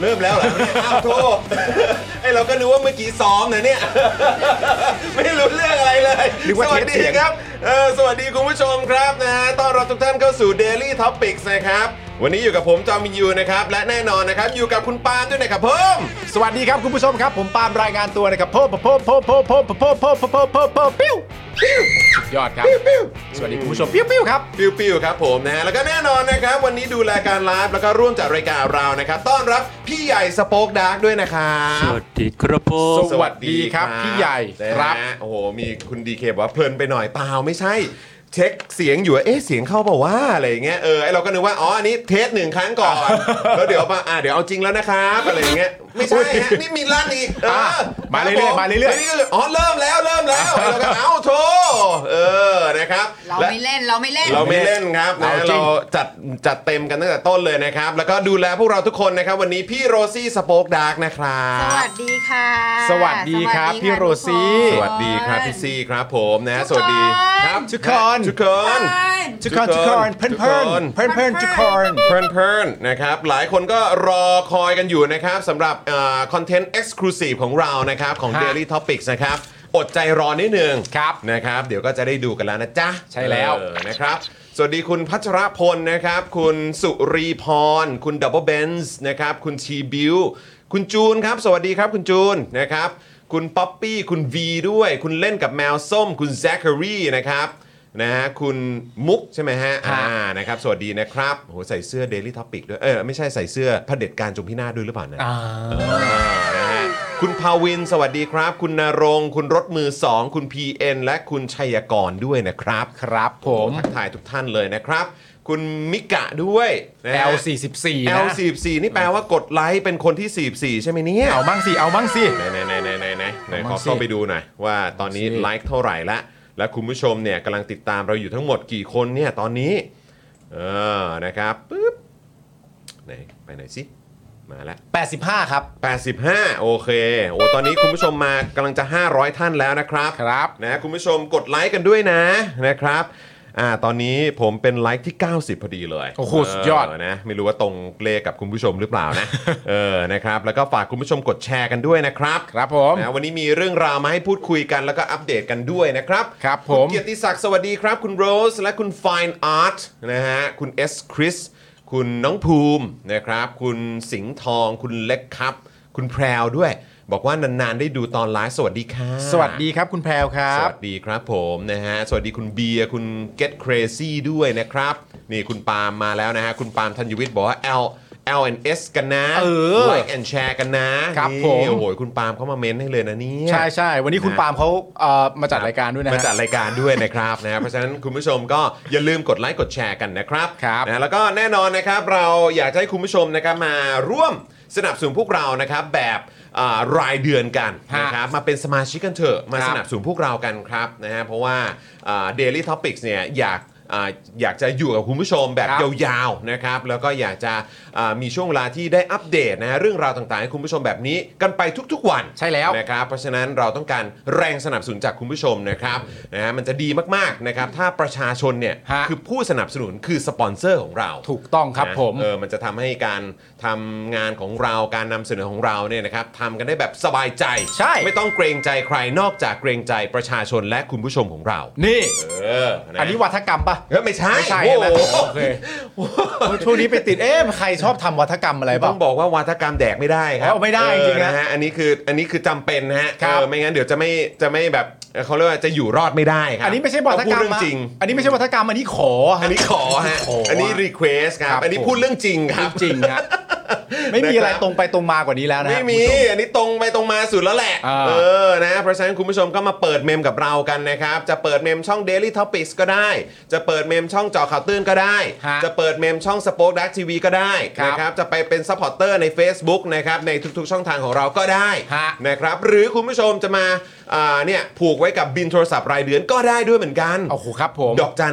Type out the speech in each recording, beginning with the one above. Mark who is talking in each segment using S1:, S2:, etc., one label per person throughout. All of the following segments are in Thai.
S1: เริ่มแล้วเหรอเนี่ยอ้าวโทษไอเราก็นึกว่าเมื่อกี้ซ้อมนะเนี่ย ไม่รู้เรื่องอะไรเลย
S2: นึกว่า
S1: สวัส
S2: เทปเสี
S1: ดี
S2: ยง
S1: ครับเออสวัสดีคุณผู้ชมครับนะฮะต้อนรับทุกท่านเข้าสู่ Daily Topics นะครับ วันนี้อยู่กับผมจอมินยูนะครับ และแน่นอนนะครับ อยู่กับคุณปาล์มด้วยนะครับเพิ่ม
S2: สวัสดีครับคุณผู้ชมครับ ผมปาล์มรายงานตัวนะครับโพบโพบโพบโพบโพบโพบโพบโพบโพบโพบปิ้วสุดยอดครับ สวัสดีคุณผู้ชมปิ้วปิ้วครับ
S1: ปิวปิวครับผมนะฮะแล้วก็แน่นอนนะครับ วันนี้ดูรายการไลฟ์แล้วก็ร่วมจัดรายการเรานะครับ ต้อนรับพี่ใหญ่สโป๊กดาร์กด้วยนะครับ
S3: สวัสดีครับผม
S2: สวัสดีครับพี่ใหญ่ครับ
S1: นะฮะโอ้โห มีคุณดีเคบอกว่าเพลินไปหน่อยเปล่าไม่ใช่ เช็คเสียงอยู่ว่าเอ๊ะเสียงเข้าเปล่าวะอะไรอย่างเงี้ยเออไอเราก็นึกว่าอ๋ออันนี้เทสหนึ่งครั้งก่ อน แล้วเดี๋ยวมาอ่ะเดี๋ยวเอาจริงแล้วนะครับอะไรอย่างเงี้ยไม่ใช่ฮะนี่มีลั่นอีกเออ
S2: มาเรื่อยๆ
S1: คบผ
S2: มาเรื่อยๆ
S1: นนี้ก็คืออ๋อเริ่มแล้วเริ่มแล้วไอ้เราก็เอาโถเออนะครับ
S4: เรา
S1: และ
S4: ไม่เล่นเราไม่เล่น
S1: เราไม่เล่นครับนะ
S2: เอาจริ
S1: เรา
S2: ง
S1: จัดจัดเต็มกันตั้งแต่ต้นเลยนะครับ แล้วก็ดูแลพวกเราทุกคนนะครับ วันนี้พี่โรซี่สโป๊กดาร์กนะครับ
S5: สวัสดีค่ะ
S2: สวัสดีครับพี่โรซี่
S1: ส
S5: ทุกคน
S1: วัสดีครับพี่ซี่ครับผมนะ สวัสดี
S5: ทุกคน
S1: ครับ
S2: ทุกคน
S1: ทุกคน
S2: ทุกคนทุกคนเพื่อนเพื่อนเพื่อนเพื่อนทุกคน
S1: เพื่อนเพื่อนๆนะครับ หลายคนก็รอคอยกันอยู่นะครับสำหรับคอนเทนต์ Exclusive ของเรานะครับ ของ
S2: ฮะ
S1: Daily Topics นะครับ อดใจรอนิดนึง
S2: ครับ
S1: นะครับ เดี๋ยวก็จะได้ดูกันแล้วนะจ๊ะ
S2: ใช่แล้ว
S1: เออนะครับ สวัสดีคุณพัชรพลนะครับ คุณสุรีพร คุณดับเบิลเบนส์นะครับ คุณชีบิว คุณจูนครับ สวัสดีครับคุณจูนนะครับ คุณป๊อปปี้ คุณวีด้วย คุณเล่นกับแมวส้ม คุณแซคเคอรี่นะครับ นะฮะ คุณมุกใช่ไหมฮะ
S2: ครับ
S1: อ่า นะครับ สวัสดีนะครับโอ้โหใส่เสื้อ Daily Topic ด้วย เออ ไม่ใช่ใส่เสื้อเผด็จการจงพินาศด้วยหรือเปล่านะ
S2: อ่า
S1: นะฮะคุณภาวินสวัสดีครับ คุณนรงค์คุณรถมือ 2 คุณ PN และคุณชัยกรด้วยนะครับ
S2: ครับผม
S1: ทักทายทุกท่านเลยนะครับ คุณมิกะด้วยนะฮะ
S2: L44 นะ
S1: L44 นี่แปลว่ากดไลค์เป็นคนที่ 44 ใช่ไหมเนี่ย
S2: เอามั่งสิเอามั่งสิ
S1: ไหนไหนไหนไหนไหนไหน
S2: เอา
S1: ข
S2: มา
S1: อ
S2: สิ
S1: เข้าไปดูหน่อยว่าตอนนี้
S2: เอามาสิ
S1: ไลค์เท่าไหร่ละ และคุณผู้ชมเนี่ยกำลังติดตามเราอยู่ทั้งหมดกี่คนเนี่ยตอนนี้ เออนะครับปึ๊บไหนไปไหนสิมาแล้ว
S2: 85 ครับ
S1: 85 โอเค โอ้ตอนนี้คุณผู้ชมมากำลังจะ 500 ท่านแล้วนะครับ
S2: ครับ
S1: นะคุณผู้ชมกดไลค์กันด้วยนะนะครับอ่าตอนนี้ผมเป็นไลค์ที่ 90 พอดีเลย
S2: โอ้โหสุดยอด
S1: เนะไม่รู้ว่าตรงเลขกับคุณผู้ชมหรือเปล่า นะ เออนะครับแล้วก็ฝากคุณผู้ชมกดแชร์กันด้วยนะครับ
S2: ครับผม
S1: นะวันนี้มีเรื่องราวมาให้พูดคุยกันแล้วก็อัปเดตกันด้วยนะครับ
S2: ครับผม
S1: ณเกียรติศักดิ์สวัสดีครับ คุณโรสและคุณ Fine Art นะฮะคุณเอสคริสคุณน้องภูมินะครับ คุณสิงห์ทอง คุณเล็กครับ คุณแพรวด้วย บอกว่านานๆได้ดูตอนไลฟ์สวัสดีค่ะ
S2: สวัสดีครับคุณแพรวครั
S1: ส
S2: บ
S1: วัสดีครับผมนะฮะ สวัสดีคุณเบียร์คุณ Get Crazy ด้วยนะครับ นี่คุณปาล์มมาแล้วนะฮะ คุณปาล์มธัญวิทย์บอกว่า L L and S กันนะ
S2: เออ
S1: like and share กันนะครับ นี่
S2: ผม
S1: โอ้โหคุณปาล์มเขามาเม้นให้เลยนะเนี่ย
S2: ใช่ใช่วันนี้คุณ
S1: นะ
S2: ปาล์มเขาเอ่อมาจัดรายการด้วยนะฮะ
S1: มาจัดรายการด้วยนะครับนะเพราะฉะนั้นคุณผู้ชมก็อย่าลืมกดไลค์กดแชร์กันนะครับ
S2: ครับ
S1: นะแล้วก็แน่นอนนะครับเราอยากจะให้คุณผู้ชมนะครับมาร่วมสนับสนุนพวกเรานะครับแบบอ่ารายเดือนกัน
S2: ฮะ
S1: นะครับมาเป็นสมาชิกกันเถอะมา
S2: ครับ
S1: สนับสนุนพวกเรากันครับนะฮะเพราะว่าเดลี่ท็อปิกส์เนี่ยอยาก อ่าอยากจะอยู่กับคุณผู้ชมแบบ
S2: ครับ
S1: ยาวๆนะครับ แล้วก็อยากจะอ่ามีช่วงเวลาที่ได้อัปเดตนะฮะเรื่องราวต่างๆให้คุณผู้ชมแบบนี้กันไปทุกๆวัน
S2: ใช่แล้ว
S1: นะครับเพราะฉะนั้นเราต้องการแรงสนับสนุนจากคุณผู้ชมนะครับนะฮะมันจะดีมากๆนะครับถ้าประชาชนเนี่ย
S2: ฮะ
S1: คือผู้สนับสนุนคือสปอนเซอร์ของเรา
S2: ถูกต้องครับ
S1: นะ
S2: ผม
S1: เออมันจะทำให้การทำงานของเราการนำเสนอของเราเนี่ยนะครับทำกันได้แบบสบายใจ
S2: ใช่
S1: ไม่ต้องเกรงใจใครนอกจากเกรงใจประชาชนและคุณผู้ชมของเรา
S2: นี่
S1: เออ
S2: อันนี้วัฒกรรมปะ
S1: เออไม่ใช่
S2: ไม่ใช่
S1: โอ้
S2: ใช่ไหม
S1: โห
S2: โอเค ช่วงนี้ไปติด เอ๊ะใครชอบทำวัฒกรรมอะไร
S1: ต้
S2: บ้า
S1: อง งบอกว่าวาทกรรมแดกไม่ได้ครั
S2: เอาไม่ได้จริงๆนะ
S1: เออนะฮะอันนี้คืออันนี้คือจำเป็นนะฮะ
S2: ครับ
S1: เออไม่งั้นเดี๋ยวจะไม่จะไม่แบบเอ่อเขาเรียกว่าจะอยู่รอดไม่ได้ครับ
S2: อันนี้ไม่ใช่วัฒกร
S1: ต้องพู
S2: รม
S1: ดเรื่องจริง
S2: อันนี้ไม่ใช่วัฒกรรมอันนี้ขอฮะ
S1: อันนี้ขอฮะ
S2: ขออั
S1: อันนี้รีเควสครับ
S2: ครับ
S1: อันนี้
S2: ผม
S1: พูดเรื่องจริงครับ
S2: จริงฮะไม่มี
S1: นะครับ
S2: อะไรตรงไปตรงมากว่านี้แล้วนะฮะ
S1: ไม่มี
S2: คุณผู้ช
S1: อันนี้ตรงไปตรงมาสุดแล้วแหละ
S2: อ่า
S1: เออ นะ เพราะฉะนั้นคุณผู้ชมก็มาเปิดเมมกับเรากันนะครับ จะเปิดเมมช่อง Daily Topics ก็ได้ จะเปิดเมมช่องเจอข่าวตื้นก็ได้
S2: ฮะ
S1: จะเปิดเมมช่อง Spoke Dark TV ก็ได้
S2: ครับ
S1: นะครับ จะไปเป็นซัพพอร์ตเตอร์ใน Facebook นะครับ ในทุกๆช่องทางของเราก็ได้
S2: ฮะ
S1: นะครับ หรือคุณผู้ชมจะมาอ่าเนี่ยผูกไว้กับบินโทรศัพท์รายเดือนก็ได้ด้วยเหมือนกัน
S2: มโอ้โหครับผม
S1: ดอกจั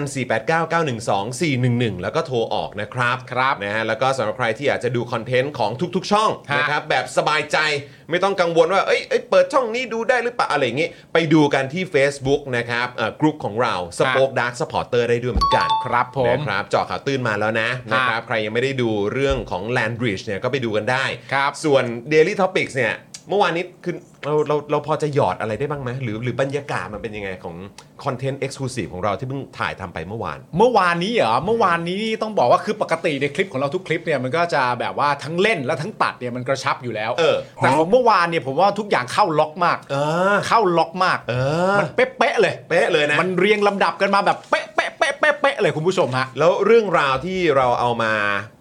S1: น 489912411 แล้วก็โทรออกนะครับ
S2: ครับ
S1: นะฮะแล้วก็สำหรับใครที่อยากจะดูคอนเทนต์ของทุกๆ ช่อง
S2: ฮะ
S1: นะครับแบบสบายใจไม่ต้องกังวลว่าเอ้ยเอ้ยเปิดช่องนี้ดูได้หรือเปล่าอะไรอย่างงี้ไปดูกันที่ Facebook นะครับกรุ๊ปของเราสป o อ e ดาร์ s สปอร์เตอร์ได้ด้วยเหมือนกัน
S2: ครับผม
S1: นะครับเจาะข่าวตื้นมาแล้วนะ
S2: ฮะ
S1: นะครับใครยังไม่ได้ดูเรื่องของ Land Bridge เนี่ยก็ไปดูกันได้
S2: ครับ
S1: ส่วน Daily Topics เนี่ยเมื่อวานนี้คือเราเราเราพอจะหยอดอะไรได้บ้างไหมหรือหรือบรรยากาศมันเป็นยังไงของคอนเทนต์เอ็กซ์คลูซีฟของเราที่เพิ่งถ่ายทำไปเมื่อวาน
S2: เมื่อวานนี้เหรอเมื่อวานนี้ต้องบอกว่าคือปกติในคลิปของเราทุกคลิปเนี่ยมันก็จะแบบว่าทั้งเล่นและทั้งตัดเนี่ยมันกระชับอยู่แล้ว
S1: เออ
S2: แต่ของเมื่อวานเนี่ยผมว่าทุกอย่างเข้าล็อกมาก
S1: เออ
S2: เข้าล็อกมาก
S1: เออ
S2: มันเป๊ะๆเลย
S1: เป๊ะเลยนะ
S2: มันเรียงลำดับกันมาแบบเป๊ะเป๊ะเป๊ะเป๊ะเป๊ะเลยคุณผู้ชมฮะ
S1: แล้วเรื่องราวที่เราเอามา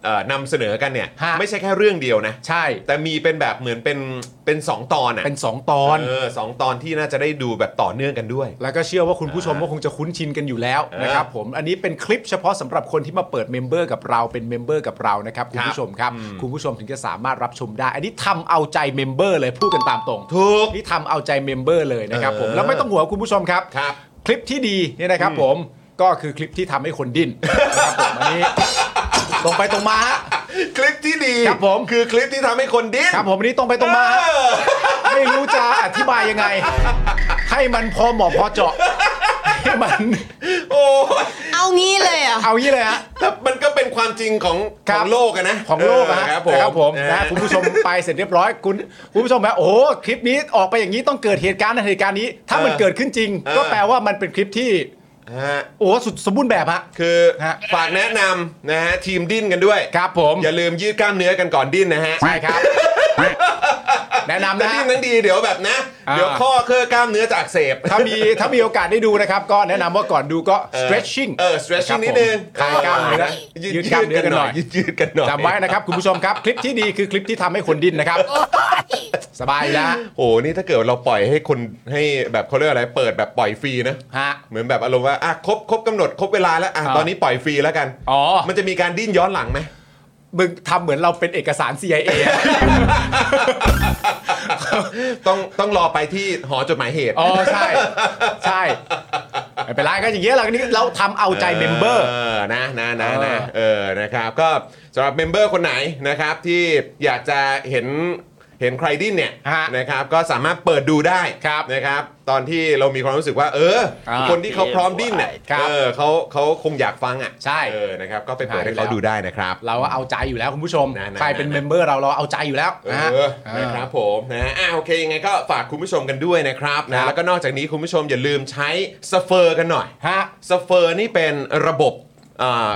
S1: เอ่อนำเสนอกันเนี่ย
S2: ฮะ
S1: ไม่ใช่แค่เรื่องเดียวนะ
S2: ใช่
S1: แต่มีเป็นแบบเหมือนเป็นเป็น 2 ตอนอ่ะ
S2: เป็น 2 ตอน
S1: เออสองตอนที่น่าจะได้ดูแบบต่อเนื่องกันด้วย
S2: แล้วก็เชื่อว่าคุณผู้ชมก็คงจะคุ้นชินกันอยู่แล้ว
S1: เออ
S2: นะครับผมอันนี้เป็นคลิปเฉพาะสำหรับคนที่มาเปิดเมมเบอร์กับเราเป็นเมมเบอร์กับเรานะครับคุณผู้ชมครับ
S1: อืม
S2: คุณผู้ชมถึงจะสามารถรับชมได้ อันนี้ทำเอาใจเมมเบอร์เลยพูดกันตามตรง
S1: ถูก
S2: นี่ทำเอาใจเมมเบอร์เลยนะครับผม
S1: เออ
S2: แล้วไม่ต้องหัวงคุณผู้ชมครับ
S1: ครับ
S2: คลิปที่ดีเนี่ยนะครับผมก็คือคลิปที่ทำให้คนดิ้น นะครับผมอันนี้ตรงไปตรงมาฮะ
S1: คลิปที่ดี
S2: ครับผม
S1: คือคลิปที่ทำให้คนดิ้น
S2: ครับผมอันนี้ตรงไปตรงมาฮะ
S1: เออ
S2: ไม่รู้จะอธิบายยังไง ให้มันพอเหมาะพอเจาะให้มัน
S1: โอ้ย
S3: เอางี้เลยเหรอ่ะ
S2: เอางี้เลยฮะ
S1: แล้วมันก็เป็นความจริงของ
S2: ค
S1: ข
S2: รับ
S1: องโลกอะนะ
S2: ของโลกอะฮะ
S1: เออครับ
S2: นะครับผม
S1: เออ
S2: นะคุณผู้ชมไปเสร็จเรียบร้อยคุณคุณผู้ชมแบบโอ้โหคลิปนี้ออกไปอย่างนี้ต้องเกิดเหตุการณ์นะเหตุการณ์นี้ ถ้ามัน
S1: เออ
S2: เกิดขึ้นจริง
S1: เออ
S2: ก็แปลว่ามันเป็นคลิปที่
S1: ฮะ
S2: โอ้โหสุดสมบูรณ์แบบฮะ
S1: คือ
S2: ฮะ
S1: ฝากแนะนำนะฮะทีมดิ้นกันด้วย
S2: ครับผม
S1: อย่าลืมยืดกล้ามเนื้อกันก่อนดิ้นนะฮะ
S2: ใช่ครับ แนะนำ
S1: แต่
S2: นะ
S1: ดิ้
S2: ฮะ
S1: นทั้งดีเดี๋ยวแบบนะ
S2: อ่า
S1: เดี๋ยวข้อเครือกล้ามเนื้อจะอักเสบ
S2: ถ้ามีถ้ามีโอกาสได้ดูนะครับ ก็แนะนำว่าก่อนดูก็ stretching
S1: เออ stretching นิดนึง
S2: คลายกล้ามเนื้อ
S1: ยืด
S2: ยืดกล้ามเนื้อกันหน่อย
S1: ยืดยืดกันหน่อย
S2: จำไว้นะครับ คุณผู้ชมครับ คลิปที่ดีคือคลิปที่ทำให้คนดิ้นนะครับ สบายแล้วฮะ
S1: โอ้นี่ถ้าเกิดเราปล่อยให้คนให้แบบเขาเรียกอะไรเปิดแบบปล่อยฟรีนะ
S2: ฮะ
S1: เหมือนแบบอารมณ์ว่าอ่ะครบครบกำหนดครบเวลาแล้วอ่ะ
S2: อ่า
S1: ตอนนี้ปล่อยฟรีแล้วกัน
S2: อ๋อ
S1: มันจะมีการดิ้นย้อนหลังไหม
S2: มึงทำเหมือนเราเป็นเอกสาร CIA อะ
S1: ต้องต้องรอไปที่หอจดหมายเหตุ
S2: อ๋อใช่ ใช่ไม่เป็นไรก็อย่างเงี้ยเรานี่เราทำเอาใจเมมเบอร์
S1: นะนะนะนะเอ
S2: เออ
S1: อนะครับก็สำหรับเมมเบอร์คนไหนนะครับที่อยากจะเห็นเห็นใครดิ้นเนี่ย
S2: ฮะ
S1: นะครับก็สามารถเปิดดูได้
S2: ครับ
S1: นะครับ ตอนที่เรามีความรู้สึกว่า เออ
S2: อ่า
S1: คนที่เขาพร้อมดิ้นเนี่ย
S2: ครับ
S1: เออเขาเขาคงอยากฟังอ่ะ
S2: ใช่
S1: เออนะครับก็ไปเปิดให้
S2: หาอยู่
S1: เขา
S2: แล้ว
S1: ดูได้นะครับ
S2: เราก็เอาใจอยู่แล้วคุณผู้ชม
S1: นะนะ
S2: ใครเป็นเมมเบอร์เราเราเอาใจอยู่แล้ว
S1: เอ
S2: นะฮะ
S1: อนะครับผมนะฮะอ่ะโอเคยังไงก็ฝากคุณผู้ชมกันด้วยนะครับ
S2: ครั
S1: นะ
S2: บ
S1: แล้วก็นอกจากนี้คุณผู้ชมอย่าลืมใช้สเฟอร์กันหน่อย
S2: ฮะ
S1: สเฟอร์นี่เป็นระบบอ่า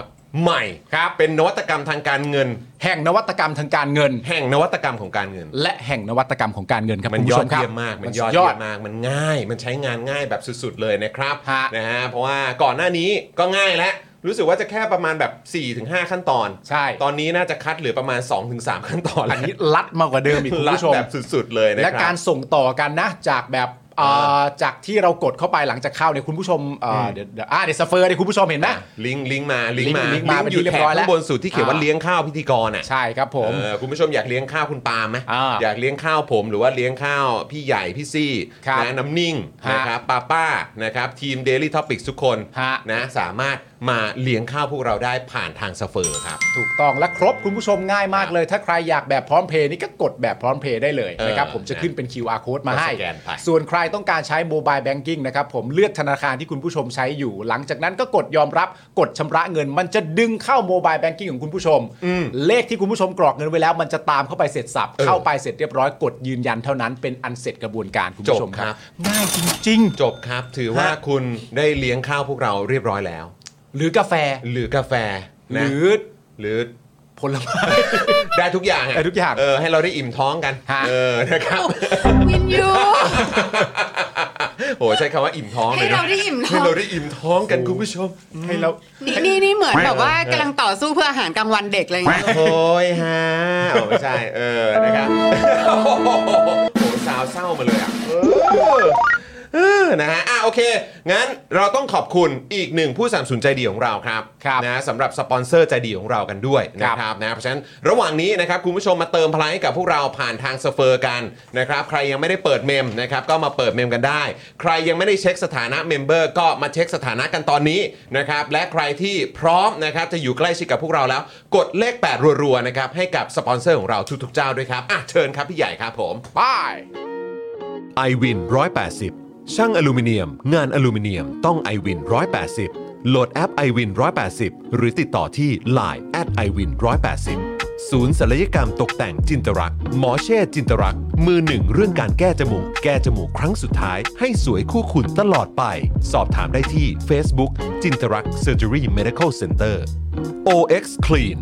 S1: ใหม่
S2: ครับ
S1: เป็นนวัตกรรมทางการเงิน
S2: แห่งนวัตกรรมทางการเงิน
S1: แห่งนวัตกรรมของการเงิน
S2: และแห่งนวัตกรรมของการเงินครับ
S1: มัน
S2: คุณ
S1: ยอ
S2: ผู้ช
S1: ด
S2: มครับ
S1: เยี่ยมมาก มัน
S2: สุ
S1: ยอด
S2: ยอ
S1: เยี่
S2: ด
S1: ยมมาก มันง่าย มันใช้งานง่ายแบบสุดๆเลยนะครับ
S2: ฮะ
S1: นะฮะ เพราะว่าก่อนหน้านี้ก็ง่ายแล้ว รู้สึกว่าจะแค่ประมาณแบบ4-5 ขั้นตอน
S2: ใช่
S1: ตอนนี้น่าจะคัดเหลือประมาณ 2-3 ขั้นตอน
S2: อั
S1: แล้
S2: น
S1: ว
S2: นี้ลัดมากกว่าเดิมอีกคุณผู้ชม
S1: แบบสุดๆเลยนะ
S2: และ
S1: ค
S2: กา
S1: รั
S2: ร
S1: บ
S2: ส่งต่อกันนะ จากแบบ อ่าจากที่เรากดเข้าไปหลังจากเข้าเนี่ยคุณผู้ชมอ่าเดี๋ยวเดี๋ยวอ่าเดี๋ยวสเฟอร์เนี่ยคุณผู้ชมเห็นไหม
S1: ลิงก์ลิงก์มาลิงก์มา
S2: ลิงก์มาเป็น
S1: อ
S2: ที่
S1: ยู่
S2: เรีย
S1: แถ
S2: บบร้อยแล้ว
S1: ข้างบนสุดที่เขียนว่าเลี้ยงข้าวพิธีกรอ่ะ
S2: ใช่ครับผม
S1: เออคุณผู้ชมอยากเลี้ยงข้าวคุณปาล์มไหม
S2: อ่า
S1: อยากเลี้ยงข้าวผมหรือว่าเลี้ยงข้าวพี่ใหญ่พี่ซี่
S2: ครับ
S1: นะน้ำนิ่ง
S2: ฮะ
S1: นะครับป้าป้านะครับทีม Daily Topics ทุกคน
S2: ฮะ
S1: นะสามารถมาเลี้ยงข้าวพวกเราได้ผ่านทางสเฟอร์ครับ
S2: ถูกต้องและครบคุณผู้ชมง่ายมากเลย ถ้าใครอยากแบบพร้อมเพย์นี่ก็กดแบบพร้อมเพย์ได้เลยนะครับ
S1: เออ
S2: ผมจะขึ้นเป็น QR code มาให้
S1: ก็สแกนไป
S2: ส่วนใครต้องการใช้โมบายแบงกิ้งนะครับผมเลือกธนาคารที่คุณผู้ชมใช้อยู่ หลังจากนั้นก็กดยอมรับกดชำระเงิน มันจะดึงเข้าโมบายแบงกิ้งของคุณผู้ชม เลขที่คุณผู้ชมกรอกเงินไว้แล้ว มันจะตามเข้าไปเสร็จสับเข้าไปเสร็จเรียบร้อยกดยืนยันเท่านั้นเป็นอันเสร็จกระบวนการคุณ
S1: จบ
S2: ผู้ชม
S1: ครับ
S2: ง่ายจริง
S1: จบครับถือว่า
S2: ฮะ
S1: คุณได้เลี้ยงข้าวพวกเราเรียบร้อยแล้ว
S2: ๆ หรือกาแฟ
S1: หรือกาแฟ
S2: ห
S1: นะ
S2: รือ
S1: หรือ
S2: ผลไม้
S1: ได้ทุกอย่างะ
S2: ได้ทุกอย่าง
S1: เออให้เราได้อิ่มท้องกัน
S2: ฮะ
S1: เออนะครับ
S4: วินยู
S1: โอ้ใช้คำว่าอิ่มท้องเลย
S4: ให้
S1: นะ
S4: เราได้อิ่มท้อง
S1: ให้เราได้อิ่มท้องกันคุณผู้ชม
S2: ให้เรา
S4: นี่นี่นี่เหมือนแบบว่ากำลังต่อสู้เพื่ออาหารกลางวันเด็กอะไรอย่างเงี้ย
S1: โอ้ยฮะโอ้ไม่ใช่ เออนะครับโอ้โหสาวเศร้ามาเลยอ่ะเออเออนะฮะอ่ะโอเค งั้นเราต้องขอบคุณอีกหนึ่งผู้สนับสนุนใจดีของเราครับ
S2: ครับ
S1: นะสำหรับสปอนเซอร์ใจดีของเรากันด้วยนะ
S2: ครับ
S1: ครับนะเพราะฉะนั้นระหว่างนี้นะครับคุณผู้ชมมาเติมพลังให้กับพวกเราผ่านทางสเฟอร์กันนะครับใครยังไม่ได้เปิดเมมนะครับก็มาเปิดเมมกันได้ ใครยังไม่ได้เช็คสถานะเมมเบอร์ก็มาเช็คสถานะกันตอนนี้นะครับและใครที่พร้อมนะครับจะอยู่ใกล้ชิดกับพวกเราแล้ว กดเลข 8 รัวๆนะครับให้กับสปอนเซอร์ของเราทุกๆเจ้าด้วยครับอ่ะเชิญครับพี่ใหญ่ครับผม
S2: ไป
S1: i w วิน180 ช่างอลูมิเนียม งานอลูมิเนียมต้อง i w วิน180 โหลดแอป i w วิน180 หรือติดต่อที่ Line at i w วิน180ศูนย์ศัลยกรรมตกแต่งจินตรัก หมอเช่จินตรัก มือหนึ่งเรื่องการแก้จมูก แก้จมูกครั้งสุดท้าย ให้สวยคู่คุณตลอดไป สอบถามได้ที่ Facebook จินตรัก Surgery Medical Center OX Clean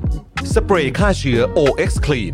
S1: สเปรย์ฆ่าเชื้อ OX Clean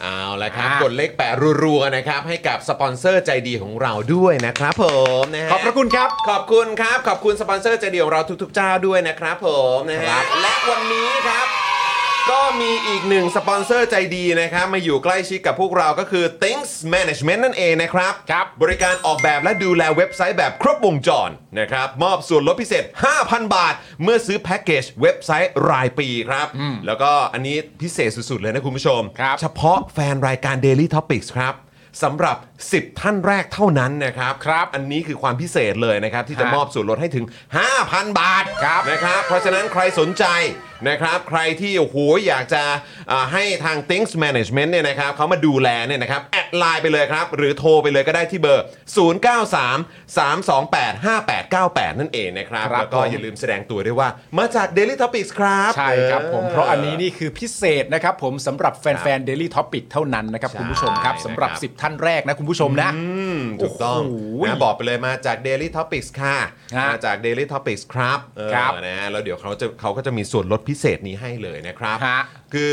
S1: เอาละครับ
S2: อ่ะ
S1: กดเลขแปะรัวๆนะครับ ให้กับสปอนเซอร์ใจดีของเราด้วยนะครับผมนะฮะ
S2: ขอบพระคุณครับ
S1: ขอบคุณครับ ขอบคุณสปอนเซอร์ใจดีของเราทุกๆเจ้าด้วยนะครับผมนะ
S2: ครั
S1: ฮะ
S2: บ
S1: และวันนี้ครับ ก็มีอีกหนึ่งสปอนเซอร์ใจดีนะครับ มาอยู่ใกล้ชิดกับพวกเราก็คือ Things Management นั่นเองนะครับ
S2: ครับ
S1: บริการออกแบบและดูแลเว็บไซต์แบบครบวงจรนะครับ มอบส่วนลดพิเศษ 5,000 บาท เมื่อซื้อแพ็กเกจเว็บไซต์รายปีครับ แล้วก็อันนี้พิเศษสุด ๆ เลยนะคุณผู้ชม
S2: ครับ
S1: เฉพาะแฟนรายการ Daily Topics ครับสำหรับ 10 ท่านแรกเท่านั้นนะครับ
S2: ครับ
S1: อันนี้คือความพิเศษเลยนะครับ ที่จะ
S2: ฮะ
S1: มอบส่วนลดให้ถึง 5,000 บาทครับนะครับ เพราะฉะนั้นใครสนใจนะครับ ใครที่โอ้โหอยากจะอ่าให้ทาง Things Management เนี่ยนะครับเขามาดูแลเนี่ยนะครับ แอดไลน์ไปเลยครับ หรือโทรไปเลยก็ได้ที่เบอร์ 0933285898 นั่นเองนะครับ
S2: ครับ
S1: แล้วก็
S2: ผม
S1: อย่าลืมแสดงตัวด้วยว่ามาจาก Daily Topics ครับ
S2: ใช่ครับผม
S1: ออ
S2: เพราะอันนี้นี่คือพิเศษนะครับผมสำหรับแฟนๆ Daily Topic เท่านั้นนะครับ
S1: ใช่
S2: คุณผู้ชมครับ
S1: นะครับ
S2: สำหรับ 10 ท่านแรกนะคุณผู้ชมนะ
S1: อืมถูกต้อง
S2: โอ้โห
S1: นะบอกไปเลยมาจาก Daily Topics ค่ะ
S2: ฮะ
S1: มาจาก Daily Topics ครับเออ
S2: ครับ
S1: นะแล้วเดี๋ยวเขาจะเขาก็จะมีส่วนลดพิเศษนี้ให้เลยนะครับ
S2: ฮะ
S1: คือ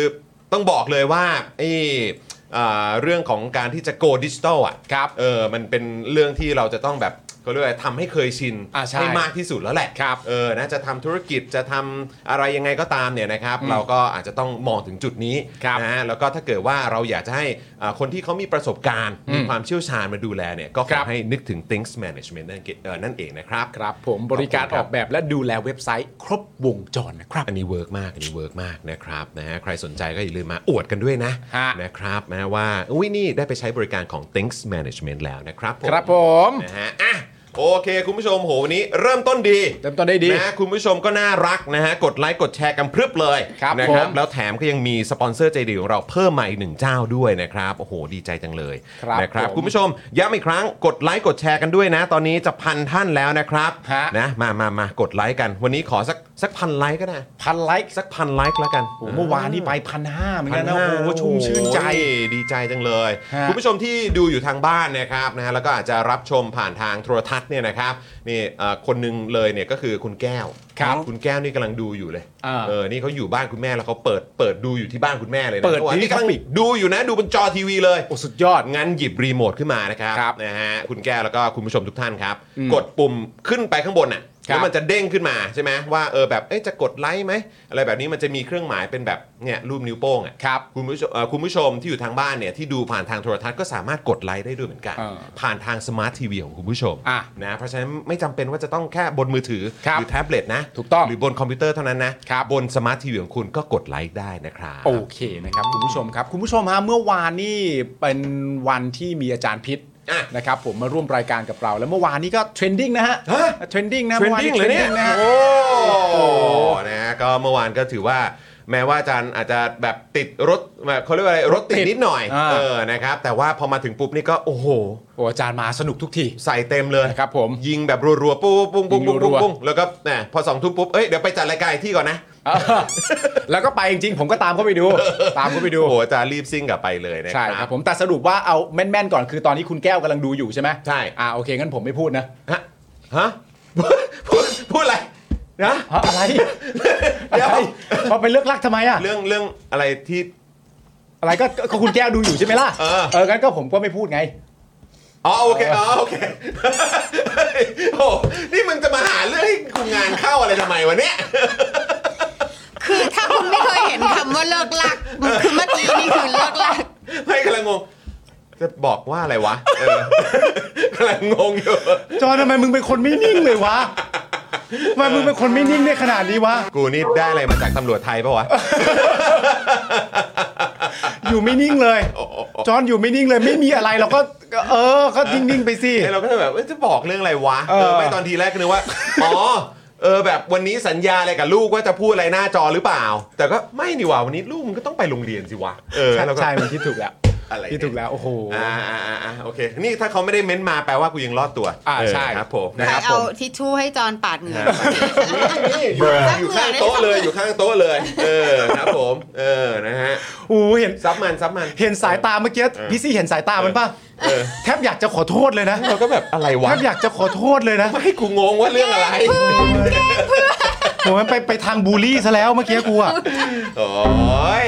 S1: ต้องบอกเลยว่าไอ้อ่าเรื่องของการที่จะ go digital อ่ะ
S2: ครับ
S1: เออมันเป็นเรื่องที่เราจะต้องแบบเขาเรียกว่าทำให้เคยชิน
S2: อ่าใช่
S1: มากที่สุดแล้วแหละ
S2: ครับ
S1: เออนะจะทำธุรกิจจะทำอะไรยังไงก็ตามเนี่ยนะครับ เราก็อาจจะต้องมองถึงจุดนี้
S2: ครับ
S1: นะ นะฮะแล้วก็ถ้าเกิดว่าเราอยากจะให้อ่าคนที่เขามีประสบการณ์ มีความเชี่ยวชาญมาดูแลเนี่ย ก็ข
S2: ค
S1: อ
S2: รั
S1: บ ให้นึกถึง Things Management นั่นเองเอ่อนั่นเองนะครับ
S2: ครับผมบริกา
S1: ข
S2: รอ
S1: อบคุณครับ
S2: อกแบบและดูแลเว็บไซต์ครบวงจรนะครับ
S1: อันนี้เวิร์กมาก อันนี้เวิร์กมากนะครับนะฮะใครสนใจก็อย่าลืมมาอวดกันด้วยนะ
S2: ฮะ
S1: นะครับนะว่าอุ้ยนี่ได้ไปใช้บริการของ Things Management แล้วนะครับผม
S2: ครับผม
S1: นะฮะอ่ะ โอเค คุณผู้ชมโหวันนี้เริ่มต้นดี
S2: เริ่มต้นได้ดี
S1: นะคุณผู้ชมก็น่ารักนะฮะกดไลค์กดแชร์กันพรึบเลย
S2: ครับ
S1: นะ
S2: ผม
S1: แล้วแถมก็ยังมีสปอนเซอร์ใจดีของเราเพิ่มมาอีกหนึ่งเจ้าด้วยนะครับโอ้โหดีใจจังเลย
S2: ครับ
S1: นะครับ
S2: ผม
S1: คุณผู้ชมย้ำอีกครั้งกดไลค์กดแชร์กันด้วยนะ ตอนนี้จะพันท่านแล้วนะครับ
S2: ฮะ
S1: นะมามามากดไลค์กัน วันนี้ขอสักสักพันไลค์ก็ได้
S2: พันไลค์
S1: สักพันไลค์แล้วกัน
S2: โอ้โหเมื่อวานนี่ไปพันห้าเหมือนกันนะ
S1: พั
S2: โอ้
S1: ห้า
S2: โหชุ่มชื่นใจ
S1: โอ้ยดีใจจังเลย
S2: ฮะ
S1: คุณผู้ชมที่ดูอยู่ทางบ้านนะครับนะฮะแล้วก็อาจจะรับชมผ่านทางโทรทัศน์เนี่ยนะครับนี่เอ่อคนหนึงเลยเนี่ยก็คือคุณแก้ว
S2: ครับ
S1: คุณแก้วนี่กำลังดูอยู่เลย
S2: อ่า
S1: เออนี่เขาอยู่บ้านคุณแม่แล้วเขาเปิดเปิดดูอยู่ที่บ้านคุณแม่เลยนะ
S2: เปิด
S1: ขาบอกว่า
S2: นี่
S1: นี่กำลัง
S2: ครับ
S1: ดูอยู่นะดูบนจอทีวีเลย
S2: โอ้สุดยอด
S1: งั้นหยิบรีโมทขึ้นมานะครับ
S2: ครับ
S1: นะฮะคุณแก้วแล้วก็คุณผู้ชมทุกท่านครับ
S2: อืม
S1: กดปุ่มขึ้นไปข้างบนน่ะ
S2: ครับ
S1: แล้วมันจะเด้งขึ้นมาใช่ไหมว่าเออแบบเอ๊ะจะกดไลค์ไหมอะไรแบบนี้มันจะมีเครื่องหมายเป็นแบบเนี่ยรูปนิ้วโป้งอ่ะ
S2: ครับ
S1: คุณผู้ชมเอ่อคุณผู้ชมที่อยู่ทางบ้านเนี่ยที่ดูผ่านทางโทรทัศน์ก็สามารถกดไลค์ได้ด้วยเหมือนกัน
S2: เออ
S1: ผ่านทางสมาร์ททีวีของคุณผู้ชม
S2: อ่ะ
S1: นะเพราะฉะนั้นไม่จำเป็นว่าจะต้องแค่บนมือถือ
S2: ครับ
S1: หรือแท็บเล็ตนะ
S2: ถูกต้อง
S1: หรือบนคอมพิวเตอร์เท่านั้นนะครับ บนสมาร์ททีวีของคุณก็กดไลค์ได้นะครับ
S2: โอเคนะครับ คุณผู้ชมครับ คุณผู้ชมฮะเมื่อวานนี่เป็นวันที่มีอาจารย์พิษ
S1: อ่ะ
S2: นะครับผมมาร่วมรายการกับเรา แล้วเมื่อวานนี้ก็เทรนดิ้งนะฮะ
S1: ฮะ
S2: เทรนดิ้งนะ
S1: เทรนดิ้ง
S2: มื่อวา
S1: เลยเนี่ย
S2: trending ะฮะ
S1: โอ้นะฮะก็เมื่อวานก็ถือว่า แม้ว่าอาจารย์อาจจะแบบติดรถแบบเขาเรียกว่าอะไรรถติด
S2: ติด
S1: นิดหน่อย
S2: อ่า
S1: เออนะครับ แต่ว่าพอมาถึงปุ๊บนี่ก็โอ้โห
S2: โอ้อาจารย์มาสนุกทุกที
S1: ใส่เต็มเลย
S2: ครับผม
S1: ยิงแบบรัวๆ ปุ๊บปุ๊บปุ๊บปุ๊บ
S2: ยิงรั
S1: ปุ๊บ
S2: วๆ
S1: ปุ๊บแล้วก็นะพอสองทุ่มปุ๊บเอ้ยเดี๋ยวไปจัดรายการอีกที่ก่อนนะ
S2: เออ แล้วก็ไปจริงๆ ผมก็ตามเข้าไปดู ตามเข้าไปดู
S1: โอ้โหอาจารย์รีบซิ่งกลับไปเลยนะ
S2: ใช่
S1: ค
S2: ค
S1: รั
S2: รับ บผมแต่สรุปว่าเอาแม่นๆก่อนคือตอนนี้คุณแก้วกำลังดูอยู่ใช่ไหม
S1: ใช่
S2: อ่าโอเคงั้นผมไม่พูดนะ
S1: ฮะฮะ พูดพูดอะไรนะ
S2: ฮะ อะไร
S1: เดี๋ยว
S2: อะไรพอไปเลือกลักทำไมอ่ะ
S1: เรื่องเรื่องอะไรที่
S2: อะไรก็ก็คุณแก้วดูอยู่ใช่ไหมล่ะ
S1: เออ
S2: เอองั้นก็ผมก็ไม่พูดไง
S1: อ๋อโอเคอ๋อโอเค โอ้นี่มึงจะมาหาเรื่องให้กูงานเข้าอะไรทำไมวะเนี่ย
S3: คือถ้าคุณไม่เคยเห็นคำว่าเลิกลักมันคือเมื่อกี้นี่คือเลิกลัก
S1: ไม่กำลังงง จะบอกว่าอะไรวะเอ อกำลังงงอยู่
S2: จอห์นทำไมมึงเป็นคนไม่นิ่งเลยวะทำไมมึงเป็นคนไม่นิ่งได้ขนาดนี้วะ
S1: กูนี่ได้อะไรมาจากตำรวจไทยปะวะ
S2: อยู่ไม่นิ่งเลย จอห์นอยู่ไม่นิ่งเลย ไม่มีอะไรเราก็ก็เออ ก็นิ่งๆไปสิ
S1: เอ้ยเราก็จะแบบเอ้ยจะบอกเรื่องอะไรวะ
S2: เออ
S1: ไม่ตอนทีแรกก็นึกว่า อ๋อ เออแบบวันนี้สัญญาอะไรกับลูกว่าจะพูดอะไรหน้าจอหรือเปล่า แต่ก็ไม่นี่หว่าวันนี้ลูกมันก็ต้องไปโรงเรียนสิวะ เออ
S2: ใช่
S1: แล้วก็
S2: ใช่มันคิดถูกแล้ว
S1: อะไรเนี่ย
S2: คิดถูกแล้วโอ้โห
S1: อ่าอ่าอ่าอ่าโอเค นี่ถ้าเขาไม่ได้เม้นมาแปลว่ากูยังรอดตัว
S2: อ่า
S1: เ
S2: ใช่
S1: ครับผมนะ
S3: ใค
S1: ค
S3: ร
S1: รับผ
S3: เอา
S1: ม
S3: ทิชชู่ให้จอนปาดเหงื่อ
S1: นี่อยู่อยู่ข้างโต๊ะเลยอยู่ข้างโต๊ะเลย เออครับผม เออนะฮะ
S2: โอ้โหเห็น
S1: ซับมันซับมัน
S2: เห็นสายตาเมื่อกี้
S1: เออ
S2: พี่ซี่เห็นสายตามันป่ะ
S1: เออ
S2: แทบอยากจะขอโทษเลยนะ
S1: เราก็แบบอะไรวะ
S2: แทบอยากจะขอโทษเลยนะ
S1: ไม่ให้กูงงว่าเรื่องอะไร
S2: โหมันไปไปทางบูลลี่ซะแล้วเมื่อกี้กูอะ
S1: โอ้ย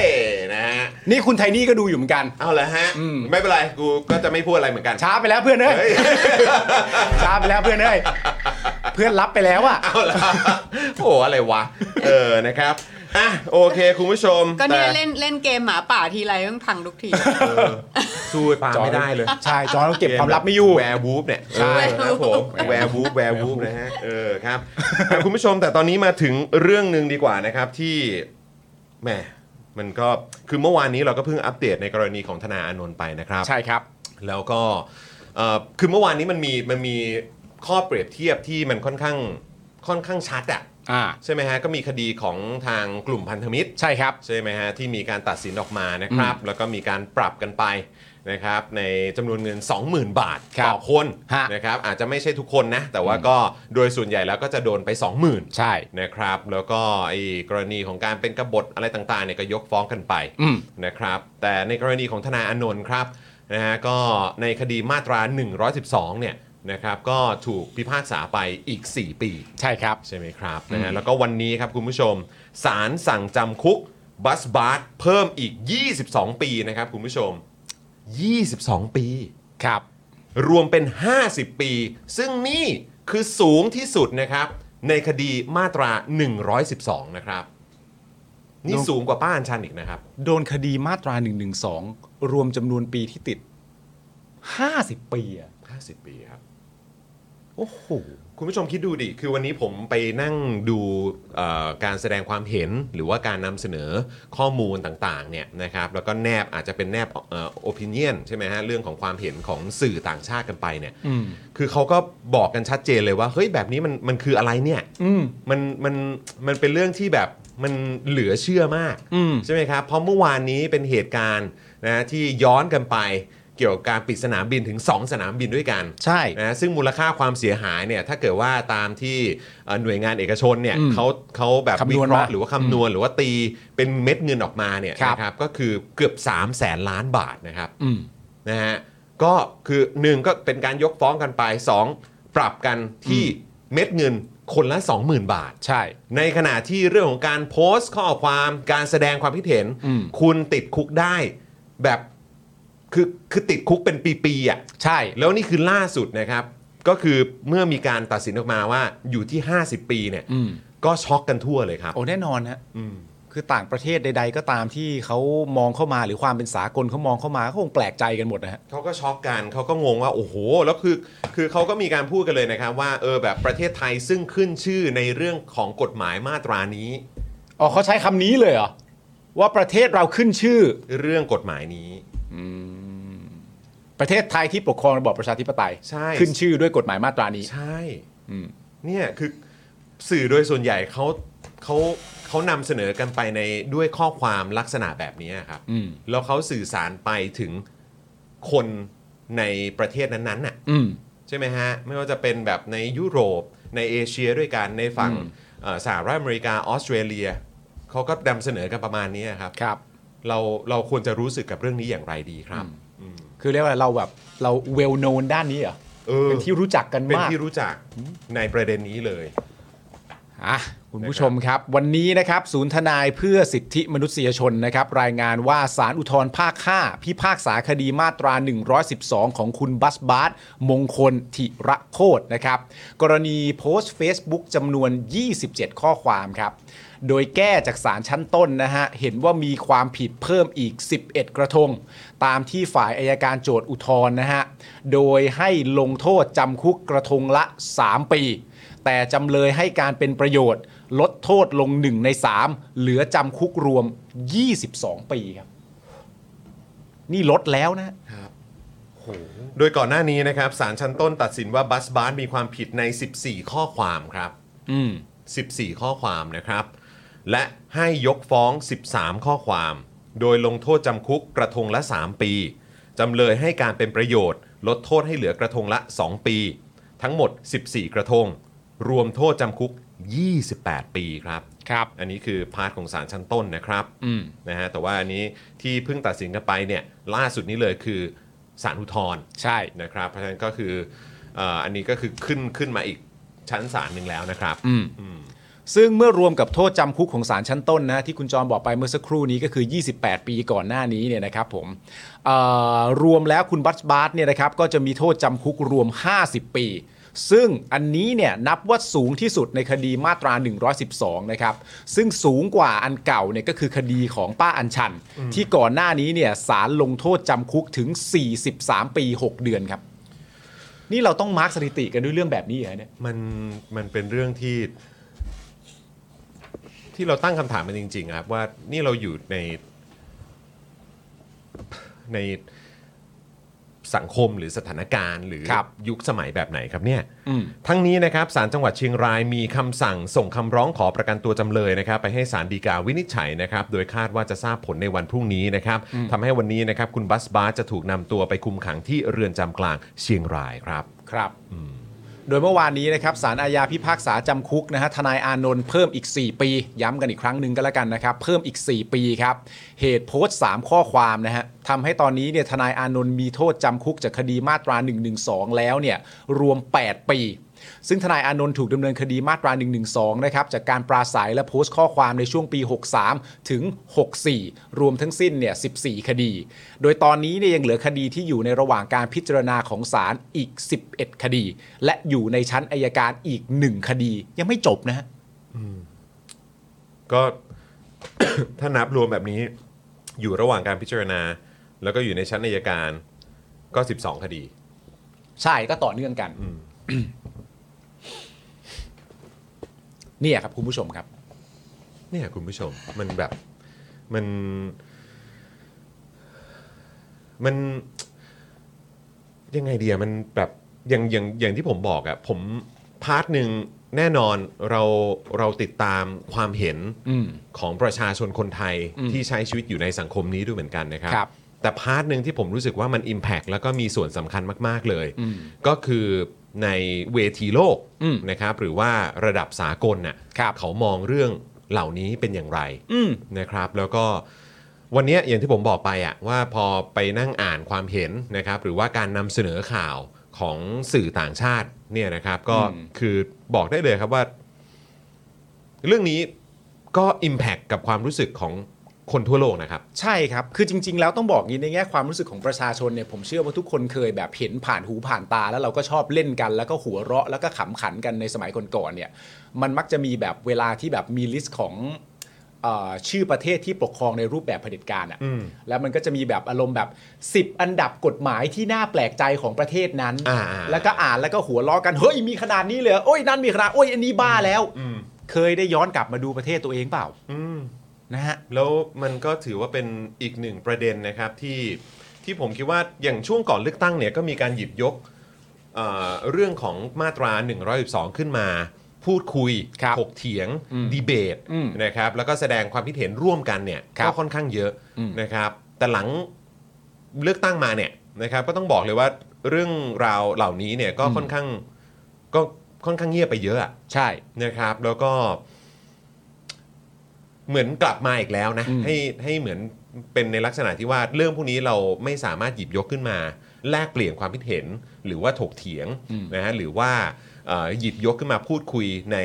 S1: นะฮะ
S2: นี่คุณไทนี่ก็ดูอยู่เหมือนกัน
S1: เอาละฮะไม่เป็นไรกูก็จะไม่พูดอะไรเหมือนกัน
S2: ช้าไปแล้วเพื่อนเอ้ย
S1: เฮ้ย
S2: ช้าไปแล้วเพื่อนเอ้ยเพื่อนรับไปแล้วอะ
S1: เอาละโอ้อะไรวะเออนะครับอ่ะโอเคคุณผู้ชม
S3: ก็เนี่ย
S1: แต่
S3: เล่นเล่นเกมหมาป่าทีไรต้องพังทุกที
S1: เออสู้ไอ้ปาไม่ได้เลย
S2: ใช่ จอห์นต้องเก็บความลับไม่อยู่
S1: แวร์วูฟเนี่ย
S2: ใช่
S1: เออครับผมแวร์วูฟแวร์วูฟนะฮะเออครับอ่ะคุณผู้ชมแต่ตอนนี้มาถึงเรื่องหนึ่งดีกว่านะครับที่ แหมมันก็คือเมื่อวานนี้เราก็เพิ่งอัปเดตในกรณีของธนาอานนท์ไปนะครับ
S2: ใช่ครับ
S1: แล้วก็เอ่อคือเมื่อวานนี้มันมีมันมีข้อเปรียบเทียบที่มันค่อนข้างค่อนข้างชัดอะ
S2: อ่า
S1: ใช่ไหมฮะ ก็มีคดีของทางกลุ่มพันธมิตร
S2: ใช่ครับ
S1: ใช่ไหมฮะ ที่มีการตัดสินออกมานะครับ แล้วก็มีการปรับกันไปนะครับในจำนวนเงิน 20,000 บาท
S2: ครับ
S1: ต่อคน
S2: ฮะ
S1: นะครับอาจจะไม่ใช่ทุกคนนะ แต่ว่าก็โดยส่วนใหญ่แล้วก็จะโดนไป 20,000
S2: ใช่
S1: นะครับแล้วก็ไอ้กรณีของการเป็นกบฏอะไรต่างๆเนี่ยก็ยกฟ้องกันไป
S2: อืม
S1: นะครับแต่ในกรณีของทนายอานนท์ครับนะฮะก็ในคดีมาตรา 112เนี่ยนะครับก็ถูกพิพากษาไปอีก 4 ปี
S2: ใช่ครับ
S1: ใช่ไหมครับนะฮะแล้วก็วันนี้ครับคุณผู้ชมศาลสั่งจำคุกบัสบาร์เพิ่มอีก 22 ปีนะครับคุณผู้ชม 22 ปี
S2: ครับ
S1: รวมเป็น 50 ปี ซึ่งนี่คือสูงที่สุดนะครับ ในคดีมาตรา 112 นะครับ นี่
S2: ดู
S1: สูงกว่าป้าอัญชันอีกนะครับ
S2: โดนคดีมาตรา1นึรวมจำนวนปีที่ติด 50 ปีอะ
S1: 50 ปีครับ
S2: โอ้โห
S1: คุณผู้ชมคิดดูดิ คือวันนี้ผมไปนั่งดูเอ่อการแสดงความเห็นหรือว่าการนำเสนอข้อมูลต่างๆเนี่ยนะครับแล้วก็แนบอาจจะเป็นแนบโอปินเนียนใช่ไหมฮะเรื่องของความเห็นของสื่อต่างชาติกันไปเนี่ยคือเขาก็บอกกันชัดเจนเลยว่าเฮ้ยแบบนี้มันมันคืออะไรเนี่ยมันมันมันเป็นเรื่องที่แบบมันเหลือเชื่อมาก
S2: อืม
S1: ใช่ไหมครับเพราะเมื่อวานนี้เป็นเหตุการณ์นะที่ย้อนกันไปเกี่ยวกับการปิดสนามบินถึง 2 สนามบินด้วยกัน
S2: ใช่
S1: นะซึ่งมูลค่าความเสียหายเนี่ยถ้าเกิดว่าตามที่เอ่อหน่วยงานเอกชนเนี่ย
S2: อืม
S1: เขาเขาแบบ
S2: คำนวณ
S1: เคราะห์
S2: มา
S1: หรือว่าคำนวณหรือว่าตีเป็นเม็ดเงินออกมาเนี่ย
S2: ครับ
S1: นะครับก็คือเกือบ 3 0 0แสนล้านบาทนะครับ
S2: อืม
S1: นะฮะก็คือ 1 ก็เป็นการยกฟ้องกันไป 2 ปรับกันที่เม็ดเงินคนละ 20,000 บาท
S2: ใช่
S1: ในขณะที่เรื่องของการโพสต์ข้อความการแสดงความคิดเห็น
S2: อืม
S1: คุณติดคุกได้แบบคือคือติดคุกเป็นปีๆอ่ะ
S2: ใช่
S1: แล้วนี่คือล่าสุดนะครับ ก็คือเมื่อมีการตัดสินออกมาว่าอยู่ที่ 50 ปีเนี่ย
S2: อืม
S1: ก็ช็อกกันทั่วเลยครับ
S2: โอ้แน่นอนฮะ
S1: อืม
S2: คือต่างประเทศใด ๆ ก็ตามที่เขามองเข้ามาหรือความเป็นสากลเขามองเข้ามาก็คงแปลกใจกันหมดนะฮะ
S1: เขาก็ช็อกกันเขาก็งงว่า โอ้โห แล้วคือคือเขาก็มีการพูดกันเลยนะครับ ว่าเออแบบประเทศไทยซึ่งขึ้นชื่อในเรื่องของกฎหมายมาตรานี้
S2: อ๋อเขาใช้คำนี้เลยเหรอ ว่าประเทศเราขึ้นชื่อ
S1: เรื่องกฎหมายนี้
S2: ประเทศไทยที่ปกครองระบอบประชาธิปไตย
S1: ใช่
S2: ขึ้นชื่อด้วยกฎหมายมาตรานี้
S1: ใช่
S2: อืม
S1: เนี่ยคือสื่อโดยส่วนใหญ่เขาเขาเขานำเสนอกันไปในด้วยข้อความลักษณะแบบนี้ครับ
S2: อืม
S1: แล้วเขาสื่อสารไปถึงคนในประเทศนั้นๆน่ะ
S2: อืม
S1: ใช่ไหมฮะ ไม่ว่าจะเป็นแบบในยุโรปในเอเชียด้วยกันในฝั่ง
S2: อืม
S1: เอ่อสหรัฐอเมริกาออสเตรเลียเขาก็นำเสนอกันประมาณนี้ครับ
S2: ครับ
S1: เราเราควรจะรู้สึกกับเรื่องนี้อย่างไรดีครับอืม
S2: คือเรียกว่าเราแบบเราเวลโนนด้านนี้เหรอ
S1: เออ
S2: เป็นที่รู้จักกัน
S1: เป็น
S2: มาก
S1: ที่รู้จักในประเด็นนี้เลย
S2: อ่ะคุณผู้ชมครับ วันนี้นะครับ ศูนย์ทนายเพื่อสิทธิมนุษยชนนะครับ รายงานว่าสารอุทธรภาค 5 พิพากษาคดีมาตรา 112 ของคุณบัสบาสมงคลธิระโคตรนะครับ กรณีโพสต์ Facebook จำนวน 27 ข้อความครับ โดยแก้จากสารชั้นต้นนะฮะ เห็นว่ามีความผิดเพิ่มอีก 11 กระทง ตามที่ฝ่ายอายการโจทย์อุทธรณ์นะฮะ โดยให้ลงโทษจำคุกกระทงละ 3 ปี แต่จำเลยให้การเป็นประโยชน์ ลดโทษลง 1 ใน 3 เหลือจำคุกรวม 22 ปีครับ นี่ลดแล้วนะ
S1: โดยก่อนหน้านี้นะครับศาลชั้นต้นตัดสินว่าบัสบาสมีความผิดใน 14 ข้อความครับ
S2: อืม
S1: 14 ข้อความนะครับ และให้ยกฟ้อง 13 ข้อความ โดยลงโทษจำคุกกระทงละ 3 ปี จำเลยให้การเป็นประโยชน์ ลดโทษให้เหลือกระทงละ 2 ปี ทั้งหมด 14 กระทง รวมโทษจำคุก 28 ปีครับ
S2: ครับ
S1: อันนี้คือพาร์ทของศาลชั้นต้นนะครับ
S2: อืม
S1: นะฮะแต่ว่าอันนี้ที่เพิ่งตัดสินกันไปเนี่ยล่าสุดนี้เลยคือศาลอุทธรณ์
S2: ใช่
S1: นะครับเพราะฉะนั้นก็คือเอ่ออันนี้ก็คือขึ้นขึ้นมาอีกชั้นศาลหนึ่งแล้วนะครับ
S2: อืม ซึ่งเมื่อรวมกับโทษจำคุกของศาลชั้นต้นนะที่คุณจอมบอกไปเมื่อสักครู่นี้ก็คือ 28 ปีก่อนหน้านี้เนี่ยนะครับผมเอ่อรวมแล้วคุณบัสบาสเนี่ยนะครับก็จะมีโทษจำคุกรวม 50 ปี ซึ่งอันนี้เนี่ยนับว่าสูงที่สุดในคดีมาตรา 112 นะครับ ซึ่งสูงกว่าอันเก่าเนี่ยก็คือคดีของป้าอัญชัน ที่ก่อนหน้านี้เนี่ยศาลลงโทษจำคุกถึง 43 ปี 6 เดือนครับ นี่เราต้องมาร์กสถิติกันด้วยเรื่องแบบนี้เหรอเนี่ย
S1: มันมันเป็นเรื่องที่ ที่เราตั้งคำถามมันจริง ๆ ครับ ว่านี่เราอยู่ใน ในสังคมหรือสถานการณ์ หรือ
S2: ครับ
S1: ยุคสมัยแบบไหนครับเนี่ย
S2: อืม
S1: ทั้งนี้นะครับศาลจังหวัดเชียงรายมีคำสั่งส่งคำร้องขอประกันตัวจำเลยนะครับ ไปให้ศาลฎีกาวินิจฉัยนะครับ โดยคาดว่าจะทราบผลในวันพรุ่งนี้นะครับทำให้วันนี้นะครับ คุณบัสบาสจะถูกนำตัวไปคุมขังที่เรือนจำกลางเชียงรายครับ
S2: ครับ โดยเมื่อวานนี้นะครับสารอาญาพิพากษาจำคุกนะฮะทนายอานนท์เพิ่มอีก 4 ปี ย้ำกันอีกครั้งหนึ่งก็แล้วกันนะครับ เพิ่มอีก 4 ปีครับ เหตุโพสต์ 3 ข้อความนะฮะทำให้ตอนนี้เนี่ยทนายอานนท์มีโทษจำคุกจากคดีมาตรา 112 แล้วเนี่ยรวม 8 ปี ซึ่งทนายอานนท์ถูกดำเนินคดีมาตรา 112 นะครับ จากการปราศัยและโพสต์ข้อความในช่วงปี 63 ถึง 64 รวมทั้งสิ้นเนี่ย 14 คดี โดยตอนนี้เนี่ยยังเหลือคดีที่อยู่ในระหว่างการพิจารณาของศาลอีก 11 คดี และอยู่ในชั้นอายการอีก 1 คดี ยังไม่จบนะฮะ
S1: ก็ ถ้านับรวมแบบนี้ อยู่ระหว่างการพิจารณา แล้วก็อยู่ในชั้นอัยการก็ 12 คดี
S2: ใช่ก็ต่อเนื่องกัน เนี่ยครับคุณผู้ชมครับ
S1: เนี่ยคุณผู้ชมมันแบบมันมันยังไงเดียมันแบบอย่างอย่างอย่างที่ผมบอกอะผมพาร์ทหนึ่งแน่นอนเราเราติดตามความเห็น
S2: อืม
S1: ของประชาชนคนไทย
S2: อืม
S1: ที่ใช้ชีวิตอยู่ในสังคมนี้ด้วยเหมือนกันนะครั
S2: ครับ
S1: แต่พาร์ทหนึ่งที่ผมรู้สึกว่ามัน Impact แล้วก็มีส่วนสำคัญมากๆเลย ก็คือในเวทีโลก
S2: อืม
S1: นะครับหรือว่าระดับสากลน่ะ
S2: ครับ
S1: เขามองเรื่องเหล่านี้เป็นอย่างไร
S2: อืม
S1: นะครับ แล้วก็วันเนี้ยอย่างที่ผมบอกไปอะว่าพอไปนั่งอ่านความเห็นนะครับหรือว่าการนำเสนอข่าวของสื่อต่างชาติเนี่ยนะครับก็
S2: อืม
S1: คือบอกได้เลยครับว่า เรื่องนี้ก็ Impact กับความรู้สึกของคนทั่วโลกนะครับ
S2: ใช่ครับ คือจริง ๆ แล้วต้องบอกอย่างนี้ในแง่ความรู้สึกของประชาชนเนี่ยผมเชื่อว่าทุกคนเคยแบบเห็นผ่านหูผ่านตา แล้วเราก็ชอบเล่นกันแล้วก็หัวเราะแล้วก็ขำขันกันในสมัยก่อนๆเนี่ยมันมักจะมีแบบเวลาที่แบบมีลิสต์ของเอ่อชื่อประเทศที่ปกครองในรูปแบบเผด็จการ
S1: อืม
S2: อะ่ะแล้วมันก็จะมีแบบอารมณ์แบบ 10 อันดับกฎหมายที่น่าแปลกใจของประเทศนั้น
S1: อ่าๆ
S2: แล้วก็อ่านแล้วก็หัวเราะกันเฮ้ยมีขนาดนี้เลยเหรอโอ้ยนั่นมีขนาดโอ้ยอันนี้บ้าแล้ว
S1: อืม
S2: เคยได้ย้อนกลับมาดูประเทศตัวเองเปล่า
S1: อืม
S2: นะฮะ
S1: แล้วมันก็ถือว่าเป็นอีกหนึ่งประเด็นนะครับที่ที่ผมคิดว่าอย่างช่วงก่อนเลือกตั้งเนี่ยก็มีการหยิบยกเอ่อเรื่องของมาตรา 112 ขึ้นมา พูดคุย
S2: ครับ
S1: ถกเถียง
S2: อืม
S1: ดีเบต
S2: อืม
S1: นะครับแล้วก็แสดงความคิดเห็นร่วมกันเนี่ย
S2: ครับ
S1: ก็ค่อนข้างเยอะ
S2: อืม
S1: นะครับแต่หลังเลือกตั้งมาเนี่ยนะครับก็ต้องบอกเลยว่าเรื่องราวเหล่านี้เนี่ยก็ค่อนข้างก็ค่อนข้างเงียบไปเยอะอะ
S2: ใช่
S1: นะครับแล้วก็ เหมือนกลับมาอีกแล้วนะ
S2: อืม
S1: ให้ให้เหมือนเป็นในลักษณะที่ว่าเรื่องพวกนี้เราไม่สามารถหยิบยกขึ้นมา แลกเปลี่ยนความคิดเห็น หรือว่าถกเถียง
S2: อืม
S1: นะฮะหรือว่าเอ่อหยิบยกขึ้นมาพูดคุยใน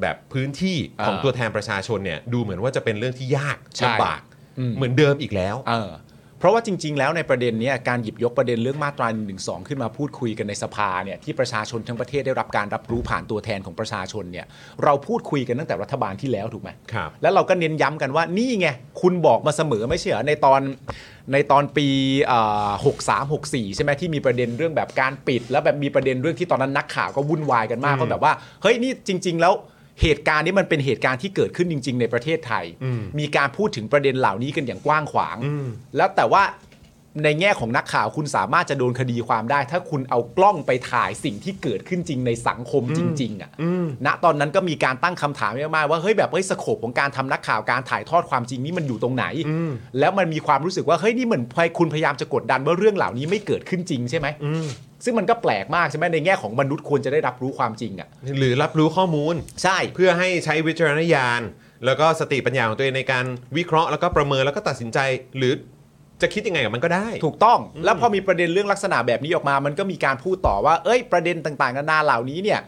S1: แบบพื้นที่ของ
S2: อ่า
S1: ตัวแทนประชาชนเนี่ย ดูเหมือนว่าจะเป็นเรื่องที่ยาก
S2: ใช่
S1: ลำบาก
S2: อืม
S1: เหมือนเดิมอีกแล้ว
S2: เออเพราะว่าจริง ๆ แล้วในประเด็นเนี้ยการหยิบยกประเด็นเรื่องมาตรา1นึขึ้นมาพูดคุยกันในสภาเนี่ยที่ประชาชนทั้งประเทศได้รับการรับรู้ผ่านตัวแทนของประชาชนเนี่ยเราพูดคุยกันตั้งแต่รัฐบาลที่แล้วถูกไหม
S1: ครับ
S2: แล้วเราก็เน้นย้ำกันว่านี่ไงคุณบอกมาเสมอไม่ใช่เหรอในตอนในตอนปีหกสามหกสี่อ63 64 ใช่ไหมที่มีประเด็นเรื่องแบบการปิด แล้วแบบมีประเด็นเรื่องที่ตอนนั้นนักข่าวก็วุ่นวายกันมากก็แบบว่าเฮ้ยนี่จริง ๆ แล้วเหตุการณ์นี้มันเป็นเหตุการณ์ที่เกิดขึ้นจริง ๆ ในประเทศไทย
S1: อืม
S2: มีการพูดถึงประเด็นเหล่านี้กันอย่างกว้างขวาง
S1: อืม
S2: แล้วแต่ว่าในแง่ของนักข่าวคุณสามารถจะโดนคดีความได้ ถ้าคุณเอากล้องไปถ่ายสิ่งที่เกิดขึ้นจริงในสังคมจริง ๆ อ่ะ
S1: อืม
S2: ณตอนนั้นก็มีการตั้งคำถามเยอะมากว่าเฮ้ยแบบเฮ้ยสโคปของการทำนักข่าวการถ่ายทอดความจริงนี่มันอยู่ตรงไหน แล้วมันมีความรู้สึกว่าเฮ้ยนี่เหมือนคุณพยายามจะกดดันว่าเรื่องเหล่านี้ไม่เกิดขึ้นจริงใช่ไหมซึ่งมันก็แปลกมากใช่ไหมในแง่ของมนุษย์ควรจะได้รับรู้ความจริงอ่ะ
S1: หรือรับรู้ข้อมูล
S2: ใช่
S1: เพื่อให้ใช้วิจารณญาณ แล้วก็สติปัญญาของตัวเองในการวิเคราะห์แล้วก็ประเมินแล้วก็ตัดสินใจ หรือจะคิดยังไงกับมันก็ได้
S2: ถูกต้องแล้วพอมีประเด็นเรื่องลักษณะแบบนี้ออกมา มันก็มีการพูดต่อว่า เอ้ยประเด็นต่างๆนานาเหล่านี้เนี่ย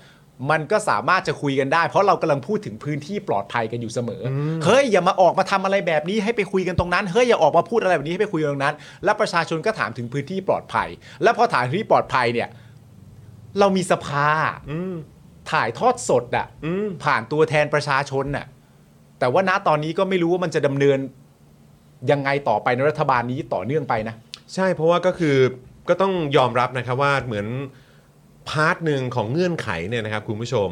S2: มันก็สามารถจะคุยกันได้ เพราะเรากำลังพูดถึงพื้นที่ปลอดภัยกันอยู่เสมออเฮ้ยอย่ามาออกมาทำอะไรแบบนี้ให้ไปคุยกันตรงนั้นเฮ้ยอย่าออกมาพูดอะไรแบบนี้ให้ไปคุยกันตรงนั้น และประชาชนก็ถามถึงพื้นที่ปลอดภัย และพอถามถึงที่ปลอดภัยเนี่ย เรามีสภาถ่ายทอดสดอะ
S1: อืม
S2: ผ่านตัวแทนประชาชนน่ะแต่ว่าณตอนนี้ก็ไม่รู้ว่ามันจะดำเนินยังไงต่อไปในรัฐบาลนี้ต่อเนื่องไปนะ
S1: ใช่เพราะว่าก็คือก็ต้องยอมรับนะครับว่าเหมือนพาร์ทหนึ่งของเงื่อนไขเนี่ยนะครับคุณผู้ชม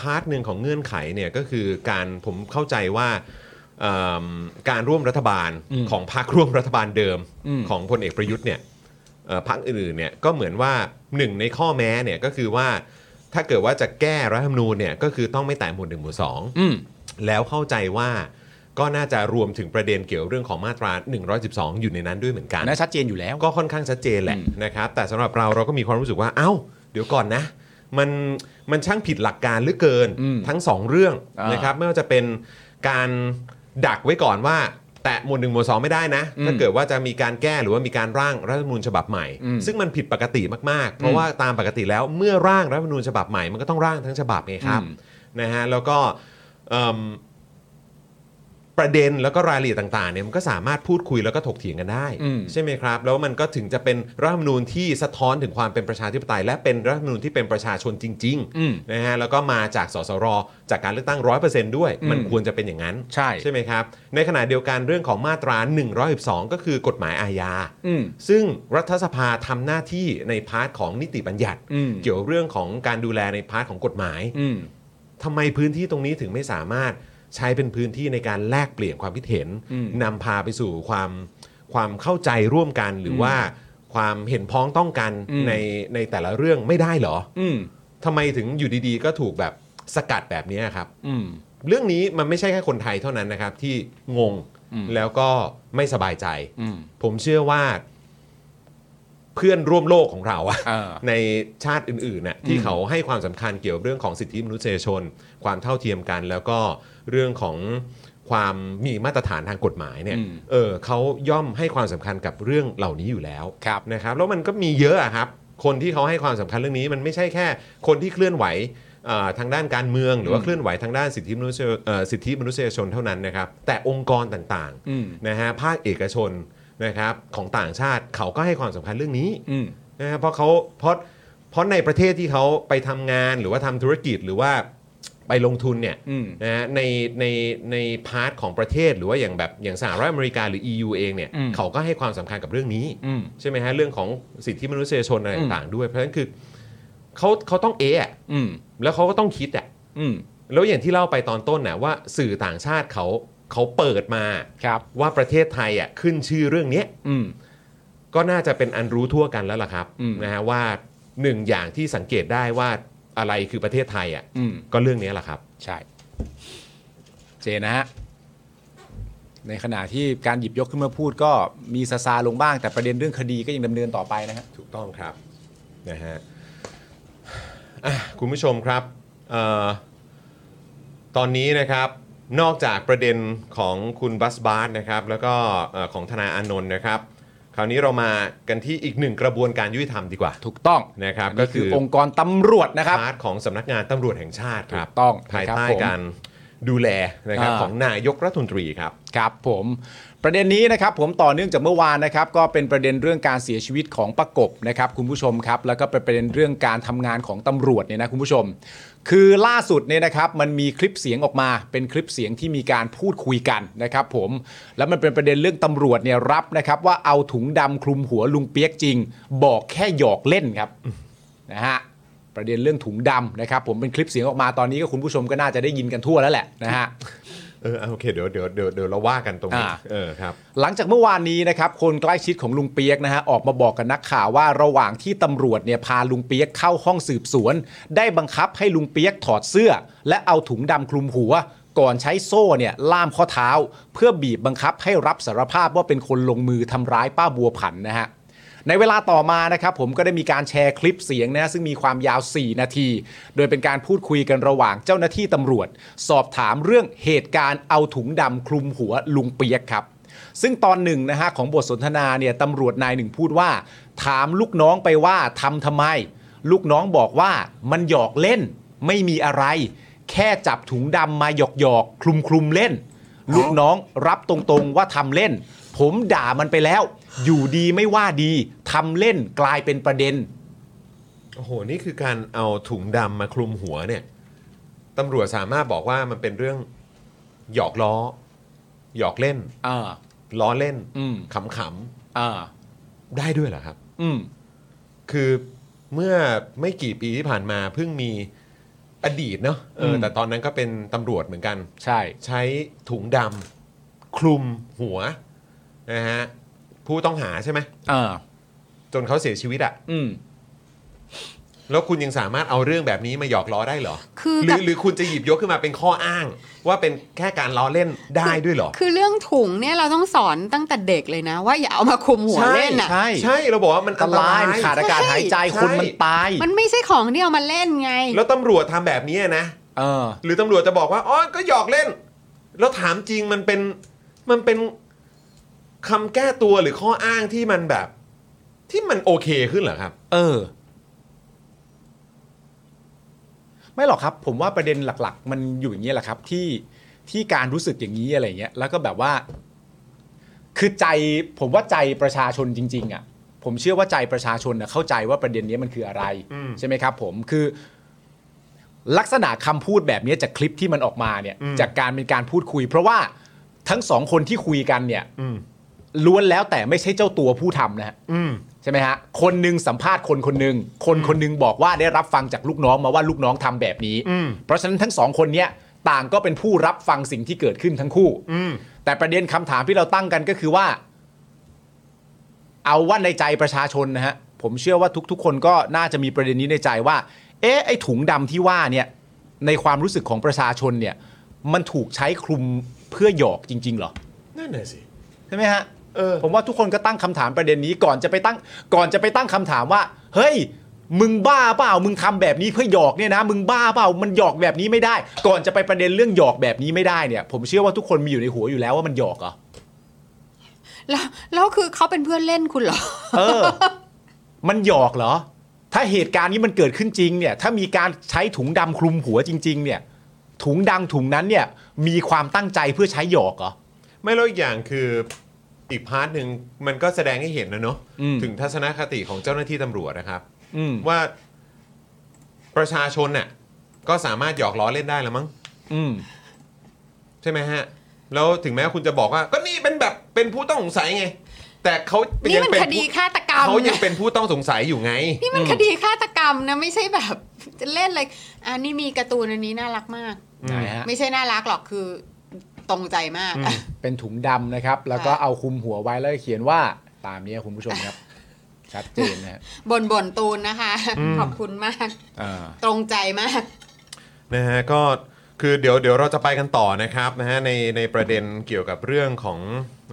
S1: พาร์ทหนึ่งของเงื่อนไขเนี่ยก็คือการผมเข้าใจว่าเอิ่มการร่วมรัฐบาล
S2: อืม
S1: ของพรรคร่วมรัฐบาลเดิม
S2: อืม
S1: ของพลเอกประยุทธ์เนี่ยเอ่อพรรคอื่นๆเนี่ยก็เหมือนว่าหนึ่งในข้อแม้เนี่ยก็คือว่าถ้าเกิดว่าจะแก้รัฐธรรมนูญเนี่ยก็คือต้องไม่แตะหมวดหนึ่งหมวดสอง
S2: อืม
S1: แล้วเข้าใจว่าก็น่าจะรวมถึงประเด็นเกี่ยวเรื่องของมาตรา 112 อยู่ในนั้นด้วยเหมือนกัน
S2: อันนั้นชัดเจนอยู่แล้ว
S1: ก็ค่อนข้างชัดเจนแหละ
S2: อืม
S1: นะครับ แต่สำหรับเราเราก็มีความรู้สึกว่า เอ้า เดี๋ยวก่อนนะ มันมันช่างผิดหลักการเหรือเกิน
S2: อืม
S1: ทั้งสองเรื่อง
S2: อ่าน
S1: นะครับไม่ว่าจะเป็นการดักไว้ก่อนว่า แตะหมวดหนึ่งหมวดสองไม่ได้นะ
S2: อืม
S1: ถ้าเกิดว่าจะมีการแก้หรือว่ามีการร่างรัฐธรรมนูญฉบับใหม่
S2: อืม
S1: ซึ่งมันผิดปกติมากๆ เพราะว่าตามปกติแล้วเมื่อร่างรัฐธรรมนูญฉบับใหม่มันก็ต้องร่างทั้งฉบับไงครับ
S2: อืม
S1: นะฮะแล้วก็เอิ่มประเด็นแล้วก็รายละเอียดต่างๆเนี่ยมันก็สามารถพูดคุยแล้วก็ถกเถียงกันได้
S2: อืม
S1: ใช่ไหมครับ แล้วมันก็ถึงจะเป็นรัฐธรรมนูญที่สะท้อนถึงความเป็นประชาธิปไตย และเป็นรัฐธรรมนูญที่เป็นประชาชนจริง
S2: อืม
S1: ๆนะฮะแล้วก็มาจากสสร จากการเลือกตั้งร้อยเปอร์เซนต์ด้วย
S2: อืม
S1: มันควรจะเป็นอย่างนั้น
S2: ใช่
S1: ใช่ไหมครับ ในขณะเดียวกันเรื่องของมาตรา 112 ก็คือกฎหมายอาญา
S2: อืม
S1: ซึ่งรัฐสภาทำหน้าที่ในพาร์ทของนิติบัญญัติ
S2: อืม
S1: เกี่ยวเรื่องของการดูแลในพาร์ทของกฎหมาย
S2: อืม
S1: ท ทำไมพื้นที่ตรงนี้ถึงไม่สามารถใช้เป็นพื้นที่ในการแลกเปลี่ยนความคิดเห็นนำพาไปสู่ความความเข้าใจร่วมกันหรือว่าความเห็นพ้องต้องกัน
S2: อืม
S1: ในในแต่ละเรื่องไม่ได้เหรอ
S2: อืม
S1: ทำไมถึงอยู่ดีๆ ก็ถูกแบบสกัดแบบนี้ครับ
S2: อืม
S1: เรื่องนี้มันไม่ใช่แค่คนไทยเท่านั้นนะครับ ที่งง
S2: อืม
S1: แล้วก็ไม่สบายใจ
S2: อืม
S1: ผมเชื่อว่าเพื่อนร่วมโลกของเราอะ
S2: เออ
S1: ในชาติอื่นๆน่ะที่เขาให้ความสำคัญเกี่ยวเรื่องของสิทธิมนุษยชน ความเท่าเทียมกัน แล้วก็เรื่องของความมีมาตรฐานทางกฎหมายเนี่ย
S2: อืม
S1: เออเขาย่อมให้ความสำคัญกับเรื่องเหล่านี้อยู่แล้ว
S2: ครับ
S1: นะครับ แล้วมันก็มีเยอะอะครับ คนที่เขาให้ความสำคัญเรื่องนี้ มันไม่ใช่แค่คนที่เคลื่อนไหวเอ่อทางด้านการเมือง หรือว่าเคลื่อนไหวทางด้านสิทธิมนุษยเอ่อสิทธิมนุษยชนเท่านั้นนะครับ แต่องค์กรต่าง
S2: อืม
S1: ๆนะฮะภาคเอกชนนะครับของต่างชาติเขาก็ให้ความสำคัญเรื่องนี้
S2: อืม
S1: นะฮะเพราะเขาเพราะเพราะในประเทศที่เขาไปทำงานหรือว่าทำธุรกิจหรือว่าไปลงทุนเนี่ย
S2: อืม
S1: นะฮะในในในพาร์ทของประเทศหรือว่าอย่างแบบอย่างสหรัฐอเมริกาหรือ EU เองเนี่ย
S2: อืม
S1: เขาก็ให้ความสำคัญกับเรื่องนี้
S2: อืม
S1: ใช่ไหมฮะเรื่องของสิทธิมนุษยชนอะไร
S2: อืม
S1: ต่างๆด้วย เพราะฉะนั้นคือเขาเขาต้องเอะอะ
S2: อืม
S1: แล้วเขาก็ต้องคิดอะ
S2: อืม
S1: แล้วอย่างที่เล่าไปตอนต้นนะว่าสื่อต่างชาติเขาเขาเปิดมา
S2: ครับ
S1: ว่าประเทศไทยอะขึ้นชื่อเรื่องเนี้ย
S2: อืม
S1: ก็น่าจะเป็นอันรู้ทั่วกันแล้วล่ะครับ
S2: อืม
S1: นะฮะว่าหนึ่งอย่างที่สังเกตได้ว่าอะไรคือประเทศไทยอ่ะ
S2: อืม
S1: ก็เรื่องนี้แหละครับ
S2: ใช่ เจนะฮะ ในขณะที่การหยิบยกขึ้นมาพูดก็มีซาซาลงบ้างแต่ประเด็นเรื่องคดีก็ยังดำเนินต่อไปนะฮะ
S1: ถูกต้องครับนะฮะอ่ะคุณผู้ชมครับเออตอนนี้นะครับนอกจากประเด็นของคุณบัสบาร์นะครับแล้วก็เอ่อของธนาอานนท์นะครับ คราวนี้เรามากันที่อีกหนึ่งกระบวนการยุติธรรมดีกว่า
S2: ถูกต้อง
S1: นะครับ
S2: อั
S1: ก็
S2: ก็
S1: คื
S2: คือ อองค์กรตำรวจนะครับ
S1: พาร์ทของสำนักงานตำรวจแห่งชาติครับ
S2: ถูกต้อง
S1: ภาย
S2: นะครับ
S1: ใต้
S2: ผม
S1: การดูแลนะครับ
S2: อ่า
S1: ของนายกรัฐมนตรีครับ
S2: ครับผมประเด็นนี้นะครับผมต่อเนื่องจากเมื่อวานนะครับก็เป็นประเด็นเรื่องการเสียชีวิตของประกบนะครับคุณผู้ชมครับแล้วก็เป็นประเด็นเรื่องการทำงานของตำรวจเนี่ยนะคุณผู้ชม คือล่าสุดเนี่ยนะครับมันมีคลิปเสียงออกมา เป็นคลิปเสียงที่มีการพูดคุยกันนะครับผมแล้วมันเป็นประเด็นเรื่องตำรวจเนี่ยรับนะครับว่าเอาถุงดำคลุมหัวลุงเปียกจริง บอกแค่หยอกเล่นครับ นะฮะประเด็นเรื่องถุงดำนะครับผมเป็นคลิปเสียงออกมาตอนนี้ก็คุณผู้ชมก็น่าจะได้ยินกันทั่วแล้วแหละนะฮะ
S1: เออเอาโอเคเดี๋ยวเดี๋ยวเดี๋ยวเดี๋ยวเราว่ากันตรงนี้
S2: อ่า
S1: เออครับ
S2: หลังจากเมื่อวานนี้นะครับคนใกล้ชิดของลุงเปียกนะฮะออกมาบอกกับนักข่าวว่าระหว่างที่ตำรวจเนี่ยพาลุงเปียกเข้าห้องสืบสวน ได้บังคับให้ลุงเปียกถอดเสื้อ และเอาถุงดำคลุมหัว ก่อนใช้โซ่เนี่ยล่ามข้อเท้า เพื่อบีบบังคับให้รับสารภาพว่าเป็นคนลงมือทำร้ายป้าบัวผันนะฮะ ในเวลาต่อมานะครับผมก็ได้มีการแชร์คลิปเสียงนะซึ่งมีความยาว 4 นาที โดยเป็นการพูดคุยกันระหว่างเจ้าหน้าที่ตำรวจ สอบถามเรื่องเหตุการณ์เอาถุงดำคลุมหัวลุงเปียกครับ ซึ่งตอนหนึ่งนะฮะของบทสนทนาเนี่ยตำรวจนายหนึ่งพูดว่า ถามลูกน้องไปว่าทำทำไม ลูกน้องบอกว่ามันหยอกเล่น ไม่มีอะไร แค่จับถุงดำมาหยอกหยอกๆคลุมคลุมๆเล่น ลูกน้องรับตรงๆว่าทำเล่น ผมด่ามันไปแล้ว อยู่ดีไม่ว่าดีทำเล่นกลายเป็นประเด็น
S1: โอ้โห นี่คือการเอาถุงดำมาคลุมหัวเนี่ยตำรวจสามารถบอกว่ามันเป็นเรื่องหยอกล้อ หยอกเล่น
S2: เออ
S1: ล้อเล่น
S2: อืม
S1: ขำ
S2: เออ
S1: ๆได้ด้วยเหรอครับ
S2: อืม
S1: คือเมื่อไม่กี่ปีที่ผ่านมาเพิ่งมีอดีตเนาะเอออ
S2: ม
S1: แต่ตอนนั้นก็เป็นตำรวจเหมือนกัน
S2: ใช่
S1: ใช้ถุงดำคลุมหัวนะฮะผู้ต้องหาใช่ไหม
S2: เออ
S1: จนเขาเสียชีวิตอะ
S2: อืม
S1: แล้วคุณยังสามารถเอาเรื่องแบบนี้มาหยอกล้อได้เหรอ
S3: คือ
S1: หรื
S3: กั
S1: อบ หรือคุณจะหยิบยกขึ้นมาเป็นข้ออ้าง ว่าเป็นแค่การล้อเล่นได้ด้วยเหรอ
S3: คือเรื่องถุงเนี่ยเราต้องสอนตั้งแต่เด็กเลยนะ ว่าอย่าเอามาคลุมหัวเล่นอ่ะ
S2: ใช่
S1: ใช่เราบอกว่ามัน
S2: อันตราย
S1: อัน
S2: มันขาดอากาศหายใจคนมันตาย
S3: มันไม่ใช่ของที่เอามาเล่นไง
S1: แล้วตำรวจทำแบบนี้นะ
S2: เออ
S1: หรือตำรวจจะบอกว่าอ๋อก็หยอกเล่น แล้วถามจริงมันเป็นมันเป็นคำแก้ตัวหรือข้ออ้างที่มันแบบ ที่มันโอเคขึ้นเหรอครับ
S2: เออ ไม่หรอกครับ ผมว่าประเด็นหลัก ๆ มันอยู่อย่างนี้ยแหละครับ ที่ที่การรู้สึกอย่างนี้อะไรเงี้ยแล้วก็แบบว่า คือใจผมว่าใจประชาชนจริง ๆอะ่ะ ผมเชื่อว่าใจประชาชนนะเข้าใจว่าประเด็นนี้มันคืออะไร
S1: อืม
S2: ใช่ไหมครับ ผมคือ ลักษณะคำพูดแบบนี้จากคลิปที่มันออกมาเนี่ย จากการเป็นการพูดคุย เพราะว่าทั้งสองคนที่คุยกันเนี่ย
S1: อืม
S2: ล้วนแล้วแต่ไม่ใช่เจ้าตัวผู้ทำนะฮะ
S1: อืม
S2: ช่ไหมฮะ คนหนึ่งสัมภาษณ์คนคนหนึ่งคนคนหนึ่งบอกว่าได้รับฟังจากลูกน้องมาว่าลูกน้องทำแบบนี้ เพราะฉะนั้นทั้งสองคนเนี้ยต่างก็เป็นผู้รับฟังสิ่งที่เกิดขึ้นทั้งคู่
S1: อืม
S2: แต่ประเด็นคำถามที่เราตั้งกันก็คือว่า เอาว่าในใจประชาชนนะฮะ ผมเชื่อว่าทุก ๆ คนก็น่าจะมีประเด็นนี้ในใจว่า เอ๊ะไอ้ถุงดำที่ว่าเนี่ยในความรู้สึกของประชาชนเนี่ย มันถูกใช้คลุมเพื่อหยอกจริง ๆ เหรอ
S1: นั่นน่ะสิ
S2: ใช่ไหมฮะ
S1: เออ
S2: ผมว่าทุกคนก็ตั้งคำถามประเด็นนี้ก่อนจะไปตั้งก่อนจะไปตั้งคำถามว่า เฮ้ย มึงบ้าเปล่ามึงทำแบบนี้เพื่อหยอกเนี่ยนะ มึงบ้าเปล่ามันหยอกแบบนี้ไม่ได้ ก่อนจะไปประเด็นเรื่องหยอกแบบนี้ไม่ได้เนี่ย ผมเชื่อว่าทุกคนมีอยู่ในหัวอยู่แล้วว่ามันหยอกเหรอ
S3: แล้วแล้วคือเขาเป็นเพื่อนเล่นคุณเหรอ
S2: เออ มันหยอกเหรอ ถ้าเหตุการณ์นี้มันเกิดขึ้นจริงเนี่ย ถ้ามีการใช้ถุงดำคลุมหัวจริง ๆ เนี่ย ถุงดำถุงนั้นเนี่ย มีความตั้งใจเพื่อใช้หยอกเหรอ
S1: ไม่แล้วอีกอย่างคืออีกพาร์ทหนึ่งมันก็แสดงให้เห็นนะเนอะ
S2: อืม
S1: ถึงทัศนคติของเจ้าหน้าที่ตำรวจนะครับ
S2: อืม
S1: ว่าประชาชนน่ะก็สามารถหยอกล้อเล่นได้แล้วมั้ง
S2: อืม
S1: ใช่ไหมฮะ แล้วถึงแม้คุณจะบอกว่า ก็นี่เป็นแบบเป็นผู้ต้องสงสัยไง แต่เขา
S3: นี่
S1: ยั
S3: มัน
S1: เป็
S3: คดีฆาตกรรม
S1: เขายัง
S3: นะ
S1: เป็นผู้ต้องสงสัยอยู่ไง
S3: นี่มันคดีฆาตกรรมนะไม่ใช่แบบ จะเล่นเลยอันนี้มีการ์ตูนอันนี้น่ารักมาก
S2: ไหนฮะ
S3: ไม่ใช่น่ารักหรอกคือตรงใจมาก
S2: เป็นถุงดำนะครับ แล้วก็
S3: ค่ะ
S2: เอาคลุมหัวไว้แล้วเขียนว่าตามนี้ครับคุณผู้ชมครับ ชัดเจนนะฮะ
S3: บนบนๆตูนนะคะ ขอบคุณมาก
S2: อ่า
S3: ตรงใจมาก
S1: นะฮะก็คือเดี๋ยวเดี๋ยวเราจะไปกันต่อนะครับนะฮะในในประเด็นเกี่ยวกับเรื่องของ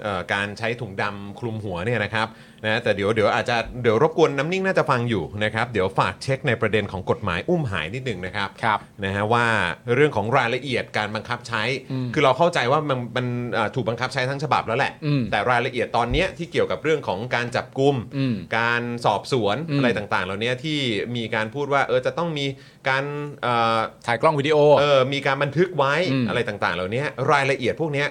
S1: เออการใช้ถุงดำคลุมหัวเนี่ยนะครับนะแต่เดี๋ยวเดี๋ยวอาจจะเดี๋ยวรบกวนน้ำนิ่งน่าจะฟังอยู่นะครับเดี๋ยวฝากเช็คในประเด็นของกฎหมายอุ้มหายนิดหนึ่งนะครับ
S2: ครับ
S1: นะฮะว่าเรื่องของรายละเอียดการบังคับใช้ คือเราเข้าใจว่ามันมันเอ่อถูกบังคับใช้ทั้งฉบับแล้วแหละ แต่รายละเอียดตอนเนี้ยที่เกี่ยวกับเรื่องของการจับกลุ่ม
S2: อืม
S1: การสอบสวนอะไรต่างๆ เหล่านี้ที่มีการพูดว่าเออจะต้องมีการเอ่อ
S2: ถ่ายกล้องวิดีโอ
S1: เออ มีการบันทึกไว้
S2: อืม
S1: อะไรต่างๆ เหล่านี้รายละเอียดพวกเนี้ย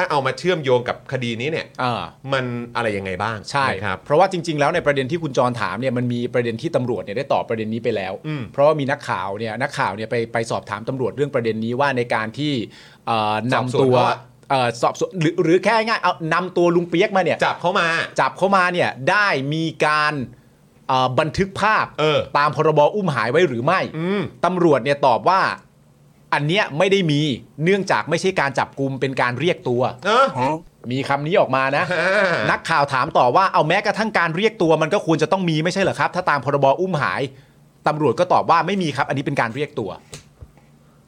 S1: ถ้าเอามาเชื่อมโยงกับคดีนี้เนี่ย
S2: อ่า
S1: มันอะไรยังไงบ้าง
S2: ใช่
S1: นะครับ
S2: เพราะว่าจริง ๆ แล้วในประเด็นที่คุณจรถามเนี่ยมันมีประเด็นที่ตำรวจเนี่ยได้ตอบประเด็นนี้ไปแล้ว
S1: อืม
S2: เพราะว่ามีนักข่าวเนี่ยนักข่าวเนี่ยไปไปสอบถามตำรวจเรื่องประเด็นนี้ว่าในการที่เอ่อ
S1: สอบสวน
S2: นำตัว
S1: เขาอะ
S2: เอ่อสอบสวนหรือหรือแค่ง่ายๆเอานำตัวลุงเปียกมาเนี่ย
S1: จับเข้ามา
S2: จับเข้ามาเนี่ยได้มีการเอ่อบันทึกภาพ
S1: เออ
S2: ตามพรบอุ้มหายไว้หรือไม่
S1: อืม
S2: ตำรวจเนี่ยตอบว่า อันเนี้ยไม่ได้มีเนื่องจากไม่ใช่การจับกลุมเป็นการเรียกตัว
S1: เออ
S2: มีคำนี้ออกมา นะ
S1: อ่า
S2: นักข่าวถามต่อว่าเอาแม้กระทั่งการเรียกตัวมันก็ควรจะต้องมีไม่ใช่เหรอครับ ถ้าตามพรบอุ้มหายตำรวจก็ตอบว่าไม่มีครับ อันนี้เป็นการเรียกตัว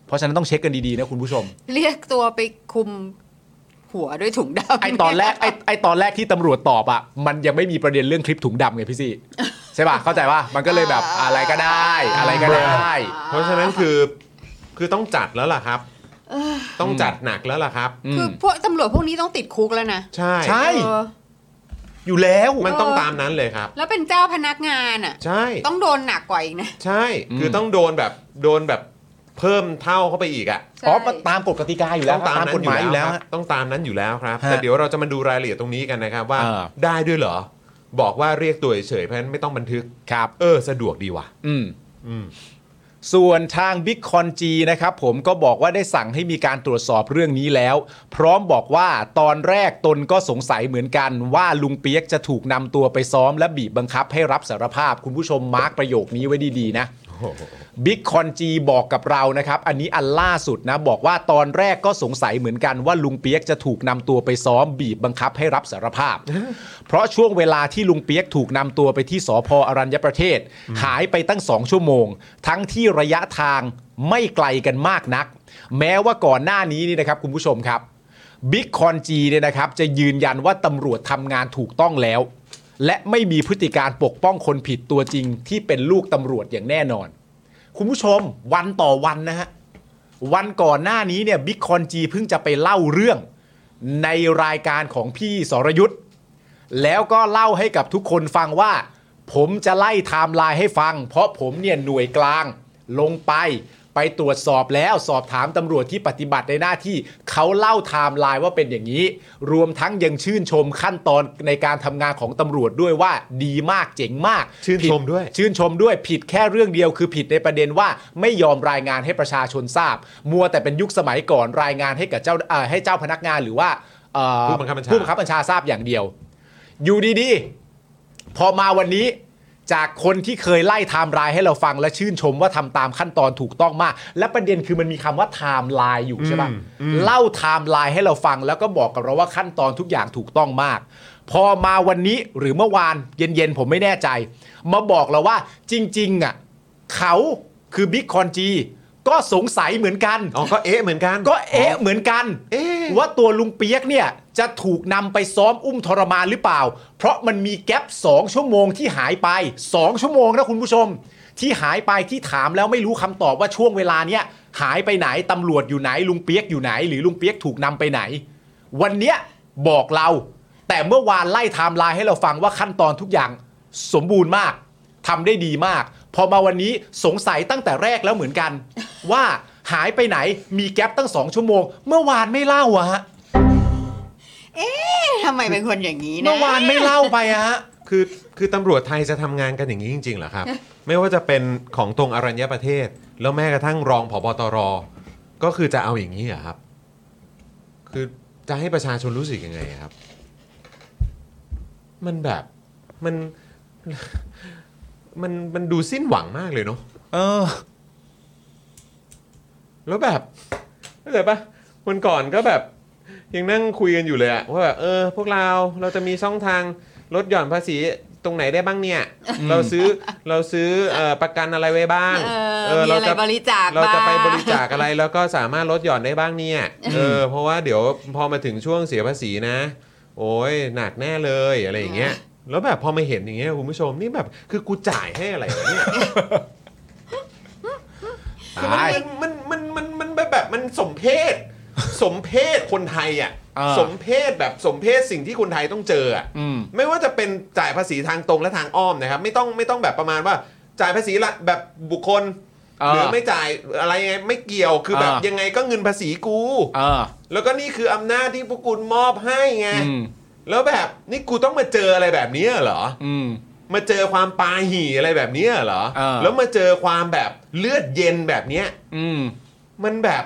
S2: เพราะฉะนั้นต้องเช็คกันดีๆนะคุณผู้ชม
S3: เรียกตัวไปคุมหัวด้วยถุงดำ
S2: ไอตอนแร กไอไอตอนแรกที่ตำรวจตอบอ่ะมันยังไม่มีประเด็นเรื่องคลิปถุงดำไงพี่ซี่ใช่ป่ะเข้าใจป่ะมันก็เลยแบบอะไรก็ได้ อะไรก็ได้
S1: เพราะฉะนั้นคือ คือต้องจัดแล้วล่ะครับ ต้องจัดหนักแล้วล่ะครับ
S2: อืม
S3: คือพวกตำรวจพวกนี้ต้องติดคุกแล้วนะ
S1: ใช่
S2: ใช่
S3: เออ
S2: อยู่แล้ว
S1: มันต้องตามนั้นเลยครับ
S3: แล้วเป็นเจ้าพนักงานอ่ะ
S1: ใช่
S3: ต้องโดนหนักกว่าอีกนะ
S1: ใช่ คือต้องโดนแบบโดนแบบเพิ่มเท่าเข้าไปอีกอ่ะ
S2: อ๋อ
S3: ใช่
S2: ตามกฎกติกาอยู่แล้ว
S1: ต้องตาม
S2: ตาม
S1: นั้น
S2: กฎหมาย
S1: อ
S2: อยู่ ยู่
S1: แล้
S2: แล้ว ว
S1: ครับต้องตามนั้นอยู่แล้วครับ
S2: ฮะ
S1: แต่เดี๋ยวเราจะมาดูรายละเอียดตรงนี้กันนะครับว่า
S2: เออ
S1: ได้ด้วยเหรอ บอกว่าเรียกตัวเฉยๆเพราะฉะนั้นไม่ต้องบันทึก
S2: ครับ
S1: เออ สะดวกดีว่ะ
S2: อืม
S1: อืม
S2: ส่วนทาง b i g c o n G นะครับผมก็บอกว่าได้สั่งให้มีการตรวจสอบเรื่องนี้แล้ว พร้อมบอกว่าตอนแรกตนก็สงสัยเหมือนกันว่าลุงเปียกจะถูกนำตัวไปซ้อมและบีบบังคับให้รับสารภาพ คุณผู้ชมมาร์กประโยคนี้ไว้ดีๆนะ บิ๊กคอนจีบอกกับเรานะครับ อันนี้อันล่าสุดนะ บอกว่าตอนแรกก็สงสัยเหมือนกันว่าลุงเปียกจะถูกนำตัวไปซ้อมบีบบังคับให้รับสารภาพ เพราะช่วงเวลาที่ลุงเปียกถูกนำตัวไปที่สพอรัญญประเทศ หายไปตั้งสองชั่วโมง ทั้งที่ระยะทางไม่ไกลกันมากนัก แม้ว่าก่อนหน้านี้นี่นะครับคุณผู้ชมครับบิ๊กคอนจีเนี่ยนะครับจะยืนยันว่าตำรวจทำงานถูกต้องแล้ว และไม่มีพฤติการปกป้องคนผิดตัวจริง ที่เป็นลูกตำรวจอย่างแน่นอน คุณผู้ชมวันต่อวันนะฮะ วันก่อนหน้านี้เนี่ยบิ๊กคอนจีเพิ่งจะไปเล่าเรื่องในรายการของพี่สรยุทธ์แล้วก็เล่าให้กับทุกคนฟังว่า ผมจะไล่ไทม์ไลน์ให้ฟัง เพราะผมเนี่ยหน่วยกลางลงไป ไปตรวจสอบแล้วสอบถามตำรวจที่ปฏิบัติในหน้าที่เขาเล่าไทม์ไลน์ว่าเป็นอย่างนี้ รวมทั้งยังชื่นชมขั้นตอนในการทำงานของตำรวจด้วยว่าดีมากเจ๋งมาก
S1: ชื่นชมด้วย
S2: ชื่นชมด้วยผิดแค่เรื่องเดียวคือผิดในประเด็นว่าไม่ยอมรายงานให้ประชาชนทราบ มัวแต่เป็นยุคสมัยก่อนรายงานให้กับเจ้าเอ่อให้เจ้าพนักงานหรือว่าเอ่อ
S1: ผู้บังคับบัญชา
S2: ผู้บังคับบัญชาทราบอย่างเดียว อยู่ดี พอมาวันนี้จากคนที่เคยไล่ไทม์ไลน์ให้เราฟังและชื่นชมว่าทำตามขั้นตอนถูกต้องมาก และประเด็นคือมันมีคำว่าไทม์ไลน์อยู่ใช่ปะเล่าไทม์ไลน์ให้เราฟัง แล้วก็บอกกับเราว่าขั้นตอนทุกอย่างถูกต้องมาก พอมาวันนี้หรือเมื่อวานเย็นๆผมไม่แน่ใจ มาบอกเราว่าจริงๆอ่ะเขาคือบิ๊กคอนจีก็สงสัยเหมือนกัน
S1: อ๋อ ก็เอ๊ะเหมือนกัน
S2: ก็เอ๊ะเหมือนกัน
S1: เอ๊ะ
S2: ว่าตัวลุงเปียกเนี่ย จะถูกนำไปซ้อมอุ้มทรมานหรือเปล่า เพราะมันมีแกลบ2 ชั่วโมงที่หายไป 2 ชั่วโมงนะคุณผู้ชม ที่หายไปที่ถามแล้วไม่รู้คำตอบว่าช่วงเวลาเนี้ยหายไปไหนตำรวจอยู่ไหน ลุงเปียกอยู่ไหน หรือลุงเปียกถูกนำไปไหน วันเนี้ยบอกเรา แต่เมื่อวานไล่ไทม์ไลน์ให้เราฟังว่าขั้นตอนทุกอย่างสมบูรณ์มากทำได้ดีมาก พอมาวันนี้สงสัยตั้งแต่แรกแล้วเหมือนกัน ว่าหายไปไหนมีแก๊ปตั้งสองชั่วโมง เมื่อวานไม่เล่าอะฮะ
S3: ทำไมเป็นคนอย่างนี้นะ
S2: เมื่อวานไม่เล่าไปอะฮะ
S1: คือคือตำรวจไทยจะทำงานกันอย่างนี้จริงๆเหรอครับ ไม่ว่าจะเป็นของตรงอรัญญประเทศ แล้วแม้กระทั่งรองผบตร ก็คือจะเอาอย่างนี้เหรอครับ คือจะให้ประชาชนรู้สึกยังไงครับ มันแบบมัน มันมันดูสิ้นหวังมากเลยเนาะ
S2: เออ
S1: แล้วแบบเข้าใจปะวันก่อนก็แบบยังนั่งคุยกันอยู่เลยอะว่าแบบเออ พวกเราเราจะมีช่องทางลดหย่อนภาษีตรงไหนได้บ้างเนี่ย เราซื้อเราซื้อเอ่อประกันอะไรไว้บ้าง
S3: เออมีอะไรบริจาค
S1: เราจะไป
S3: บ้าง
S1: บริจาคอะไรแล้วก็สามารถลดหย่อนได้บ้างเนี่ยเออเพราะว่าเดี๋ยวพอมาถึงช่วงเสียภาษีนะ โอ้ยหนักแน่เลยอะไรอย่างเงี้ยแล้วแบบพอมาเห็นอย่างเงี้ยคุณผู้ชมนี่แบบคือกูจ่ายให้อะไรวะเนี่ย คือมัน
S2: ตาย
S1: มันมันมันมันมันแบบมันสมเพศ สมเพศคนไทยอ่ะ
S2: เออ
S1: สมเพศแบบสมเพศสิ่งที่คนไทยต้องเจออ่ะ
S2: อืม
S1: ไม่ว่าจะเป็นจ่ายภาษีทางตรงและทางอ้อมนะครับ ไม่ต้องไม่ต้องแบบประมาณว่าจ่ายภาษีละแบบบุคคล
S2: เอ
S1: หรือ อไม่จ่ายอะไรยังไงไม่เกี่ยวคือแบบ
S2: เออ
S1: ยังไงก็เงินภาษีกู
S2: เออ
S1: แล้วก็นี่คืออำนาจที่พวกคุณมอบให้ไง
S2: อืม
S1: แล้วแบบนี่กูต้องมาเจออะไรแบบนี้เหรอ
S2: อืม
S1: มาเจอความปาหี่อะไรแบบนี้เหรอ
S2: เออ
S1: แล้วมาเจอความแบบเลือดเย็นแบบเนี้ย
S2: อืม
S1: มันแบบ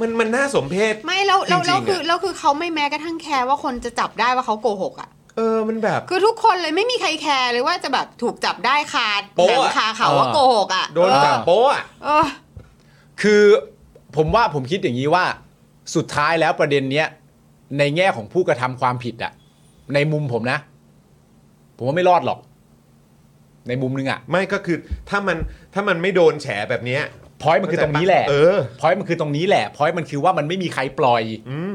S1: มันมันน่าสมเพช
S3: ไม่แล้วแล้วแล้
S1: จ
S3: ว
S1: ริ
S3: คื
S1: งๆ
S3: อ
S1: อะ
S3: แล้วคือเขาไม่แม้กระทั่งแคร์ว่าคนจะจับได้ว่าเขาโกหกอ่ะ
S1: เออมันแบบ
S3: คือทุกคนเลยไม่มีใครแคร์เลยว่าจะแบบถูกจับได้คา
S1: โป๊ะ
S3: หนัง
S1: อะ
S3: คาเขาว่า
S2: เออ
S3: โกหกอ่ะ
S1: โดนจับ
S3: เออ
S1: โป๊ะอะ
S3: เออ
S2: คือผมว่าผมคิดอย่างนี้ว่าสุดท้ายแล้วประเด็นเนี้ยในแง่ของผู้กระทำความผิดอะในมุมผมนะ ผมว่าไม่รอดหรอก ในมุมนึงอะ
S1: ไม่ก็คือถ้ามันถ้ามันไม่โดนแฉแบบเนี้ย
S2: พอยมันคือตรงนี้แหละ
S1: เออ
S2: พอยต์มันคือตรงนี้แหละพอยต์มันคือว่ามันไม่มีใครปล่อย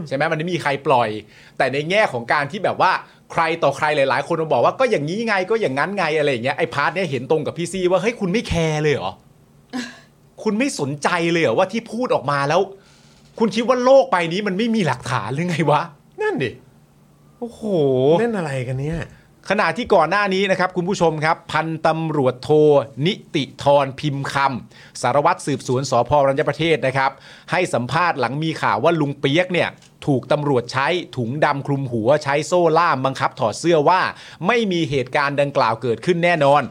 S2: ใช่ไหมมันไม่มีใครปล่อย แต่ในแง่ของการที่แบบว่าใครต่อใครหลาย ๆ คนมาบอกว่าก็อย่างนี้ไงก็อย่างนั้นไงอะไรอย่างเงี้ยไอ้พาร์ทเนี้ยเห็นตรงกับพี่ซีว่าเฮ้ยคุณไม่แคร์เลยเหร อ คุณไม่สนใจเลยเหรอว่าที่พูดออกมาแล้ว คุณคิดว่าโลกใบนี้มันไม่มีหลักฐานหรือไงวะ
S1: นั่นดิ
S2: โอ้โห
S1: เล่นอะไรกันเนี่ย
S2: ขณะที่ก่อนหน้านี้นะครับ คุณผู้ชมครับ พันตำรวจโท นิติธรพิมพ์คำสารวัตรสืบสวนสพรัญญประเทศนะครับ ให้สัมภาษณ์หลังมีข่าวว่าลุงเปียกเนี่ย ถูกตำรวจใช้ถุงดำคลุมหัวใช้โซ่ล่ามบังคับถอดเสื้อว่า ไม่มีเหตุการณ์ดังกล่าวเกิดขึ้นแน่นอน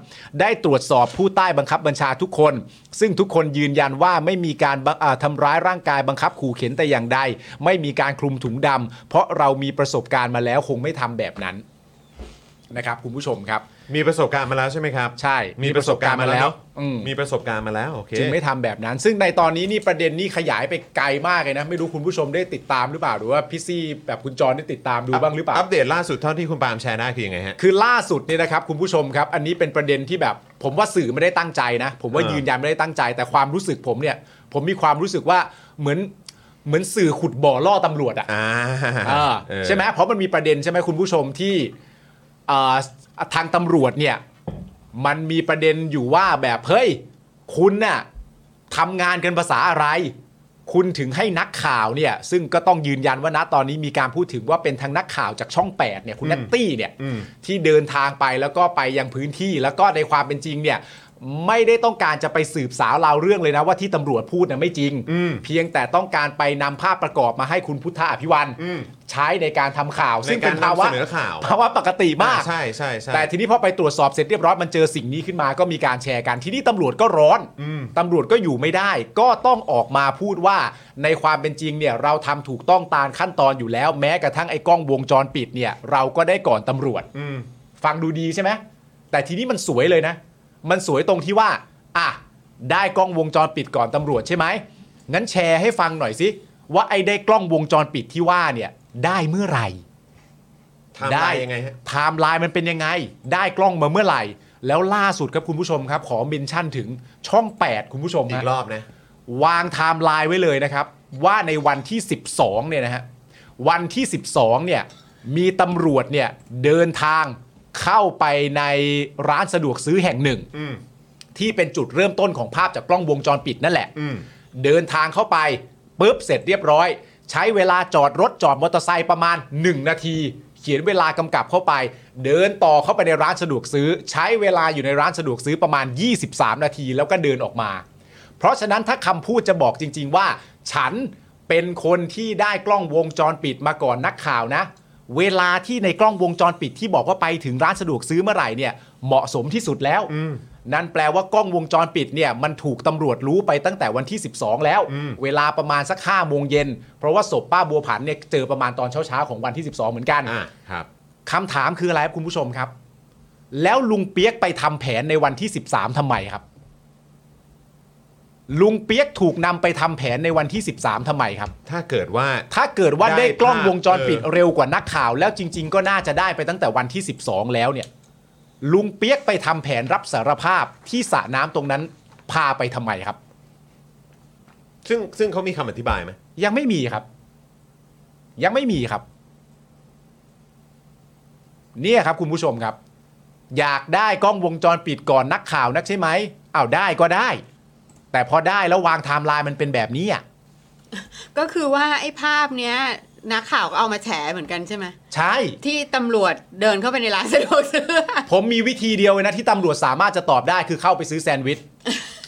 S2: ได้ตรวจสอบผู้ใต้บังคับบัญชาทุกคน ซึ่งทุกคนยืนยันว่าไม่มีการบังอ่าทำร้ายร่างกายบังคับขู่เข็นแต่อย่างใด ไม่มีการคลุมถุงดำเพราะเรามีประสบการณ์มาแล้วคงไม่ทำแบบนั้น นะครับคุณผู้ชมครับ
S1: มีประสบการณ์มาแล้วใช่ไหมครับ
S2: ใช่
S1: มีประสบการณ์มาแล้ว
S2: อืม
S1: มีประสบการณ์มาแล้วโอเค
S2: จึงไม่ทำแบบนั้น ซึ่งในตอนนี้นี่ประเด็นนี่ขยายไปไกลมากเลยนะ ไม่รู้คุณผู้ชมได้ติดตามหรือเปล่า หรือว่าพี่ซี่แบบคุณจรได้ติดตามดูบ้างหรือเปล่า
S1: อัปเดตล่าสุดเท่าที่คุณปาล์มแชร์ได้คือยังไงฮะ
S2: คือล่าสุดเนี่ยนะครับคุณผู้ชมครับ อันนี้เป็นประเด็นที่แบบ ผมว่าสื่อไม่ได้ตั้งใจนะ ผมว่า
S1: เออ
S2: ยืนยันไม่ได้ตั้งใจ แต่ความรู้สึกผมเนี่ย ผมมีความรู้สึกว่าเหมือนเหมือนสื่อขุดบ่อล่อตำรวจอะ
S1: อ่า
S2: อ่า
S1: เออ
S2: ใช่ไหมเพราะมันมีประเด็นใช่ไหมคุณผู้ชมที่อ่าทางตำรวจเนี่ยมันมีประเด็นอยู่ว่าแบบเฮ้ยคุณน่ะทำงานกันภาษาอะไร คุณถึงให้นักข่าวเนี่ยซึ่งก็ต้องยืนยันว่าณตอนนี้มีการพูดถึงว่าเป็นทางนักข่าวจากช่อง 8เนี่ยคุณ
S1: อืม
S2: นัตตี้เนี่ย
S1: อืม
S2: ที่เดินทางไปแล้วก็ไปยังพื้นที่แล้วก็ในความเป็นจริงเนี่ยไม่ได้ต้องการจะไปสืบสาวราวเรื่องเลยนะว่าที่ตำรวจพูดน่ะไม่จริง
S1: อืม
S2: เพียงแต่ต้องการไปนำภาพประกอบมาให้คุณพุทธอภิวัน
S1: อืม
S2: ใช้ในการทำข่าว ซึ่งเป็น
S1: ในการนำ
S2: ภาวะ
S1: เสนอข่าว
S2: ภาวะปกติมาก
S1: ใช่ใช่ใช่
S2: แต่ทีนี้พอไปตรวจสอบเสร็จเรียบร้อยมันเจอสิ่งนี้ขึ้นมาก็มีการแชร์กัน ทีนี้ตำรวจก็ร้อน
S1: อืม
S2: ตำรวจก็อยู่ไม่ได้ ก็ต้องออกมาพูดว่าในความเป็นจริงเนี่ยเราทำถูกต้องตามขั้นตอนอยู่แล้ว แม้กระทั่งไอ้กล้องวงจรปิดเนี่ยเราก็ได้ก่อนตำรวจ
S1: อืม
S2: ฟังดูดีใช่ไหมแต่ทีนี้มันสวยเลยนะ มันสวยตรงที่ว่า อ่ะ ได้กล้องวงจรปิดก่อนตำรวจใช่ไหมงั้นแชร์ให้ฟังหน่อยสิว่าไอ้ได้กล้องวงจรปิดที่ว่าเนี่ยได้เมื่อไหร่
S1: ทำได้ยังไงฮะ
S2: ไทม์ไลน์มันเป็นยังไง ได้กล้องมาเมื่อไหร่ แล้วล่าสุดครับคุณผู้ชมครับ ขอเมนชั่นถึงช่อง 8 คุณผู้ชม
S1: อีก
S2: ฮะ
S1: รอบนะ
S2: วางไทม์ไลน์ไว้เลยนะครับ ว่าในวันที่ 12 เนี่ยนะฮะ วันที่ 12 เนี่ย มีตำรวจเนี่ยเดินทางเข้าไปในร้านสะดวกซื้อแห่งหนึ่ง
S1: อืม
S2: ที่เป็นจุดเริ่มต้นของภาพจากกล้องวงจรปิดนั่นแหละ
S1: อืม
S2: เดินทางเข้าไปปุ๊บเสร็จเรียบร้อย ใช้เวลาจอดรถจอดมอเตอร์ไซค์ประมาณ 1 นาที เขียนเวลากำกับเข้าไป เดินต่อเข้าไปในร้านสะดวกซื้อ ใช้เวลาอยู่ในร้านสะดวกซื้อประมาณ 23 นาทีแล้วก็เดินออกมา เพราะฉะนั้นถ้าคำพูดจะบอกจริง ๆ ว่า ฉันเป็นคนที่ได้กล้องวงจรปิดมาก่อนนักข่าวนะ เวลาที่ในกล้องวงจรปิดที่บอกว่าไปถึงร้านสะดวกซื้อเมื่อไหร่เนี่ยเหมาะสมที่สุดแล้ว นั่นแปลว่ากล้องวงจรปิดเนี่ยมันถูกตำรวจรู้ไปตั้งแต่วันที่ 12 แล้ว เวลาประมาณสัก5โมงเย็น เพราะว่าศพป้าบัวผันเนี่ยเจอประมาณตอนเช้าๆของวันที่ 12 เหมือนกัน
S1: อ่าครับ
S2: คำถามคืออะไรครับคุณผู้ชมครับ แล้วลุงเปียกไปทำแผนในวันที่ 13ทำไมครับ ลุงเปียกถูกนำไปทำแผนในวันที่ 13ทำไมครับ
S1: ถ้าเกิดว่า
S2: ถ้าเกิดว่า
S1: ได้
S2: ได้กล้องวงจรปิด
S1: ภาพเออ
S2: เร็วกว่านักข่าว แล้วจริง ๆ ก็น่าจะได้ไปตั้งแต่วันที่ 12 แล้วเนี่ย ลุงเปียกไปทำแผนรับสารภาพที่สระน้ำตรงนั้นพาไปทำไมครับ
S1: ซึ่งซึ่งเขามีคำอธิบายไหม
S2: ยังไม่มีครับ ยังไม่มีครับ เนี่ยครับคุณผู้ชมครับ อยากได้กล้องวงจรปิดก่อนนักข่าวนักใช่ไหมอ้าวได้ก็ได้ แต่พอได้แล้ววางไทม์ไลน์มันเป็นแบบนี้อ่ะ
S3: ก็คือว่าไอ้ภาพเนี้ยนักข่าวก็เอามาแฉเหมือนกันใช่ไหม
S2: ใช่
S3: ที่ตำรวจเดินเข้าไปในร้านสะดวกซื้อ
S2: ผมมีวิธีเดียวเลยนะที่ตำรวจสามารถจะตอบได้คือเข้าไปซื้อแซนด์วิช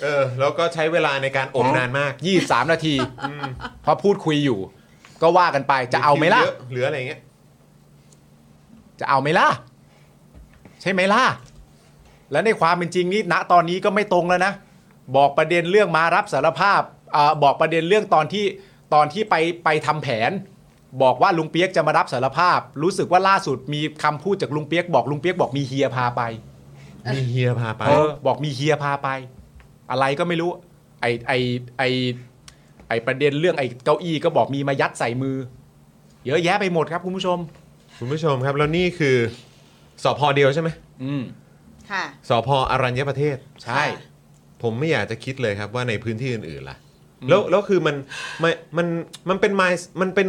S1: เออ แล้วก็ใช้เวลาในการอบนานมาก
S2: 23 นาทีพอพูดคุยอยู่ ก็ว่ากันไปจะเอาไหมล่ะ
S1: ยอหรืออะไรอย่างเงี้ย
S2: จะเอาไหมล่ะ ใช่ไหมล่ะ และในความเป็นจริงนี่ณตอนนี้ก็ไม่ตรงแล้วนะ บอกประเด็นเรื่องมารับสารภาพเออบอกประเด็นเรื่องตอนที่ตอนที่ไปไปทำแผน บอกว่าลุงเปียกจะมารับสารภาพ รู้สึกว่าล่าสุดมีคำพูดจากลุงเปียกบอกลุงเปียกบอกมีเฮียพาไป
S1: มีเฮียพาไป
S2: เออบอกมีเฮียพาไป อะไรก็ไม่รู้ ไอไอไอไอประเด็นเรื่องไอเก้าอี้ก็บอกมีมายัดใส่มือ เยอะแยะไปหมดครับคุณผู้ชม
S1: คุณผู้ชมครับ แล้วนี่คือสอพอเดียวใช่ไหม
S2: อืม
S3: ค่ะ
S1: สอพออรัญญประเทศ
S2: ใช่
S1: ผมไม่อยากจะคิดเลยครับว่าในพื้นที่อื่นๆล่ะ แล้วแล้วคือมันมันมันมันเป็นไมมันเป็น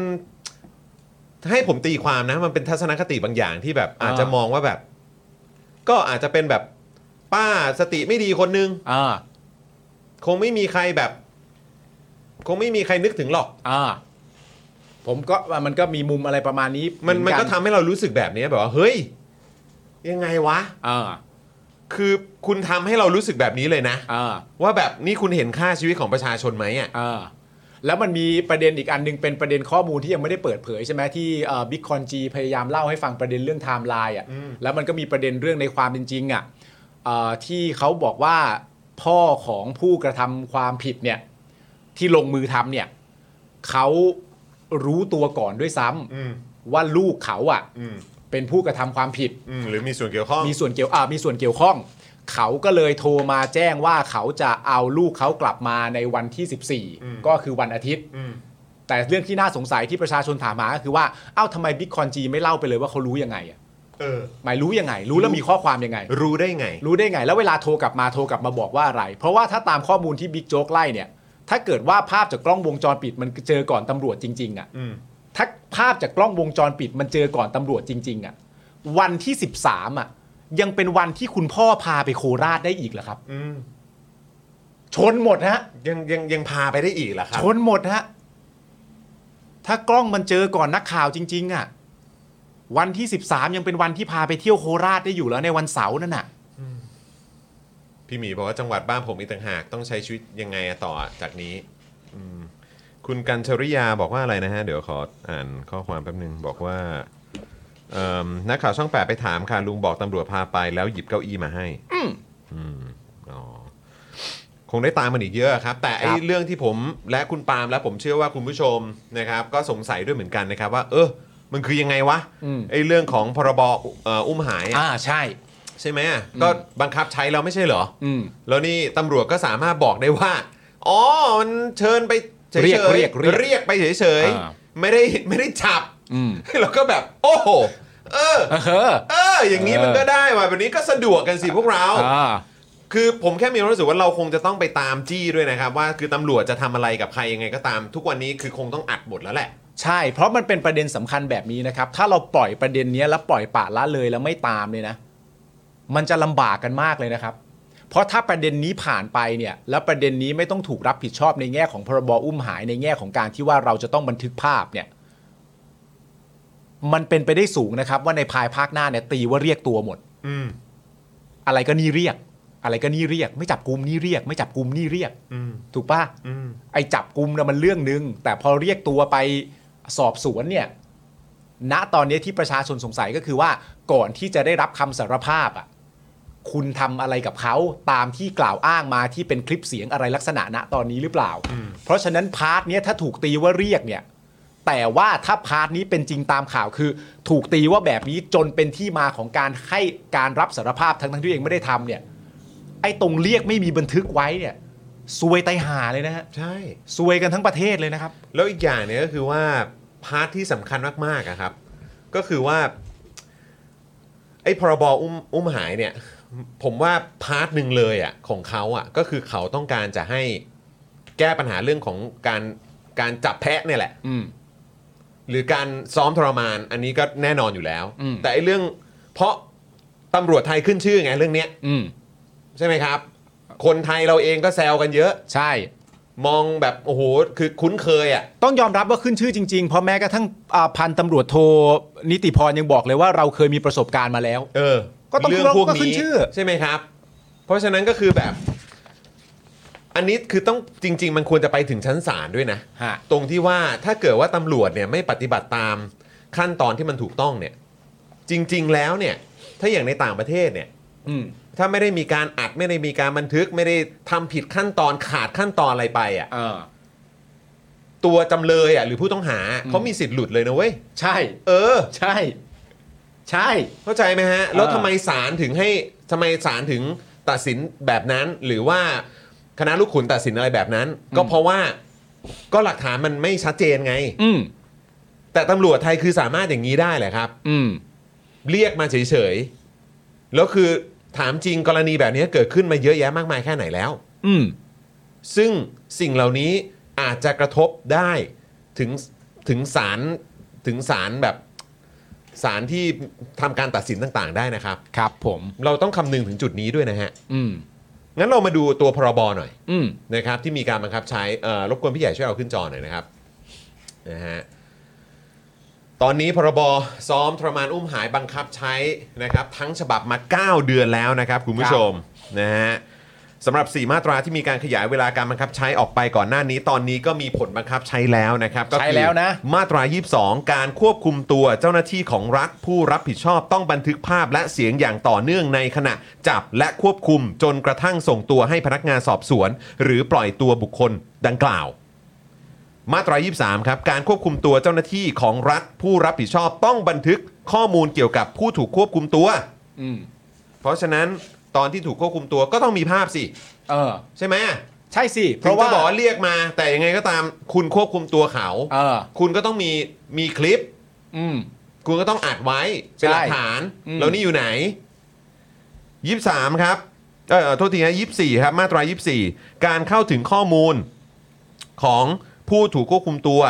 S1: ให้ผมตีความนะ มันเป็นทัศนคติบางอย่างที่แบบ อาจจะมองว่าแบบ ก็อาจจะเป็นแบบป้าสติไม่ดีคนนึง
S2: อ่า
S1: คงไม่มีใครแบบ คงไม่มีใครนึกถึงหรอก
S2: อ่า ผมก็มันก็มีมุมอะไรประมาณนี้
S1: มัน
S2: เห
S1: มัน
S2: อ
S1: ก็ทำให้เรารู้สึกแบบนี้แบบว่า เฮ้ย ยังไงวะ
S2: อ่า
S1: คือคุณทำให้เรารู้สึกแบบนี้เลยนะ
S2: อ่า
S1: ว่าแบบนี่คุณเห็นค่าชีวิตของประชาชนไหมอ่ะ
S2: อ่าแล้วมันมีประเด็นอีกอันหนึงเป็นประเด็นข้อมูลที่ยังไม่ได้เปิดเผยใช่ไหมที่บิ๊กคอนจีพยายามเล่าให้ฟังประเด็นเรื่องไทม์ไลน์อ่ะ
S1: อืม
S2: แล้วมันก็มีประเด็นเรื่องในความเป็นจริงอ่ะเอ่อที่เขาบอกว่าพ่อของผู้กระทำความผิดเนี่ย ที่ลงมือทำเนี่ยเขารู้ตัวก่อนด้วยซ้ำ
S1: อืม
S2: ว่าลูกเขาอ่ะ
S1: อืม
S2: เป็นผู้กระทำความผิด
S1: อืมหรือมีส่วนเกี่ยวข้อง
S2: มีส่วนเกี่ยวอ่ามีส่วนเกี่ยวข้อง เขาก็เลยโทรมาแจ้งว่าเขาจะเอาลูกเขากลับมาในวันที่
S1: อืม
S2: 14 ก็คือวันอาทิตย์
S1: อืม
S2: แต่เรื่องที่น่าสงสัยที่ประชาชนถามมาก็คือว่า เอ้าทำไมบิ๊กคอนจีไม่เล่าไปเลยว่าเขารู้ยังไงอ่ะ
S1: เออ
S2: หมายรู้ยังไง รู้แล้วมีข้อความยังไง
S1: รู้ได้ไง
S2: รู้ได้ไง แล้วเวลาโทรกลับมาโทรกลับมาบอกว่าอะไร เพราะว่าถ้าตามข้อมูลที่บิ๊กโจ๊กไล่เนี่ย ถ้าเกิดว่าภาพจากกล้องวงจรปิดมันเจอก่อนตำรวจจริงๆอ่ะ
S1: อืม
S2: ถ้าภาพจากกล้องวงจรปิดมันเจอก่อนตำรวจจริง ๆอะ่ะวันที่ 13อะ่ะยังเป็นวันที่คุณพ่อพาไปโคราชได้อีกเหรอครับ
S1: อืม
S2: ชนหมดฮะ
S1: ยังยังยังพาไปได้อีกเหรอครั
S2: ชนหมดฮะถ้ากล้องมันเจอก่อนนักข่าวจริง ๆอะ่ะวันที่ 13 ยังเป็นวันที่พาไปเที่ยวโคราชได้อยู่แล้วในวันเสาร์นั่นน่ะ
S1: พี่หมีบอกว่าจังหวัดบ้านผมอีกต่างหาก ต้องใช้ชีวิตยังไงอะต่อจากนี้อืมคุณกัญชริยาบอกว่าอะไรนะฮะ เดี๋ยวขออ่านข้อความแป๊บนึง บอกว่าเอิ่มนักข่าวช่องแปดไปถามค่ะลุงบอกตำรวจพาไปแล้วหยิบเก้าอี้มาให้ อืมอ๋อคงได้ตามมันอีกเยอะครับ แต่ไอ้
S2: ครับ
S1: เรื่องที่ผมและคุณปาล์มและผมเชื่อว่าคุณผู้ชมนะครับ ก็สงสัยด้วยเหมือนกันนะครับว่า เออ มันคือยังไงวะ
S2: อืม
S1: ไอ้เรื่องของพรบเอ่ออุ้มหายอะ
S2: อ่าใช่
S1: ใช่ไหมอะก็บังคับใช้แล้วไม่ใช่เหรออ
S2: อืม
S1: แล้วนี่ตำรวจก็สามารถบอกได้ว่าอ๋อมันเชิญไปเฉยๆ
S2: เรียกเรียกเรียก
S1: เรียกไปเฉย
S2: อ่า
S1: ๆไม่ได้ไม่ได้จับ
S2: อืม
S1: แล้วก็แบบ โอ้โห เออ
S2: เออ
S1: เออ อย่างนี้
S2: เออ
S1: มันก็ได้ว่ะแบบนี้ก็สะดวกกันสิพวกเรา
S2: อ่า
S1: คือผมแค่มีความรู้สึกว่าเราคงจะต้องไปตามจี้ด้วยนะครับ ว่าคือตำรวจจะทำอะไรกับใครยังไงก็ตาม ทุกวันนี้คือคงต้องอัดบทแล้วแหละ
S2: ใช่ เพราะมันเป็นประเด็นสำคัญแบบนี้นะครับ ถ้าเราปล่อยประเด็นเนี้ยแล้วปล่อยปละละเลยแล้วไม่ตามเลยนะ มันจะลำบากกันมากเลยนะครับ เพราะถ้าประเด็นนี้ผ่านไปเนี่ย แล้วประเด็นนี้ไม่ต้องถูกรับผิดชอบในแง่ของพรบอุ้มหายในแง่ของการที่ว่าเราจะต้องบันทึกภาพเนี่ย มันเป็นไปได้สูงนะครับ ว่าในภายภาคหน้าเนี่ยตีว่าเรียกตัวหมด
S1: อืม
S2: อะไรก็นี่เรียก อะไรก็นี่เรียก ไม่จับกลุมนี่เรียก ไม่จับกลุมนี่เรียก
S1: อืม
S2: ถูกปะ
S1: อืม
S2: ไอ้จับกลุ่มนะมันเรื่องนึง แต่พอเรียกตัวไปสอบสวนเนี่ย ณตอนนี้ที่ประชาชนสงสัยก็คือว่าก่อนที่จะได้รับคำสารภาพอ่ะคุณทำอะไรกับเขาตามที่กล่าวอ้างมาที่เป็นคลิปเสียงอะไรลักษณะณตอนนี้หรือเปล่า เพราะฉะนั้นพาร์ทเนี้ยถ้าถูกตีว่าเรียกเนี่ย แต่ว่าถ้าพาร์ทนี้เป็นจริงตามข่าวคือ ถูกตีว่าแบบนี้จนเป็นที่มาของการให้การรับสารภาพทั้งทั้งที่ตัวเองไม่ได้ทำเนี่ย ไอ้ตรงเรียกไม่มีบันทึกไว้เนี่ยซวยไตายหาเลยนะฮะ
S1: ใช่
S2: ซวยกันทั้งประเทศเลยนะครับ
S1: แล้วอีกอย่างเนี่ยก็คือว่า พาร์ทที่สำคัญมากๆอะครับ ก็คือว่า ไอ้พรบอุ้มอุ้มหายเนี่ย ผมว่าพาร์ทหนึ่งเลยอะของเขาอะก็คือเขาต้องการจะให้แก้ปัญหาเรื่องของการการจับแพะเนี่ยแหละ
S2: อืม
S1: หรือการซ้อมทรมานอันนี้ก็แน่นอนอยู่แล้ว
S2: อืม
S1: แต่ไอ้เรื่องเพราะตำรวจไทยขึ้นชื่อไงเรื่องเนี้ย
S2: อืม
S1: ใช่ไหมครับ คนไทยเราเองก็แซวกันเยอะ
S2: ใช่
S1: มองแบบโอ้โหคือคุ้นเคยอ่ะ
S2: ต้องยอมรับว่าขึ้นชื่อจริงๆ เพราะแม้กระทั่งอ่าพันตำรวจโทนิติพรยังบอกเลยว่าเราเคยมีประสบการณ์มาแล้ว
S1: เออ
S2: ก็ต้อง
S1: เรื่องพวก
S2: ก็ขึ้
S1: นี้
S2: นชื่อ
S1: ใช่ไหมครับ เพราะฉะนั้นก็คือแบบ อันนี้คือต้องจริง ๆ มันควรจะไปถึงชั้นศาลด้วยนะ
S2: ฮะ
S1: ตรงที่ว่าถ้าเกิดว่าตำรวจเนี่ยไม่ปฏิบัติตามขั้นตอนที่มันถูกต้องเนี่ย จริง ๆ แล้วเนี่ย ถ้าอย่างในต่างประเทศเนี่ย
S2: อืม
S1: ถ้าไม่ได้มีการอัดไม่ได้มีการบันทึกไม่ได้ทำผิดขั้นตอนขาดขั้นตอนอะไรไปอ่ะ
S2: เออ
S1: ตัวจำเลยอ่ะหรือผู้ต้องหา
S2: อืม
S1: เขามีสิทธิ์หลุดเลยนะเว้ย
S2: ใช่
S1: เออ
S2: ใช่ ใช่
S1: เข้าใจไหมฮะ แล้ว
S2: เออ
S1: ทำไมศาลถึงให้ทำไมศาลถึงตัดสินแบบนั้น หรือว่าคณะลูกขุนตัดสินอะไรแบบนั้น ก็เพราะว่าก็หลักฐานมันไม่ชัดเจนไง
S2: อืม
S1: แต่ตำรวจไทยคือสามารถอย่างนี้ได้แหละครับ
S2: อืม
S1: เรียกมาเฉยๆแล้วคือถามจริงกรณีแบบนี้เกิดขึ้นมาเยอะแยะมากมายแค่ไหนแล้ว
S2: อืม
S1: ซึ่งสิ่งเหล่านี้อาจจะกระทบได้ถึงถึงสารถึงสารแบบสารที่ทำการตัดสินต่างๆ ได้นะครับ
S2: ครับผม
S1: เราต้องคำนึงถึงจุดนี้ด้วยนะฮะ
S2: อืม
S1: งั้นเรามาดูตัวพรบหน่อย
S2: อืม
S1: นะครับ ที่มีการบังคับใช้เอ่อรบกวนพี่ใหญ่ช่วยเอาขึ้นจอหน่อยนะครับนะฮะตอนนี้พรบซ้อมทรมานอุ้มหายบังคับใช้นะครับ ทั้งฉบับมา 9 เดือนแล้วนะครับ คุณผู้ชมนะฮะสำหรับ 4 มาตราที่มีการขยายเวลาการบังคับใช้ออกไปก่อนหน้านี้ ตอนนี้ก็มีผลบังคับใช้แล้วนะครับก็คือ
S2: ใช้แล้วนะ
S1: มาตรา 22 การควบคุมตัวเจ้าหน้าที่ของรัฐผู้รับผิดชอบต้องบันทึกภาพและเสียงอย่างต่อเนื่องในขณะจับและควบคุมจนกระทั่งส่งตัวให้พนักงานสอบสวน หรือปล่อยตัวบุคคลดังกล่าว มาตรา 23 ครับ การควบคุมตัวเจ้าหน้าที่ของรัฐผู้รับผิดชอบต้องบันทึกข้อมูลเกี่ยวกับผู้ถูกควบคุมตัว
S2: อืม
S1: เพราะฉะนั้นตอนที่ถูกควบคุมตัวก็ต้องมีภาพสิ
S2: เออ
S1: ใช่ไหม
S2: ใช่สิ เพ
S1: ถึง
S2: ราะ
S1: จะ
S2: ว่า
S1: บอกว่าเรียกมา แต่ยังไงก็ตามคุณควบคุมตัวเขา
S2: เออ
S1: คุณก็ต้องมีมีคลิป
S2: อืม
S1: คุณก็ต้องอัดไว้เป็นหลักฐาน
S2: อืม
S1: แล้วนี่อยู่ไหนยี่สามครับเออโทษทีนะยี่สี่ครับ มาตรายี่สี่การเข้าถึงข้อมูลของผู้ถูกควบคุมตัว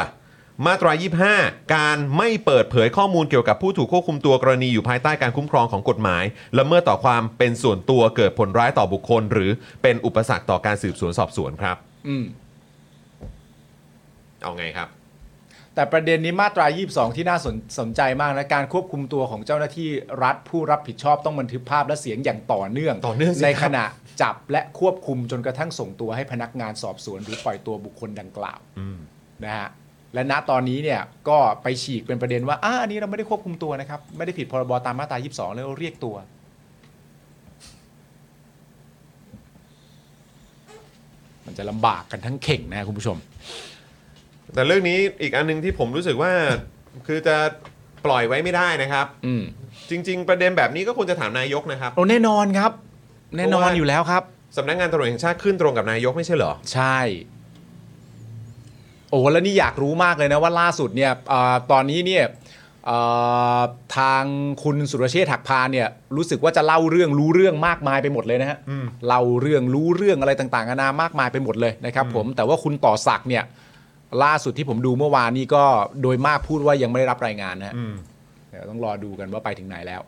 S1: มาตรา 25 การไม่เปิดเผยข้อมูลเกี่ยวกับผู้ถูกควบคุมตัวกรณีอยู่ภายใต้การคุ้มครองของกฎหมายละเมิดต่อความเป็นส่วนตัวเกิดผลร้ายต่อบุคคล หรือเป็นอุปสรรคต่อการสืบสวนสอบสวนครับ
S2: อืม
S1: เอาไงครับ
S2: แต่ประเด็นนี้มาตรา 22 ที่น่าสนสนใจมากนะ การควบคุมตัวของเจ้าหน้าที่รัฐผู้รับผิดชอบต้องบันทึกภาพและเสียงอย่างต่อเนื่อง
S1: ต่อเนื่องสิครับ
S2: ในขณะจับและควบคุมจนกระทั่งส่งตัวให้พนักงานสอบสวน หรือปล่อยตัวบุคคลดังกล่าวนะฮะและณตอนนี้เนี่ยก็ไปฉีกเป็นประเด็นว่าอ่าอันนี้เราไม่ได้ควบคุมตัวนะครับ ไม่ได้ผิดพรบตามมาตรา 22 แล้วเรียกตัว มันจะลำบากกันทั้งเข่งนะครับคุณผู้ชม
S1: แต่เรื่องนี้อีกอันหนึงที่ผมรู้สึกว่าคือจะ ปล่อยไว้ไม่ได้นะครับ
S2: อืม
S1: จริง ๆ ประเด็นแบบนี้ก็ควรจะถามนายกนะครับ
S2: โอ้แน่นอนครับ แน่นอนอยู่แล้วครับ
S1: สำนักงานตำรวจแห่งชาติขึ้นตรงกับนายกไม่ใช่เหรอ
S2: ใช่ โอ้แล้วนี่อยากรู้มากเลยนะว่าล่าสุดเนี่ยเออตอนนี้เนี่ยเอ่อทางคุณสุรเชษฐ์หักพานเนี่ย รู้สึกว่าจะเล่าเรื่องรู้เรื่องมากมายไปหมดเลยนะฮะ
S1: อืม
S2: เล่าเรื่องรู้เรื่องอะไรต่างๆนานามากมายไปหมดเลยนะครับ ผมแต่ว่าคุณต่อศักดิ์เนี่ย ล่าสุดที่ผมดูเมื่อวานนี้ก็โดยมากพูดว่ายังไม่ได้รับรายงานนะฮะ
S1: อืม
S2: เดี๋ยวต้องรอดูกันว่าไปถึงไหนแล้ว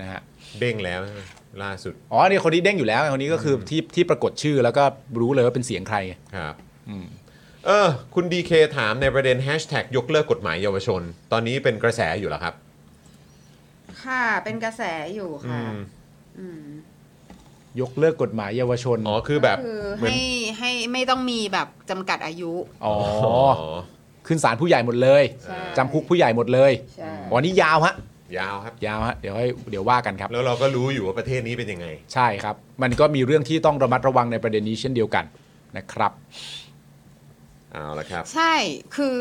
S2: นะฮะ
S1: เด้งแล้วใช่ไหมล่าสุด
S2: อ๋อเนี่ยคนนี้เด้งอยู่แล้วไงคนนี้ก็คือที่ที่ปรากฏชื่อแล้วก็รู้เลยว่าเป็นเสียงใครไง
S1: ครับ
S2: อืม
S1: เออ คุณดีเคถามในประเด็นแฮชแท็กยกเลิกกฎหมายเยาวชน ตอนนี้เป็นกระแสอยู่แล้วครับ
S3: ค่ะ เป็นกระแสอยู่
S1: อื
S3: ค่ะ
S1: ม
S3: อืม
S2: ยกเลิกกฎหมายเยาวชน
S1: อ๋อคือแบบ
S3: คือ
S1: เหมือน
S3: ให้ให้ไม่ต้องมีแบบจำกัดอายุ
S2: อ๋อ
S1: อ๋อ
S2: ขึ้นศาลผู้ใหญ่หมดเลย
S3: ใช่
S2: จำคุกผู้ใหญ่หมดเลย
S3: ใช่
S2: วันนี้ยาวฮะ
S1: ยาวครับ
S2: ยาวฮะ เดี๋ยวให้เดี๋ยวว่ากันครับ
S1: แล้วเราก็รู้อยู่ว่าประเทศนี้เป็นยังไง
S2: ใช่ครับ มันก็มีเรื่องที่ต้องระมัดระวังในประเด็นนี้เช่นเดียวกันนะครับ
S1: เอาละครับ
S3: ใช่คือ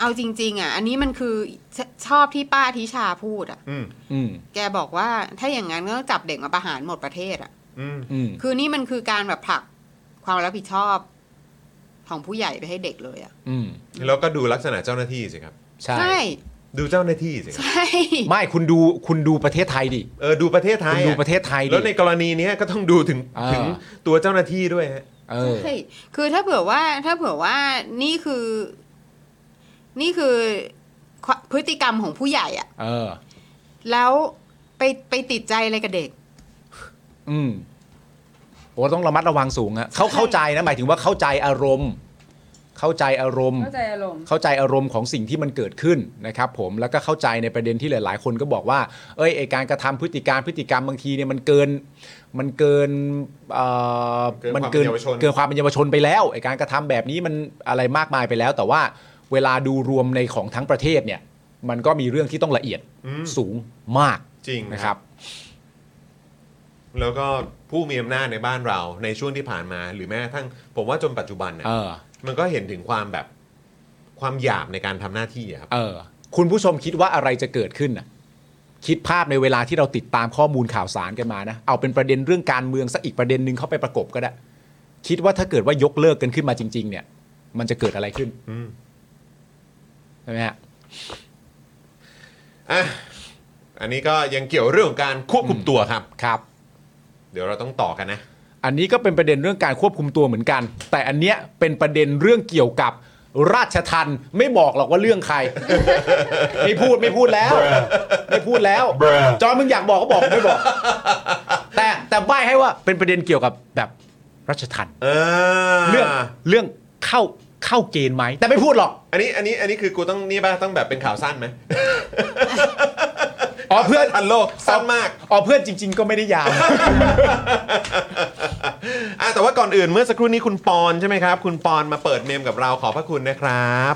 S3: เอาจริง ๆ อ่ะ อันนี้มันคือชชอบที่ป้าทิชาพูดอ่ะ
S1: อืม
S2: อืม
S3: แกบอกว่าถ้าอย่างนั้นก็ต้องจับเด็กมาประหารหมดประเทศอ่ะ
S1: อืม
S2: อืม
S3: คือนี่มันคือการแบบผลักความรับผิดชอบ ของผู้ใหญ่ไปให้เด็กเลยอ่ะ
S2: อืม
S1: แล้วก็ดูลักษณะเจ้าหน้าที่สิครับ
S2: ใช่
S3: ใช่
S1: ดูเจ้าหน้าที่สิครับ
S3: ใช่
S2: ไม่คุณดูคุณดูประเทศไทยดิ
S1: เออดูประเทศไท
S2: คุ
S1: ย
S2: ณ
S1: อะ
S2: ดูประเทศไทยดิ
S1: แล้วในกรณีเนี้ยก็ต้องดูถึง
S2: อ่า
S1: ถึงตัวเจ้าหน้าที่ด้วยฮะ
S2: เออ
S3: ใช่คือถ้าเผื่อว่าถ้าเผื่อว่านี่คือ นี่คือความพฤติกรรมของผู้ใหญ่อ่ะ
S2: เออ
S3: แล้วไปไปติดใจอะไรกับเด็ก
S2: อืมโอ้ต้องระมัดระวังสูงฮะเขาเข้าใจนะหมายถึงว่าเข้าใจอารมณ์ เข้าใจอารมณ์
S4: เข้าใจอารมณ์
S2: เข้าใจอารมณ์ของสิ่งที่มันเกิดขึ้นนะครับผมแล้วก็เข้าใจในประเด็นที่หลาย ๆ คนก็บอกว่า เอ้ยไอการกระทำพฤติการพฤติกรรมบางทีเนี่ยมันเกินมันเกินเอ่อเกินความเป็นเยาวชนไปแล้วไอการกระทำแบบนี้มันอะไรมากมายไปแล้ว แต่ว่าเวลาดูรวมในของทั้งประเทศเนี่ย มันก็มีเรื่องที่ต้องละเอียด
S1: อืม
S2: สูงมาก
S1: จริง
S2: นะ
S1: นะ
S2: ค
S1: ครั
S2: รับ บ
S1: แล้วก็ผู้มีอำนาจในบ้านเราในช่วงที่ผ่านมา หรือแม้กระทั่งผมว่าจนปัจจุบันเนี่ย
S2: เออ
S1: มันก็เห็นถึงความแบบความหยาบในการทำหน้าที่อะครับ
S2: เออ คุณผู้ชมคิดว่าอะไรจะเกิดขึ้นน่ะคิดภาพในเวลาที่เราติดตามข้อมูลข่าวสารกันมานะ เอาเป็นประเด็นเรื่องการเมืองสักอีกประเด็นหนึ่งเข้าไปประกบก็ได้ คิดว่าถ้าเกิดว่ายกเลิกกันขึ้นมาจริง ๆ เนี่ย มันจะเกิดอะไรขึ้น
S1: อืม
S2: ใช่ไหมฮะ
S1: อ่ะอันนี้ก็ยังเกี่ยวเรื่องของการควบคุมตัวครับ
S2: ครับ
S1: เดี๋ยวเราต้องต่อกันนะ
S2: อันนี้ก็เป็นประเด็นเรื่องการควบคุมตัวเหมือนกัน แต่อันเนี้ยเป็นประเด็นเรื่องเกี่ยวกับราชทันไม่บอกหรอกว่าเรื่องใค ร ไม่พูดไม่พูด แล้ว ไม่พูดแล้ว
S6: Bruh
S2: จอยมึงอยากบอกก็บอกไม่บอก แต่แต่ใบให้ว่าเป็นประเด็นเกี่ยวกับแบบราชทัน
S1: เออ
S2: เรื่องเรื่องเข้าเข้าเกณฑ์ไหมแต่ไม่พูดหรอก
S1: อันนี้อันนี้อันนี้คือกูต้องนี่ป่ะต้องแบบเป็นข่าวสั้นไหม
S2: อ๋อเพื่อน
S1: ทันโลกสั้นมาก
S2: อ๋อเพื่อนจริง ๆ ก็ไม่ได้ยาว
S1: อ่ะแต่ว่าก่อนอื่นเมื่อสักครู่นี้คุณปอนใช่ไหมครับ คุณปอนมาเปิดเมมกับเราขอบพระคุณนะครับ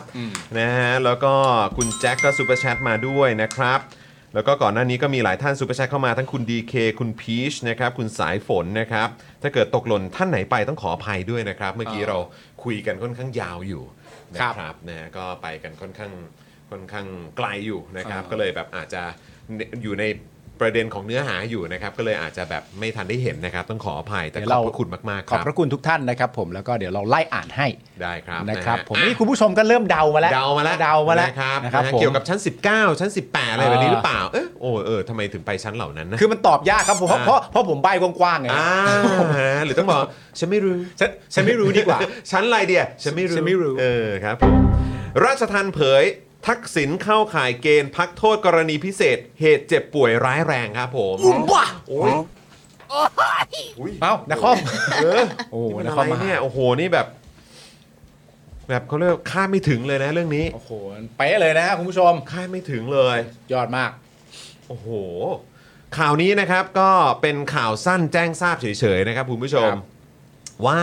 S1: นะฮะแล้วก็คุณแจ็คก็ซูเปอร์แชทมาด้วยนะครับ แล้วก็ก่อนหน้านี้ก็มีหลายท่านซูเปอร์แชทเข้ามาทั้งคุณ DK คุณพีชนะครับคุณสายฝนนะครับ ถ้าเกิดตกหล่นท่านไหนไปต้องขออภัยด้วยนะครับ เมื่อกี้เราคุยกันค่อนข้างยาวอยู่นะค
S2: ครั
S1: รับบ นะฮะก็ไปกันค่อนข้างค่อนข้างไกลอยู่นะครับ
S2: อ่า
S1: ก็เลยแบบอาจจะอยู่ในประเด็นของเนื้อหาอยู่นะครับ ก็เลยอาจจะแบบไม่ทันได้เห็นนะครับ ต้องขออภัยแต่ขอบพระคุณมากๆค
S2: ขอบ
S1: รับ
S2: พระคุณทุกท่านนะครับผมแล้วก็เดี๋ยวเราไล่อ่านให้
S1: ได้ครับ
S2: นะครับผม
S1: อ่ะ
S2: นี่คุณผู้ชมก็เริ่มเดามาแล้ว
S1: เดามาแล้ว
S2: เดามาแล้ว
S1: นะครับ
S2: นะครับ
S1: นะฮะ
S2: ผม
S1: เกี่ยวกับชั้น 19 ชั้น 18 อะไรแบบนี้
S2: เอ
S1: ห
S2: อ
S1: รือเปล่า เออโอ้เออทำไมถึงไปชั้นเหล่านั้นนะ
S2: คือมันตอบยากครับผมเพราะ
S1: อ่า
S2: เพราะเพราะผมใบกว้างๆไง
S1: อ่าหรือต้องบอก ฉันไม่รู้
S2: ฉันฉันไม่รู้ดีกว่า
S1: ชั้นอะไรเดีย ฉันไม่รู้
S2: ฉันไม่รู้
S1: เออครับผมราชทันเผย ทักษิณเข้าข่ายเกณฑ์พักโทษกรณีพิเศษ เหตุเจ็บป่วยร้ายแรงครับผม
S3: บ้า
S1: โอ้ยอุ๊ย
S2: เอ้านะคอม
S1: เออ
S2: โอ้
S1: นี่มัน
S2: นะ
S1: อะ
S2: คอม
S1: ไร
S2: มา
S1: เนี่ยโอ้โหนี่แบบ แบบเขาเรียกว่าคาดไม่ถึงเลยนะเรื่องนี้
S2: โอ้โหเป๊ะเลยนะคุณผู้ชม
S1: คาดไม่ถึงเลย
S2: ยอดมาก
S1: โอ้โห ข่าวนี้นะครับก็เป็นข่าวสั้นแจ้งทราบเฉยๆนะครับคุณผู้ชม
S2: ครับ
S1: ว่า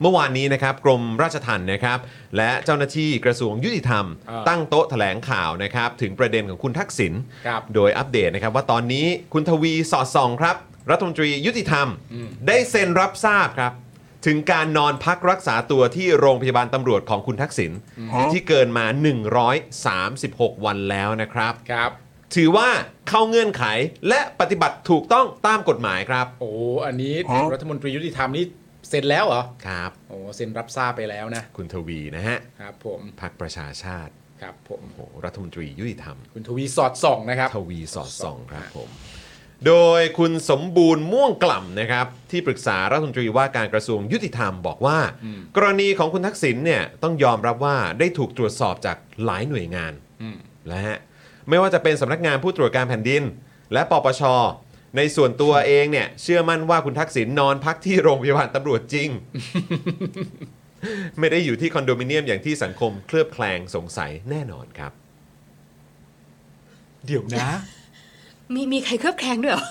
S1: เมื่อวานนี้นะครับกรมราชทัณฑ์นะครับ และเจ้าหน้าที่กระทรวงยุติธรรม
S2: อ่า
S1: ตั้งโต๊ะแถลงข่าวนะครับ ถึงประเด็นของคุณทักษิณ
S2: ครับ
S1: โดยอัปเดตนะครับ ว่าตอนนี้คุณทวีสอดส่องครับ รัฐมนตรียุติธรรม ได้เซ็นรับทราบครับ ถึงการนอนพักรักษาตัวที่โรงพยาบาลตำรวจของคุณทักษิณที่เกินมา 136 วันแล้วนะครับ
S2: ครับ
S1: ถือว่าเข้าเงื่อนไขและปฏิบัติถูกต้องตามกฎหมายครับ
S2: โอ้อันนี้รัฐมนตรียุติธรรมนี่เซ็นแล้วเหรอ
S1: ครับ
S2: โอ้เซ็นรับทราบไปแล้วนะ
S1: คุณทวีนะฮะ
S2: ครับผม
S1: พักประชาชาติ
S2: ครับผม
S1: โอ้โหรัฐมนตรียุติธรรม
S2: คุณทวีสอดส่องนะครับ
S1: ทวีสอดส่องครับผม โดยคุณสมบูรณ์ม่วงกล่ำนะครับ ที่ปรึกษารัฐมนตรีว่าการกระทรวงยุติธรรมบอกว่า กรณีของคุณทักษิณเนี่ยต้องยอมรับว่าได้ถูกตรวจสอบจากหลายหน่วยงาน
S2: อืม
S1: นะฮะไม่ว่าจะเป็นสำนักงานผู้ตรวจการแผ่นดิน และปปช ในส่วนตัวเองเนี่ยเชื่อมั่นว่าคุณทักษิณนอนพักที่โรงพยาบาลตำรวจจ ริง ไม่ได้อยู่ที่คอนโดมิเนียมอย่างที่สังคมเคลือบแคลงสงสัยแน่นอนครับ
S2: เดี๋ยวนะ
S3: มีมีใครเคลือบแคลงด้วยเหรอ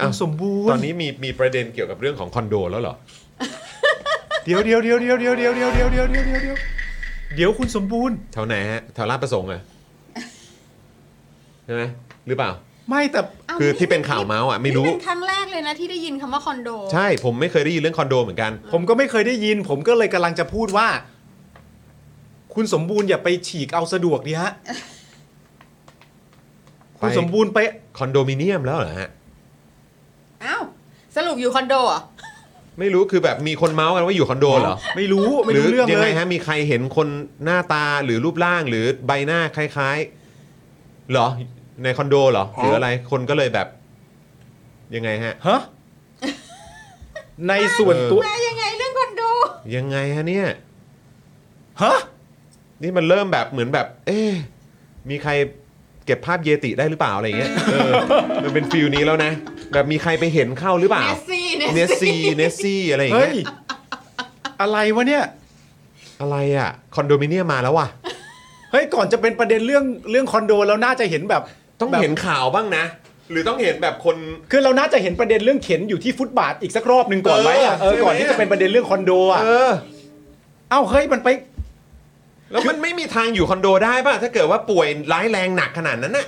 S2: คุณสมบูร
S1: ตอน
S2: ณ์
S1: นี้มีมีประเด็นเกี่ยวกับเรื่องของคอนโดแล้วเหรอ
S2: เดี๋ยวเดี๋ยวเดี๋ยวเดี๋ยวเดี๋ยวเดี๋ยวเดี๋ยวเดี๋ยวเดี๋ยวเดี๋ยวเดี๋ยวเดี๋ยวเดี๋ยวคุณสมบูรณ์
S1: แถวไหนฮะแถวลาดประสงค์เหรอะใช่ไหมหรือเปล่า
S2: ไม่แต่
S3: เอา
S1: คือ
S3: นี่
S1: ที่เป็นข่าวเมาส์อ่ะไม่รู้
S3: นี่เป็นครั้งแรกเลยนะที่ได้ยินคำว่าคอนโด
S1: ใช่ผมไม่เคยได้ยินเรื่องคอนโดเหมือนกัน
S2: ผมก็ไม่เคยได้ยิน ผมก็เลยกำลังจะพูดว่า คุณสมบูรณ์อย่าไปฉีกเอาสะดวกดีฮะคุณสมบูรณ์ไป
S1: คอนโดมิเนียมแล้วเหรอฮะ
S3: อ้าว สรุปอยู่คอนโดเหรอ่ะ
S1: ไม่รู้คือแบบมีคนเมาส์กันว่าอยู่คอนโดเหรอ
S2: ไม่รู้ไม่รู้เรื่อง
S1: หยั
S2: เล
S1: ไง
S2: ย
S1: ฮะมีใครเห็นคนหน้าตาหรือรูปร่างหรือใบหน้าคล้ายๆเหรอ ในคอนโดเหรอหรืออะไรคนก็เลยแบบ ยังไงฮะ
S2: ฮะในส่วนตัว
S3: มายังไงเรื่องคอนโด
S1: ยังไงฮะเนี่ย
S2: ฮะ
S1: นี่มันเริ่มแบบเหมือนแบบ เอ๊ะมีใครเก็บภาพเยติได้หรือเปล่าอะไรอย่างเงี้ยเออมันเป็นฟิลนี้แล้วนะ แบบมีใครไปเห็นเข้าหรือเปล่า
S3: เนสซี่เน
S1: เน
S3: ส
S1: สซี่เนสซี่อะไรอย่าง
S2: เฮ้
S1: เงี้
S2: ย
S1: ย
S2: อะไรวะเนี่ย
S1: อะไรอ่ะ คอนโดมิเนียมมาแล้วว่ะ
S2: เฮ้ยก่อนจะเป็นประเด็นเรื่องเรื่องคอนโดเราน่าจะเห็นแบบ
S1: ต้อง
S2: แบบ
S1: เห็นข่าวบ้างนะ หรือต้องเห็นแบบคน
S2: คือเราน่าจะเห็นประเด็นเรื่องเข็นอยู่ที่ฟุตบาทอีกสักรอบหนึ่งก่อนไหมอะ
S1: เออ
S2: เออ
S1: ใช่ไหม
S2: ก่อนที่จะเป็นประเด็นเรื่องคอนโดอ่ะ
S1: เออ
S2: เอ้าเฮ้ยมันไป
S1: แล้วมันไม่มีทางอยู่คอนโดได้ป่ะ ถ้าเกิดว่าป่วยร้ายแรงหนักขนาดนั้นน่ะ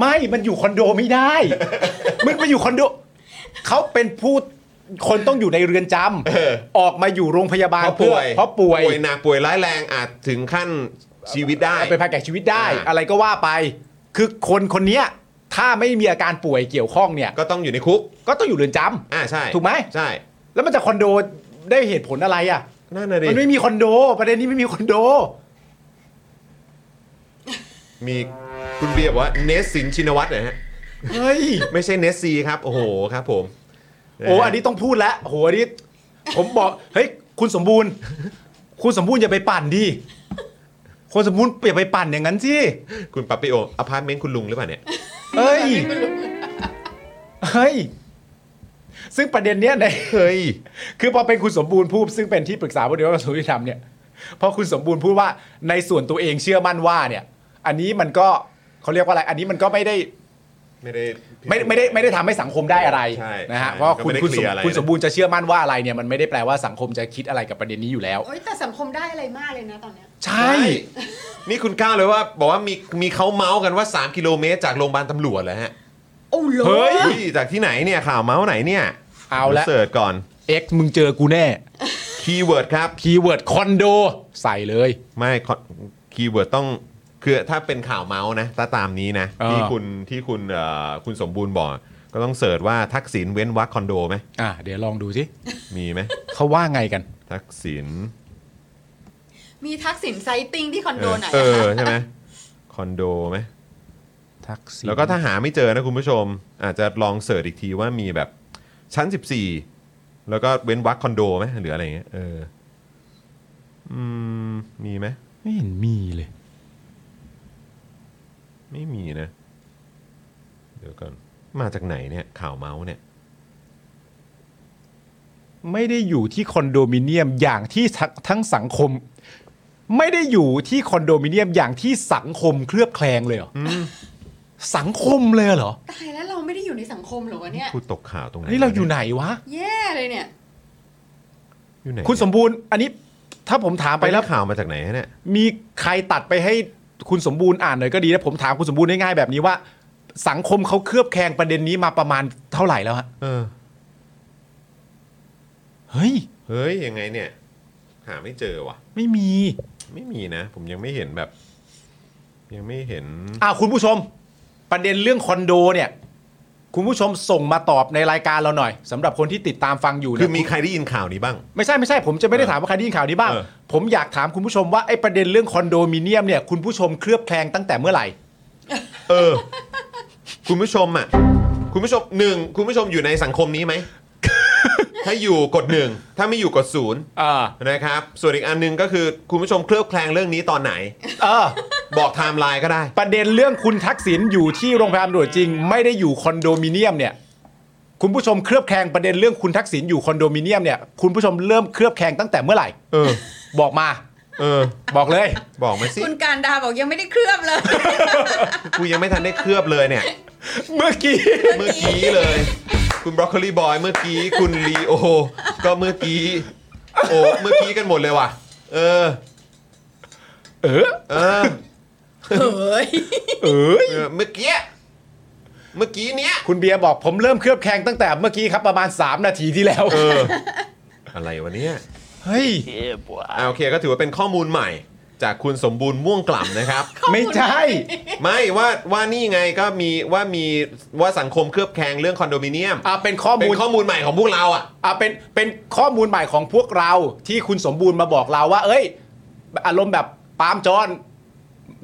S2: ไม่มันอยู่คอนโดไม่ได้ มันมาอยู่คอนโดเขาเป็นผู้คนต้องอยู่ในเรือนจำ
S1: เออ
S2: ออกมาอยู่โรงพยาบาล
S1: เพราะป่วย
S2: เพราะป่วย
S1: ป่วยหนักป่วยร้ายแรงอาจถึงขั้นชีวิตได้
S2: เป็นภัยแก่ชีวิตได้
S1: อ่า
S2: อะไรก็ว่าไป คือคนคนเนี้ยถ้าไม่มีอาการป่วยเกี่ยวข้องเนี่ย
S1: ก็ต้องอยู่ในคุก
S2: ก็ต้องอยู่เรือนจำ
S1: อ่าใช่
S2: ถูกไหม
S1: ใช่
S2: แล้วมันจะคอนโดได้เหตุผลอะไรอ่ะ
S1: นั่นน่ะดิ
S2: มันไม่มีคอนโด ประเด็นนี้ไม่มีคอนโด
S1: มีคุณเบียร์บอกว่าเนสสินชินวัตรนะฮะ
S2: เฮ้ย
S1: ไม่ใช่เนสซีครับ โอ้โหครับผม
S2: โอ้อันนี้ต้องพูดแล้วโหอันนี้ผมบอก เฮ้ย คุณสมบูรณ์ คุณสมบูรณ์อย่าไปปั่นดิคุณสมบูรณ์อย่าไปปั่นอย่างนั้นสิ
S1: คุณปัปปิโออพาร์ตเมนต์คุณลุงหรือเปล่าเนี่ย
S2: เฮ้ยเฮ้ย ซึ่งประเด็นเนี้ยใน
S1: เฮ้ย
S2: คือพอเป็นคุณสมบูรณ์พูดซึ่งเป็นที่ปรึกษาบริวารกระทรวงยุติธรรมเนี่ยพอคุณสมบูรณ์พูดว่าในส่วนตัวเองเชื่อมั่นว่าเนี่ย อันนี้มันก็เขาเรียกว่าอะไร อันนี้มันก็ไม่ได้
S1: ไม่ได้
S2: ไม่ไม่ได้ไม่ได้ทำให้สังคมได้อะไร
S1: ใช่
S2: นะฮะ
S1: ใช่
S2: เพราะ
S1: ก็
S2: คุณ
S1: ไม่ได้
S2: คุณ
S1: เคลี
S2: ส
S1: ยร์
S2: ม
S1: อะไร
S2: คุณสมบูรณ์จะเชื่อมั่นว่าอะไรเนี่ยมันไม่ได้แปลว่าสังคมจะคิดอะไรกับประเด็นนี้อยู่แล้ว
S3: โอ้ยแต่สังคมได้อะไรมากเลยนะตอนเนี้ย
S2: ใช่
S1: นี่คุณก้าวเลยว่า บอกว่ามีมีเขาเมาส์กันว่า 3 กิโลเมตรจากโรงพยาบาลตำรวจแล้วฮะ
S3: โอ้โห
S2: เฮ้ย
S1: อุ้ยจากที่ไหนเนี่ยข่าวเมาส์ไหนเนี่ย
S2: เอาละ
S1: ดี๋ยวเสิร์ชก่อน
S2: X มึงเจอกูแน่
S1: คีย์เวิร์ดครับ
S2: คีย์เวิร์ดคอนโดใส่เลย
S1: ไม่คีย์เวิร์ดต้องคือถ้าเป็นข่าวเมาส์นะถ้าตามนี้นะ
S2: เออ
S1: ที่คุณที่คุณเอ่อคุณสมบูรณ์บอก ก็ต้องเสิร์ชว่าทักษิณเว้นวักคอนโดไหม
S2: อ่ะเดี๋ยวลองดูสิ
S1: มีไหม
S2: เขาว่าไงกัน
S1: ทักษิณ
S3: มีทักษิณไซติ้งที่คอนโดไหน
S1: เอ
S3: อะ
S1: อ
S3: คะ
S1: ใช่ไหมคอนโดไหม
S2: ทักษิณ
S1: แล้วก็ถ้าหาไม่เจอนะคุณผู้ชม อาจจะลองเสิร์ชอีกทีว่ามีแบบชั้น 14 แล้วก็เว้นวักคอนโดไหมหรืออะไรอย่างเงี้ยเอออืมมีไหม
S2: ไม่เห็นมีเลย
S1: ไม่มีนะ เดี๋ยวก่อนมาจากไหนเนี่ยข่าวเมาส์เนี่ย
S2: ไม่ได้อยู่ที่คอนโดมิเนียมอย่างที่ทัทั้งสังคม ไม่ได้อยู่ที่คอนโดมิเนียมอย่างที่สังคมเคลือบแคลงเลยเหรออสังคมเลยเหรอ
S3: ตายแล้วเราไม่ได้อยู่ในสังคมเหรอวะเนี่ย
S1: พูดตกข่าวตรงไหน
S2: นี่เราอยู่ไหนวะ
S3: แย่เลยเนี่ย
S1: อยู่ไหน
S2: คุณสมบูรณ์อันนี้ถ้าผมถาม
S1: ไป
S2: ไป
S1: แล้
S2: แล้ว ว
S1: ข่าวมาจากไหนฮะเนี่ย
S2: มีใครตัดไปให้คุณสมบูรณ์อ่านหน่อยก็ดีนะผมถามคุณสมบูรณ์ง่ายๆแบบนี้ว่า สังคมเขาเคลือบแคลงประเด็นนี้มาประมาณเท่าไหร่แล้วฮะ
S1: เออ
S2: เฮ้ย
S1: เฮ้ยยังไงเนี่ย หาไม่เจอว่ะ
S2: ไม่มี
S1: ไม่มีนะ ผมยังไม่เห็นแบบ ยังไม่เห็น
S2: อ่าคุณผู้ชม ประเด็นเรื่องคอนโดเนี่ย คุณผู้ชมส่งมาตอบในรายการเราหน่อยสำหรับคนที่ติดตามฟังอยู่
S1: คื
S2: เนี่
S1: อย มีใครได้ยินข่าวนี้บ้าง
S2: ไม่ใช่ไม่ใช่ผมจะไม่ได้ถามว่าใครได้ยินข่าวนี้บ้าง
S1: เออ
S2: ผมอยากถามคุณผู้ชมว่าไอ้ประเด็นเรื่องคอนโดมิเนียมเนี่ยคุณผู้ชมเคลือบแคลงตั้งแต่เมื่อไหร่
S1: เออ คุณผู้ชมอ่ะ คุณผู้ชมหนึ่งคุณผู้ชมอยู่ในสังคมนี้ไห ม ถ้าอยู่กดหนึ่งถ้าไม่อยู่กดศูนย์
S2: อ่า
S1: นะครับ ส่วนอีกอันหนึงก็คือคุณผู้ชมเคลือบแคลงเรื่องนี้ตอนไหน
S2: เออ
S1: บอกไทม์ไลน์ก็ได้
S2: ประเด็นเรื่องคุณทักษิณอยู่ที่โรงพยาบาลตำรวจจริง ไม่ได้อยู่คอนโดมิเนียมเนี่ย คุณผู้ชมเคลือบแคลงประเด็นเรื่องคุณทักษิณอยู่คอนโดมิเนียมเนี่ยคุณผู้ชมเริ่มเคลือบแคลงตั้งแต่เมื่อไหร่
S1: เออ
S2: บอกมา
S1: เออ
S2: บอกเลย
S1: บอกมาสิ
S3: คุณการดาบอกยังไม่ได้เคลือบเลย
S1: กูยังไม่ทันได้เคลือบเลยเนี่ย
S2: เมื่อกี้
S1: เมื่อกี้เลย คุณบรอกโคลีบอยเมื่อกี้คุณลีโอ ก็เมื่อกี้ โอ้เมื่อกี้กันหมดเลยว่ะ เออ
S2: เออ
S1: เออ
S3: เฮ้ย
S2: เอย
S1: เออเมื่อกี้เมื่อกี้เนี้ย
S2: คุณเบียร์บอกผมเริ่มเคลือบแคลงตั้งแต่เมื่อกี้ครับประมาณ 3 นาทีที่แล้ว
S1: เออ อะไรวะเนี่ย
S2: เฮ้ย
S1: อ่าโอเคก็ถือว่าเป็นข้อมูลใหม่ จากคุณสมบูรณ์ม่วงกล่ำนะครับ
S2: ไม่ใช่
S1: ไม่ว่าว่านี่ไงก็มีว่ามีว่าสังคมเคลือบแคลงเรื่องคอนโดมิเนียม
S2: อ่าเป็นข้อ
S1: เป็
S2: มู
S1: น
S2: ล
S1: ข้อมูลใหม่ของพวกเราอ่ะ
S2: อ่ะเป็นเป็นข้อมูลใหม่ของพวกเราที่คุณสมบูรณ์มาบอกเราว่า เอ้ย อารมณ์แบบปาล์มจอน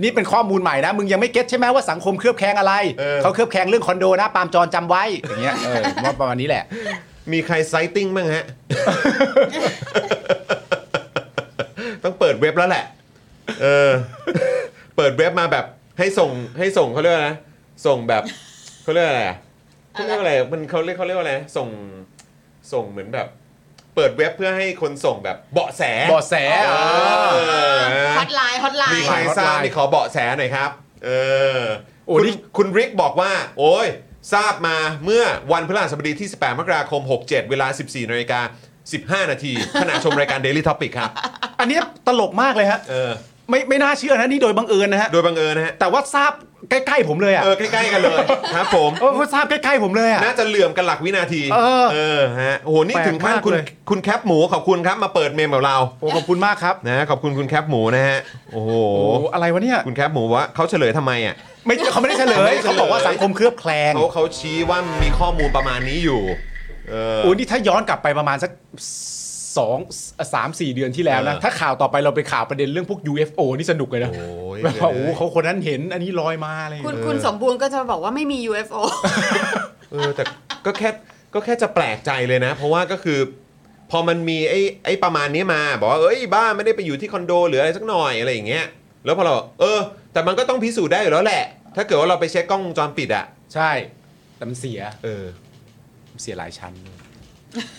S2: นี่เป็นข้อมูลใหม่นะ มึงยังไม่เก็ตใช่ไหมว่าสังคมเคลือบแคลงอะไร
S1: เออ
S2: เคลือบแคลงเรื่องคอนโดนะปาล์มจอนจำไว้อย่างเงี้ยเออว่าประมาณนี้แหละ
S1: มีใครไซติ้งบ้างฮะ ต้องเปิดเว็บแล้วแหละ เออ เปิดเว็บมาแบบให้ส่งให้ส่งเขาเรียกว่าอะไรนะส่งแบบเขาเรียกว่าอะไรอะเขาเรียกว่าอะไรมันเขาเรียกเขาเรียกว่าอะไรส่งส่งเหมือนแบบ เปิดเว็บเพื่อให้คนส่งแบบเบาะแส
S2: เบาะแส
S1: เออ
S3: ฮอตไลน์ ฮอตไล
S1: มี
S3: น์
S1: ใครทราบนี่ขอเบาะแสหน่อยครับ เออ
S2: โอ้
S1: คุณ
S2: นี่
S1: คุณริกบอกว่า โอ้ยทราบมาเมื่อวันพฤหัสบดีที่ 18 มกราคม 67 เวลา 14นาฬิกา15 นาทีขณะชมรายการ Daily Topic ครับ
S2: อันเนี้ยตลกมากเลยฮะ
S1: เออ
S2: ไม่ไม่น่าเชื่อนะนี่โดยบังเอิญนะฮะ
S1: โดยบังเอิญนะฮะ
S2: แต่ว่าทราบใกล้ๆผมเลยอ่ะ
S1: เออ ใกล้ๆกันเลยครับผม
S2: เออทราบใกล้ๆผมเลยอ่ะ
S1: น่าจะเหลื่อมกันหลักวินาที
S2: เออ
S1: เออฮะ โอ้โห นี่
S2: แปลก
S1: ถึงขั้น
S2: มาก
S1: คุณ
S2: เลย
S1: คุณแคปหมูขอบคุณครับ มาเปิดเมมกับเรา
S2: โอ้ขอบคุณมากครับ
S1: นะขอบคุณคุณแคปหมูนะฮะ โอ้โห
S2: โอ้อะไรวะเนี่ย
S1: คุณแคปหมูว่าเขาเฉลยทำไมอ่ะ
S2: ไม่เขาไม่ได้เฉลยเขาบอกว่าสังคมเคลือบแคลง
S1: เขาเขาชี้ว่ามีข้อมูลประมาณนี้อยู่ เออ
S2: โอ้ยนี่ถ้าย้อนกลับไปประมาณสักสองสามสี่เดือนที่แล้วนะ
S1: เออ
S2: ถ้าข่าวต่อไปเราไปข่าวประเด็นเรื่องพวก UFO นี่สนุกเลยนะ
S1: โอ้ย
S2: แบบว่าโอ้โหเขาคนนั้นเห็นอันนี้ลอยมาอะไรอย่าง
S3: คุณ
S2: เงี้ย
S3: คุณสมบูรณ์ก็จะบอกว่าไม่มี UFO
S1: เออแต่ก็แค่ก็แค่จะแปลกใจเลยนะ เพราะว่าก็คือ พอมันมีไอ้ไอ้ประมาณนี้มา บอกว่าเอ้ยบ้าไม่ได้ไปอยู่ที่คอนโดหรืออะไรสักหน่อยอะไรอย่างเงี้ยแล้วพอเราบอกเออ แต่มันก็ต้องพิสูจน์ได้อยู่แล้วแหละ ถ้าเกิดว่าเราไปเช็คกล้องวงจรปิดอะ
S2: ใช่แต่มันเสีย
S1: เออ
S2: เสียหลายชั้น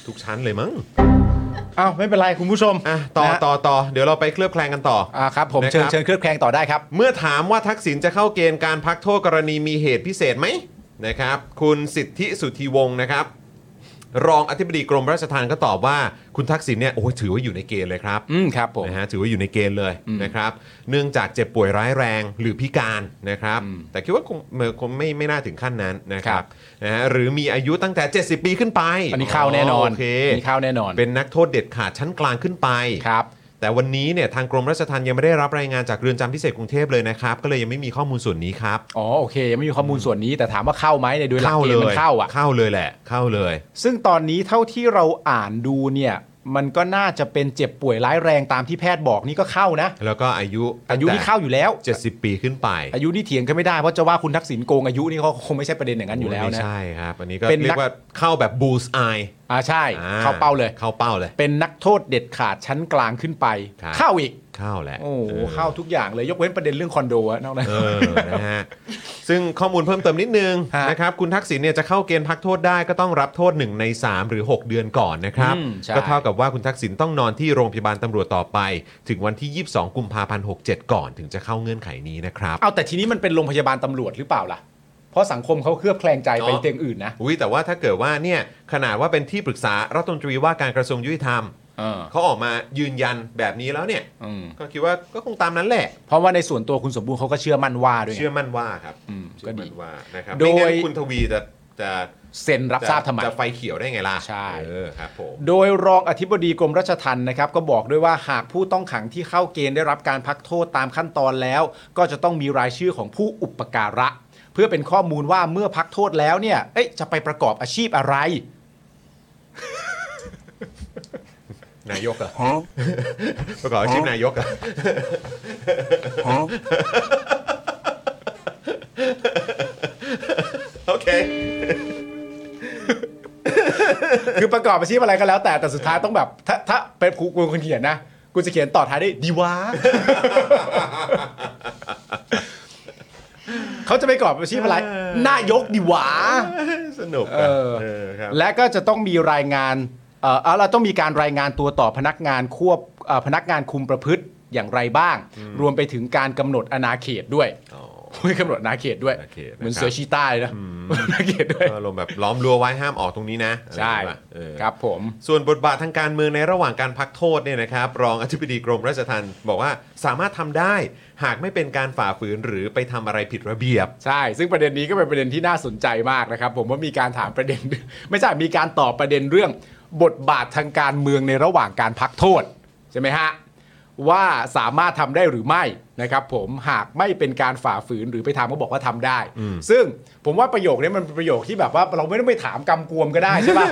S1: ทุกชั้นเลยมั้ง
S2: อ้าวไม่เป็นไรคุณผู้ชม
S1: อ่ะต่อ
S2: นะ
S1: ต่อต่อเดี๋ยวเราไปเคลือบแคลงกันต่อ
S2: อ่าครับผม
S1: นะครับ
S2: เชิญเชิญเคลือบแคลงต่อได้ครับ
S1: เมื่อถามว่าทักษิณจะเข้าเกณฑ์การพักโทษกรณีมีเหตุพิเศษไหมนะครับ คุณสิทธิสุทธิวงศ์นะครับ รองอธิบดีกรมราชธรรม์ก็ตอบว่าคุณทักษิณเนี่ยโอ้ยถือว่าอยู่ในเกณฑ์เลยครับ
S2: อืมครับผม
S1: นะฮะถือว่าอยู่ในเกณฑ์เลยนะครับ เนื่องจากเจ็บป่วยร้ายแรงหรือพิการนะครับ แต่คิดว่าคงเอ่อคงไม่ไม่น่าถึงขั้นนั้นนะค
S2: ค
S1: รั
S2: รั
S1: บบ นะฮะหรือมีอายุตั้งแต่ 70 ปีขึ้นไป
S2: อันนี้เข้าแน่นอน
S1: โอเค
S2: อันนี้เข้าแน่นอน
S1: เป็นนักโทษเด็ดขาดชั้นกลางขึ้นไป
S2: ครับ
S1: แต่วันนี้เนี่ยทางกรมราชทัณฑ์ยังไม่ได้รับรายงานจากเรือนจำพิเศษกรุงเทพเลยนะครับ ก็เลยยังไม่มีข้อมูลส่วนนี้ครับ
S2: อ๋อโอเคยังไม่มีข้อมูลส่วนนี้แต่ถามว่าเข้าไหมเนี่ยโดยหลักเกณฑ์มันเข้าอ่ะ
S1: เข้าเลยแหละ เข้าเลย
S2: ซึ่งตอนนี้เท่าที่เราอ่านดูเนี่ยมันก็น่าจะเป็นเจ็บป่วยร้ายแรงตามที่แพทย์บอกนี่ก็เข้านะ
S1: แล้วก็อายุ
S2: อายุนี่เข้าอยู่แล้ว
S1: เจ็ดสิบปีขึ้นไป
S2: อายุนี่เถียงกันไม่ได้ เพราะจะว่าคุณทักษิณโกงอายุนี่เขาคงไม่ใช่ประเด็นอย่างนั้นอยู่แล้ว
S1: ไม่
S2: นะ
S1: ใช่ครับอันนี้ก็
S2: เป็นนัก
S1: เรียกว่าเข้าแบบบูสไอ
S2: อ่าใช่
S1: อ่
S2: เข้าเป้าเลย
S1: เข้าเป้าเลย
S2: เป็นนักโทษเด็ดขาดชั้นกลางขึ้นไป
S1: ครับ
S2: เข้าอีก
S1: เข้าแหละ
S2: โอ้โห
S1: ออ
S2: เข้าทุกอย่างเลยยกเว้นประเด็นเรื่องคอนโดอะนอกนั้น
S1: เออนะฮะ ซึ่งข้อมูลเพิ่มเติมนิดนึง
S2: ฮะ
S1: นะครับ คุณทักษิณเนี่ยจะเข้าเกณฑ์พักโทษได้ก็ต้องรับโทษ 1 ใน 3 หรือ 6 เดือนก่อนนะครับ
S2: อืมใช่
S1: ก็เท่ากับว่าคุณทักษิณต้องนอนที่โรงพยาบาลตำรวจต่อไป ถึงวันที่ 22 กุมภาพันธ์ 67 ก่อนถึงจะเข้าเงื่อนไขนี้นะครับ
S2: เอาแต่ทีนี้มันเป็นโรงพยาบาลตำรวจหรือเปล่าล่ะ เพราะสังคมเขาเคลือบแคลงใจไป
S1: เนาะ
S2: เตียงอื่นนะ
S1: อุ้ยแต่ว่าถ้าเกิดว่าเนี่ยขนาดว่าเป็นที่ปรึกษารัฐมนตรีว่าการกระทรวงยุติธรรม
S2: เออ
S1: เขาออกมายืนยันแบบนี้แล้วเนี่ย
S2: อืม
S1: ก็คิดว่าก็คงตามนั้นแหละ
S2: เพราะว่าในส่วนตัวคุณสมบูรณ์เขาก็เชื่อมั่นว่าด้วยไง
S1: เชื่อมั่นว่าครับ
S2: อืม
S1: เชื่อมั่นว่านะครับ
S2: โดย
S1: ไม่งั้นคุณทวีจะ จะ
S2: เซ็นรับทราบทำไม
S1: จะไฟเขียวได้ไงล่ะ
S2: ใช่
S1: เออครับ ผม
S2: โดยรองอธิบดีกรมราชทัณฑ์นะครับ ก็บอกด้วยว่าหากผู้ต้องขังที่เข้าเกณฑ์ได้รับการพักโทษตามขั้นตอนแล้ว ก็จะต้องมีรายชื่อของผู้อุปการะ เพื่อเป็นข้อมูลว่าเมื่อพักโทษแล้วเนี่ยเอ๊ะจะไปประกอบอาชีพอะไร
S1: นายกเหรอประกอบอาชีพนายกเหรอโอเค
S2: คือประกอบอาชีพอะไรก็แล้วแต่แต่สุดท้ายต้องแบบ ถ้าถ้าเป็นกูกูคนเขียนนะ กูจะเขียนต่อท้ายได้วยดีวะ เขาจะไปประกอบอาชีพอะไรนายกดีวะ
S1: สนุกอะ
S2: เออ
S1: เออครับ
S2: และก็จะต้องมีรายงานเอ่อเอาเราต้องมีการรายงานตัวต่อพนักงานควบเอ่อพนักงานคุมประพฤติอย่างไรบ้าง รวมไปถึงการกำหนดอนาเขตด้วย
S1: อ๋อ
S2: ไม่กำหนดอนาเขตด้วย
S1: อนาเขตนะครับ
S2: เหมือนเสือชีต้าเลยนะอนาเขตด้วย
S1: อารมณ์แบบล้อมรั้วไว้ห้ามออกตรงนี้นะ
S2: ใช่
S1: อะไรแบบเออ
S2: ครับผม
S1: ส่วนบทบาททางการเมืองในระหว่างการพักโทษเนี่ยนะครับ รองอธิบดีกรมราชทัณฑ์บอกว่าสามารถทำได้หากไม่เป็นการฝ่าฝืนหรือไปทำอะไรผิดระเบียบ
S2: ใช่ ซึ่งประเด็นนี้ก็เป็นประเด็นที่น่าสนใจมากนะครับ ผมว่ามีการถามประเด็น ไม่ใช่ มีการตอบประเด็นเรื่องบทบาททางการเมืองในระหว่างการพักโทษ ใช่ไหมฮะ ว่าสามารถทำได้หรือไม่นะครับผมหากไม่เป็นการฝ่าฝืนหรือไปทำก็บอกว่าทำได้ ซึ่งผมว่าประโยคนี้มันเป็นประโยคที่แบบว่าเราไม่ต้องไปถามกำกวมก็ได้ใช่ ปะ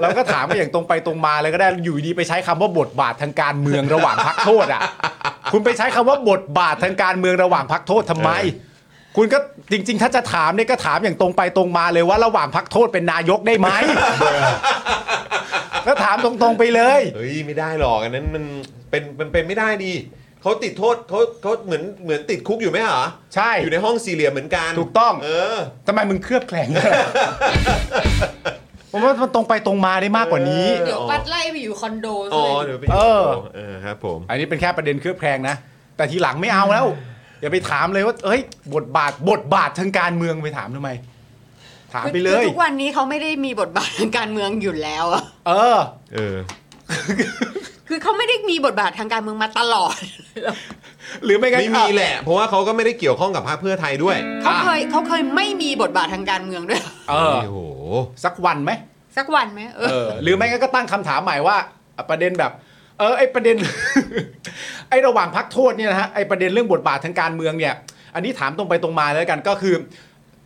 S2: เราก็ถามกันอย่างตรงไปตรงมาเลยก็ได้อยู่ดีไปใช้คำว่าบทบาททางการเมืองระหว่างพักโทษอ่ะ คุณไปใช้คำว่าบทบาททางการเมืองระหว่างพักโทษทำไม คุณก็จริง ๆ ถ้าจะถามเนี่ยก็ถามอย่างตรงไปตรงมาเลยว่าระหว่างพักโทษเป็นนายกได้ไหม ก็ถามตรงๆไปเลย
S1: เฮ้ยไม่ได้หรอกอันนั้นมันเป็นมันเป็นไม่ได้ดีเขาติดโทษเขาเขาเหมือนเหมือนติดคุกอยู่ไหมเหรอ
S2: ใช่
S1: อยู่ในห้องสี่เหลี่ยมเหมือนกัน
S2: ถูกต้อง
S1: เออ
S2: ทำไมมึงเคลือบแคลง ผมว่ามันตรงไปตรงมาได้มากกว่านี้
S3: เดี๋ยวปัดไล่ไปอยู่คอนโดซะ
S1: อ๋อ
S3: เลย
S1: เดี๋ยวไป
S2: เออ
S1: เออครับผม
S2: อันนี้เป็นแค่ประเด็นเคลือบแคลงนะ แต่ทีหลังไม่เอาแล้ว อย่าไปถามเลยว่าเอ้ย บทบาทบทบาททางการเมืองไปถามทำไม ถามไปเลย
S3: คือทุกวันนี้เขาไม่ได้มีบทบาททางการเมืองอยู่แล้วอะ
S2: เออ
S1: เออ
S3: คือเขาไม่ได้มีบทบาททางการเมืองมาตลอด
S2: หรือไม่งั้น
S1: ไม่มีแหละ เพราะว่าเขาก็ไม่ได้เกี่ยวข้องกับพรรคเพื่อไทยด้วย
S3: เขาเคยเขาเคยไม่มีบทบาททางการเมืองด้วย
S2: เออ
S1: โอ้โห
S2: สักวันไหม
S3: สักวันไหมเอ
S2: เอ
S3: อ
S2: อหรือไม่งั้นก็ตั้งคำถามใหม่ว่าอ่ะประเด็นแบบ เออไอประเด็น ไอระหว่างพักโทษเนี่ยนะฮะไอประเด็นเรื่องบทบาททางการเมืองเนี่ย อันนี้ถามตรงไปตรงมาเลยละกันก็คือ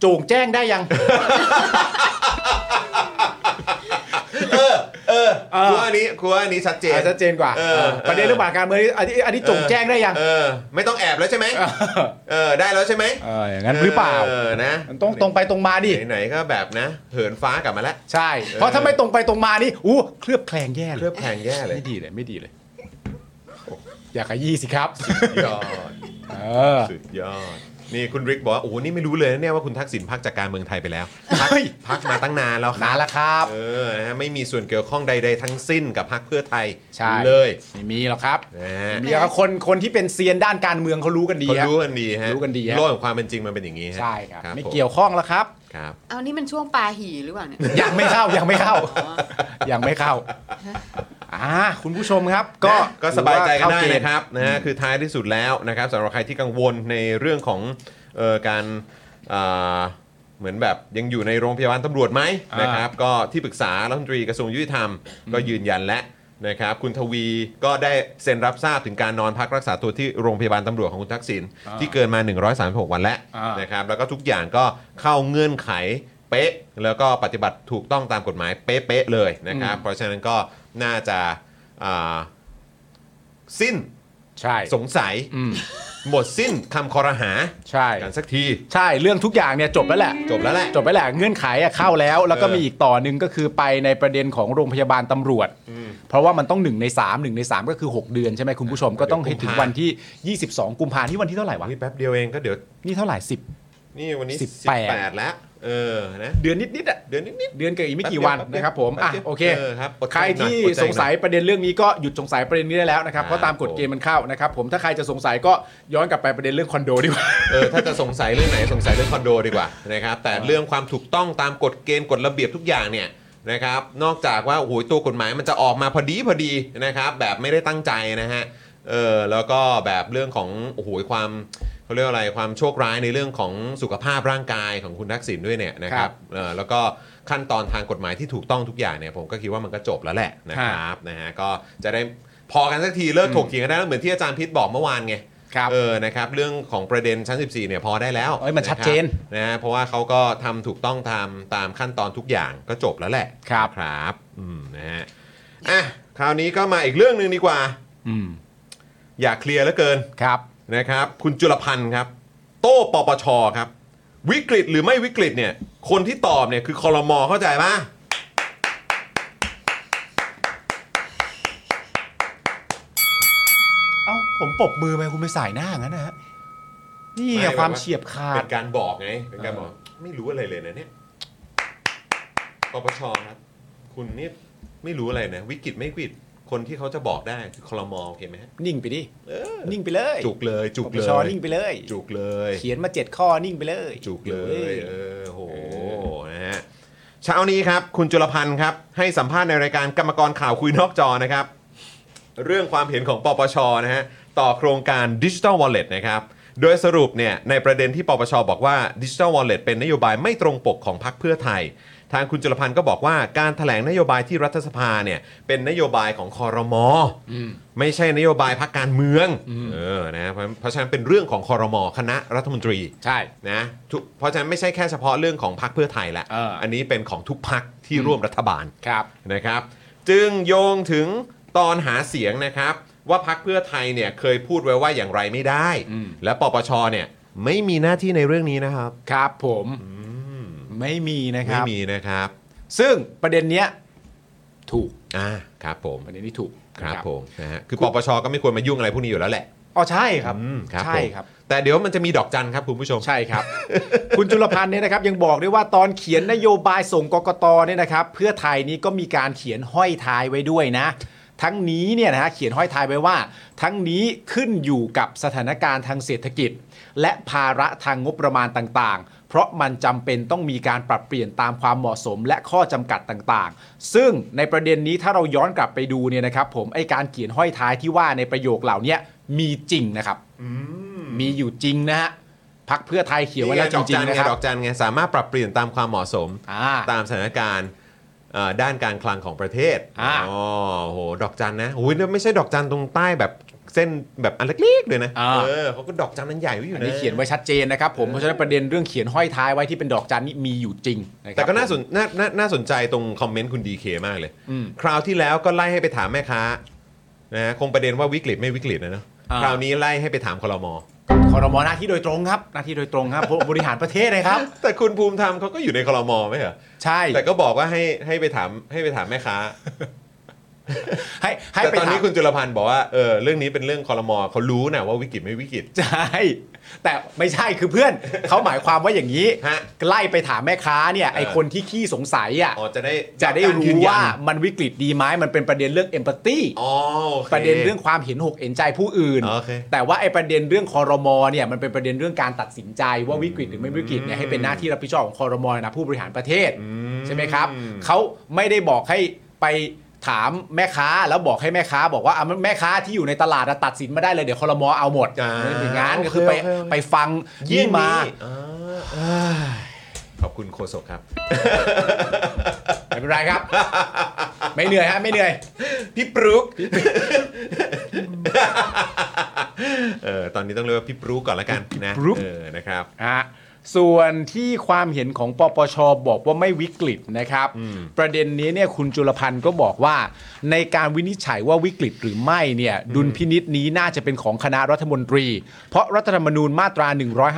S2: โจงแจ้งได้ ยัง
S1: ครัวาอันนี้ครัวาอันนี้ชัดเจน
S2: อ่ะชัดเจนกว่า
S1: เออเออ
S2: ประเด็นเรื่องบาทการเมืองนี่อันนี้อันนี้จงแจ้งได้ยัง
S1: เออไม่ต้องแอบแล้วใช่ไหมเออได้แล้วใช่ไหม
S2: เอออย่างนั้นหรือเปล่า
S1: เออนะ
S2: มันต้องตรงไปตรงมาดิ
S1: ไหนๆก็แบบนะ เหินฟ้ากลับมาแล้ว
S2: ใช่ เพราะถ้าไม่ตรงไปตรงมานี่อู้เคลือบแคลงแย่
S1: เค
S2: เล
S1: ลือย บแพงแย่เลย
S2: ไม่ดีเลยไม่ดีเลยอย่าขยี้สิครับ
S1: ยอด
S2: เออ
S1: สุดยอด นี่คุณริกบอกว่า โอ้โห นี่ไม่รู้เลยนะเนี่ยว่าคุณทักษิณพักจากการเมืองไทยไปแล้ว
S2: เฮ้ย
S1: พักมาตั้งนานแล้วค
S2: นา
S1: รั
S2: น
S1: บ
S2: แล้วครับ
S1: เออนะฮะไม่มีส่วนเกี่ยวข้องใด ๆ ทั้งสิ้นกับพักเพื่อไทย
S2: ใช่
S1: เลย
S2: ไม่มีหรอกครับ
S1: นะฮะ
S2: เดี๋ยวคนคนที่เป็นเซียนด้านการเมืองเขารู้กันดี
S1: เขา
S2: ฮะ
S1: รู้กันดีฮะ
S2: รู้กันดีฮะ
S1: โลกของความเป็นจริงมันเป็นอย่างนี้ฮะ
S2: ใช่ครับ ไม่
S1: ผม
S2: เกี่ยวข้องแล้วครับ
S1: ครับ
S3: เอานี่มันช่วงปลาหี่หรือเปล่าเนี่ย
S2: ยังไม่เข้ายังไม่เข้า ยังไม่เข้าอ่าคุณผู้ชมครับ ก็
S1: นะก็สบายใจกันได้
S2: ถือว่าเข้าเณ
S1: นะ
S2: ฑ์
S1: ครับนะฮะคือท้ายที่สุดแล้วนะครับสำหรับใครที่กังวลในเรื่องของเอ่อการอ่าเหมือนแบบยังอยู่ในโรงพยาบาลตำรวจไหม
S2: อ่าน
S1: นะครับก็ที่ปรึกษารัฐมนตรีกระทรวงยุติธรรมก็ยืนยันและนะครับคุณทวีก็ได้เซ็นรับทราบถึงการนอนพักรักษาตัวที่โรงพยาบาลตำรวจของคุณทักษิณ
S2: อ่า
S1: ที่เกินมา 136 วันแล้ว
S2: อ่าน
S1: นะครับแล้วก็ทุกอย่างก็เข้าเงื่อนไขเป๊ะแล้วก็ปฏิบัติถูกต้องตามกฎหมายเป๊ะๆเลยนะครับ
S2: อืม
S1: เพราะฉะนั้นก็น่าจะอ่า สิ้น
S2: ใช่
S1: สงสัย
S2: อืม
S1: หมดสิ้นคำคอรหา
S2: ใช่
S1: กันสักที
S2: ใช่เรื่องทุกอย่างเนี่ยจบแล้วแหละ
S1: จบแล้วแหละ
S2: จบไปแหละเงื่อนไขอะเข้าแล้ว แล้วก็
S1: เออ
S2: มีอีกต่อหนึ่งก็คือไปในประเด็นของโรงพยาบาลตำรวจ เพราะว่ามันต้องหนึ่งในสามหนึ่งในสามก็คือ 6 เดือนใช่ไหมคุณผู้ชมก็ต้องให้ถึ
S1: กุ
S2: ง
S1: มภา
S2: วันที่ 22 กุมภาพันธ์ที่วันที่เท่าไหร่วะ
S1: นี่แป๊บเดียวเองก็เดี๋ยว
S2: นี่เท่าไหร่สิบ
S1: นี่วันนี้
S2: 18
S1: 18 แล้ว เออนะ
S2: เดือนนิดๆอะ
S1: เดือนนิด
S2: เดือนกับอีกไม่กี่วัน
S1: แป๊บเดียว
S2: นะครับผม
S1: แป๊
S2: อ่ะ
S1: บเดียว
S2: โอเค
S1: เออครับอดใจ
S2: ใคร
S1: หน่
S2: ที่
S1: อยอดใจ
S2: สงสัยประเด็นเรื่องนี้ก็หยุดสงสัยประเด็นนี้ได้แล้วนะครั
S1: ค
S2: บ
S1: รับ
S2: เพราะตามกฎเกณฑ์มันเข้านะครับผมถ้าใครจะสงสัยก็ย้อนกลับไปประเด็นเรื่องคอนโดดีกว่า
S1: ๆเออถ้าจะสงสัยเรื่องไหนสงสัยเรื่องคอนโดดีกว่านะครับแต่เรื่องความถูกต้องตามกฎเกณฑ์กฎระเบียบทุกอย่างเนี่ยนะครับนอกจากว่าโอ้โหตัวกฎหมายมันจะออกมาพอดีพอดีนะครับแบบไม่ได้ตั้งใจนะฮะเออแล้วก็แบบเรื่องของโอ้โหความ เขาเรียกว่าอะไรความโชคร้ายในเรื่องของสุขภาพร่างกายของคุณทักษิณด้วยเนี่ยนะค
S2: ครั
S1: รับบ เอ่อแล้วก็ขั้นตอนทางกฎหมายที่ถูกต้องทุกอย่างเนี่ยผมก็คิดว่ามันก็จบแล้วแหละนะครับนะฮะก็จะได้พอกันสักทีเลิกถกเถียงกันได้แล้วเหมือนที่อาจารย์พิษบอกเมื่อวานไง
S2: ครับ
S1: เออ นะครับ เรื่องของประเด็นชั้น 14 เนี่ยพอได้แล้ว
S2: เอ้ยมันชัดเจนะครับ
S1: นะฮะเพราะว่าเขาก็ทำถูกต้องตามตามขั้นตอนทุกอย่างก็จบแล้วแหละ
S2: ครับ
S1: ครับอืมนะฮะ อ่ะ คราวนี้ก็มาอีกเรื่องหนึ่งดีกว่า
S2: อืม
S1: อยากเคลียร์เหลือเกิน
S2: ครับ
S1: นะครับ คุณจุลพันธ์ครับ โต้ปปชครับ วิกฤตหรือไม่วิกฤตเนี่ย คนที่ตอบเนี่ยคือคอรมอเข้าใจปะ
S2: เอ้าผมปรบมือไหมคุณไม่สายหน้างั้นนะฮะนี่ไงความเฉียบขา
S1: เป็
S2: ด
S1: นการบอกไง เป็นการบอกไม่รู้อะไรเลยนะเนี่ย ปปชครับ คุณนี่ไม่รู้อะไรนะ วิกฤตไม่วิกฤตคนที่เขาจะบอกได้คือคลมโอเคไหมฮะ
S2: นิ่งไปดินิ่งไปเลย
S1: จุกเลยจุ
S2: ป
S1: ก
S2: ป
S1: เล
S2: ช
S1: ย
S2: นิ่งไปเลย
S1: จุกเลย
S2: เขียนมาเจ็ดข้อนิ่งไปเลย
S1: จุกเลย เออโห
S2: เออ
S1: นะฮะเช้านี้ครับ คุณจุลพันธ์ครับ ให้สัมภาษณ์ในรายการกรรมกรข่าวคุยนอกจอนะครับ เรื่องความเห็นของปปชนะฮะต่อโครงการดิจิทัลวอลเล็ตนะครับ โดยสรุปเนี่ยในประเด็นที่ปปชบอกว่าดิจิทัลวอลเล็ตเป็นนโยบายไม่ตรงปกของพรรคเพื่อไทย ทางคุณจุลพันธ์ก็บอกว่าการแถลงนโยบายที่รัฐสภาเนี่ยเป็นนโยบายของคอรมอไม่ใช่นโยบายพรรคการเมืองเออนะเพราะเพราะฉะนั้นเป็นเรื่องของคอรมอคณะรัฐมนตรี
S2: ใช่
S1: นะทุกเพราะฉะนั้นไม่ใช่แค่เฉพาะเรื่องของพรรคเพื่อไทยละ
S2: เอออั
S1: นนี้เป็นของทุกพรรคที่ร่วมรัฐบาล
S2: ครับ
S1: นะครับ จึงโยงถึงตอนหาเสียงนะครับ ว่าพรรคเพื่อไทยเนี่ยเคยพูดไว้ว่าอย่างไรไม่ได้
S2: อืม
S1: และปปชเนี่ยไม่มีหน้าที่ในเรื่องนี้นะครับ
S2: ครับผมไม่มีนะค
S1: ไม่
S2: รับ
S1: มีนะครับ
S2: ซึ่งประเด็นเนี้ยถูก
S1: อ่าครับผม
S2: ประเด็นนี้ถูก
S1: ครับ
S2: นะ
S1: ผมนะฮะคือ
S2: คุ
S1: ป
S2: ณ
S1: ปชก็ไม่ควรมายุ่งอะไรพวกนี้อยู่แล้วแหละ
S2: อ๋อใช่ครับ
S1: อืม
S2: ใช่
S1: ผม
S2: ครับ
S1: แต่เดี๋ยวมันจะมีดอกจันครับคุณผู้ชม
S2: ใช่ครับ คุณจุลพันธ์เนี่ยนะครับยังบอกด้วยว่าตอนเขียนนโยบายส่งกกตเนี่ยนะครับ เพื่อไทยนี้ก็มีการเขียนห้อยท้ายไว้ด้วยนะ ทั้งนี้เนี่ยนะฮะเขียนห้อยท้ายไว้ว่า ทั้งนี้ขึ้นอยู่กับสถานการณ์ทางเศรษฐกิจ และภาระทางงบประมาณต่างๆ เพราะมันจำเป็นต้องมีการปรับเปลี่ยนตามความเหมาะสมและข้อจำกัดต่างๆ ซึ่งในประเด็นนี้ถ้าเราย้อนกลับไปดูเนี่ยนะครับ ผมไอการเขียนห้อยท้ายที่ว่าในประโยคเหล่าเนี้ยมีจริงนะครับมีอยู่จริงนะฮะพักเพื่อไทยเขียนไว้แล้วจริงๆนะครั
S1: ด
S2: บ
S1: อกจันไงสามารถปรับเปลี่ยนตามความเหมาะสม
S2: อ่า
S1: ตามสถานการณ์เอ่อด้านการคลังของประเทศ
S2: อ่า
S1: อ๋อโหดอกจันนะโอ้ยแล้วไม่ใช่ดอกจันตรงใต้แบบเส้นแบบอันเล็กๆเลยนะเออเขาก็ดอกจันนั้นใหญ่ไว้อยู่
S2: อัน
S1: นะ
S2: นี้เขียนไว้ชัดเจนนะครับผมเพราะฉะนั้นประเด็นเรื่องเขียนห้อยท้ายไว้ที่เป็นดอกจันนี่มีอยู่จริงะครับ
S1: แต่ก็น่าส
S2: ผม
S1: นน่าน่าน่าสนใจตรงคอมเมนต์คุณดีเคมากเลย
S2: อืม
S1: คราวที่แล้วก็ไล่ให้ไปถามแม่ค้านะฮะคงประเด็นว่าวิกฤตไม่วิกฤตนะเนอะ
S2: อ่า
S1: คราวนี้ไล่ให้ไปถามคลมอ
S2: คอรมอหน้าที่โดยตรงครับหน้าที่โดยตรงครับผมบริหารประเทศนะครับ
S1: แต่คุณภูมิธรรมเขาก็อยู่ในคลมอไหมเหรอ
S2: ใช่
S1: แต่ก็บอกว่าให้ให้ไปถามให้ไปถามแม่ค้า
S2: ให้ให้
S1: แต่
S2: ไป
S1: ตอนนี้
S2: ถาม
S1: คุณจุลพันธ์บอกว่าเออเรื่องนี้เป็นเรื่องคอรมอเขารู้นะว่าวิกฤตไม่วิกฤต
S2: ใช่แต่ไม่ใช่คือเพื่อน เขาหมายความว่าอย่างนี้
S1: ฮะ
S2: ไล่ไปถามแม่ค้าเนี่ยไอ
S1: เออ
S2: คนที่ขี้สงสัยอ่ะ
S1: อ๋อจะได้
S2: จะได้
S1: กยื
S2: รู้
S1: นยัน
S2: ว่ามันวิกฤตดีไหมมันเป็นประเด็นเรื่องเอมพัตตี
S1: อ๋อโอค
S2: ประเด็นเรื่องความเห็นหกเห็นใจผู้อื่น
S1: โอเค
S2: แต่ว่าไอ้ประเด็นเรื่องคอรมอเนี่ยมันเป็นประเด็นเรื่องการตัดสินใจว่าวิกฤตหรือไม่วิกฤตเนี่ยให้เป็นหน้าที่รับผิดชอบของคอรมอนะผู้บริหารประเทศใช่ไหมครับเขาไม่ได้บอกให้ไปถามแม่ค้าแล้วบอกให้แม่ค้า บอกว่าอ่ะแม่ค้าที่อยู่ในตลาดอะตัดสินมาได้เลยเดี๋ยวคอรมอเอาหมด
S1: อ่า
S2: ไม่อย่างนั้นก็คือ
S1: โอ
S2: ไป
S1: เคโอเคโอเค
S2: ไปฟัง
S1: เยี่ย
S2: นี่
S1: ม
S2: มา
S1: มาขอบคุณโคศกครับ
S2: ไม่เป็นไรครับ ไม่เหนื่อยฮะไม่เหนื่อย
S1: พี่ปลุกเออตอนนี้ต้องเรียกว่าพี่ปลุกก่อนละกันนะเออนะครับ
S2: ฮะส่วนที่ความเห็นของปปชบอกว่าไม่วิกฤตนะครับ ประเด็นนี้เนี่ยคุณจุลพันธ์ก็บอกว่า ในการวินิจฉัยว่าวิกฤตหรือไม่เนี่ยดุลพินิษนี้น่าจะเป็นของคณะรัฐมนตรี เพราะรัฐธรรมนูญมาตรา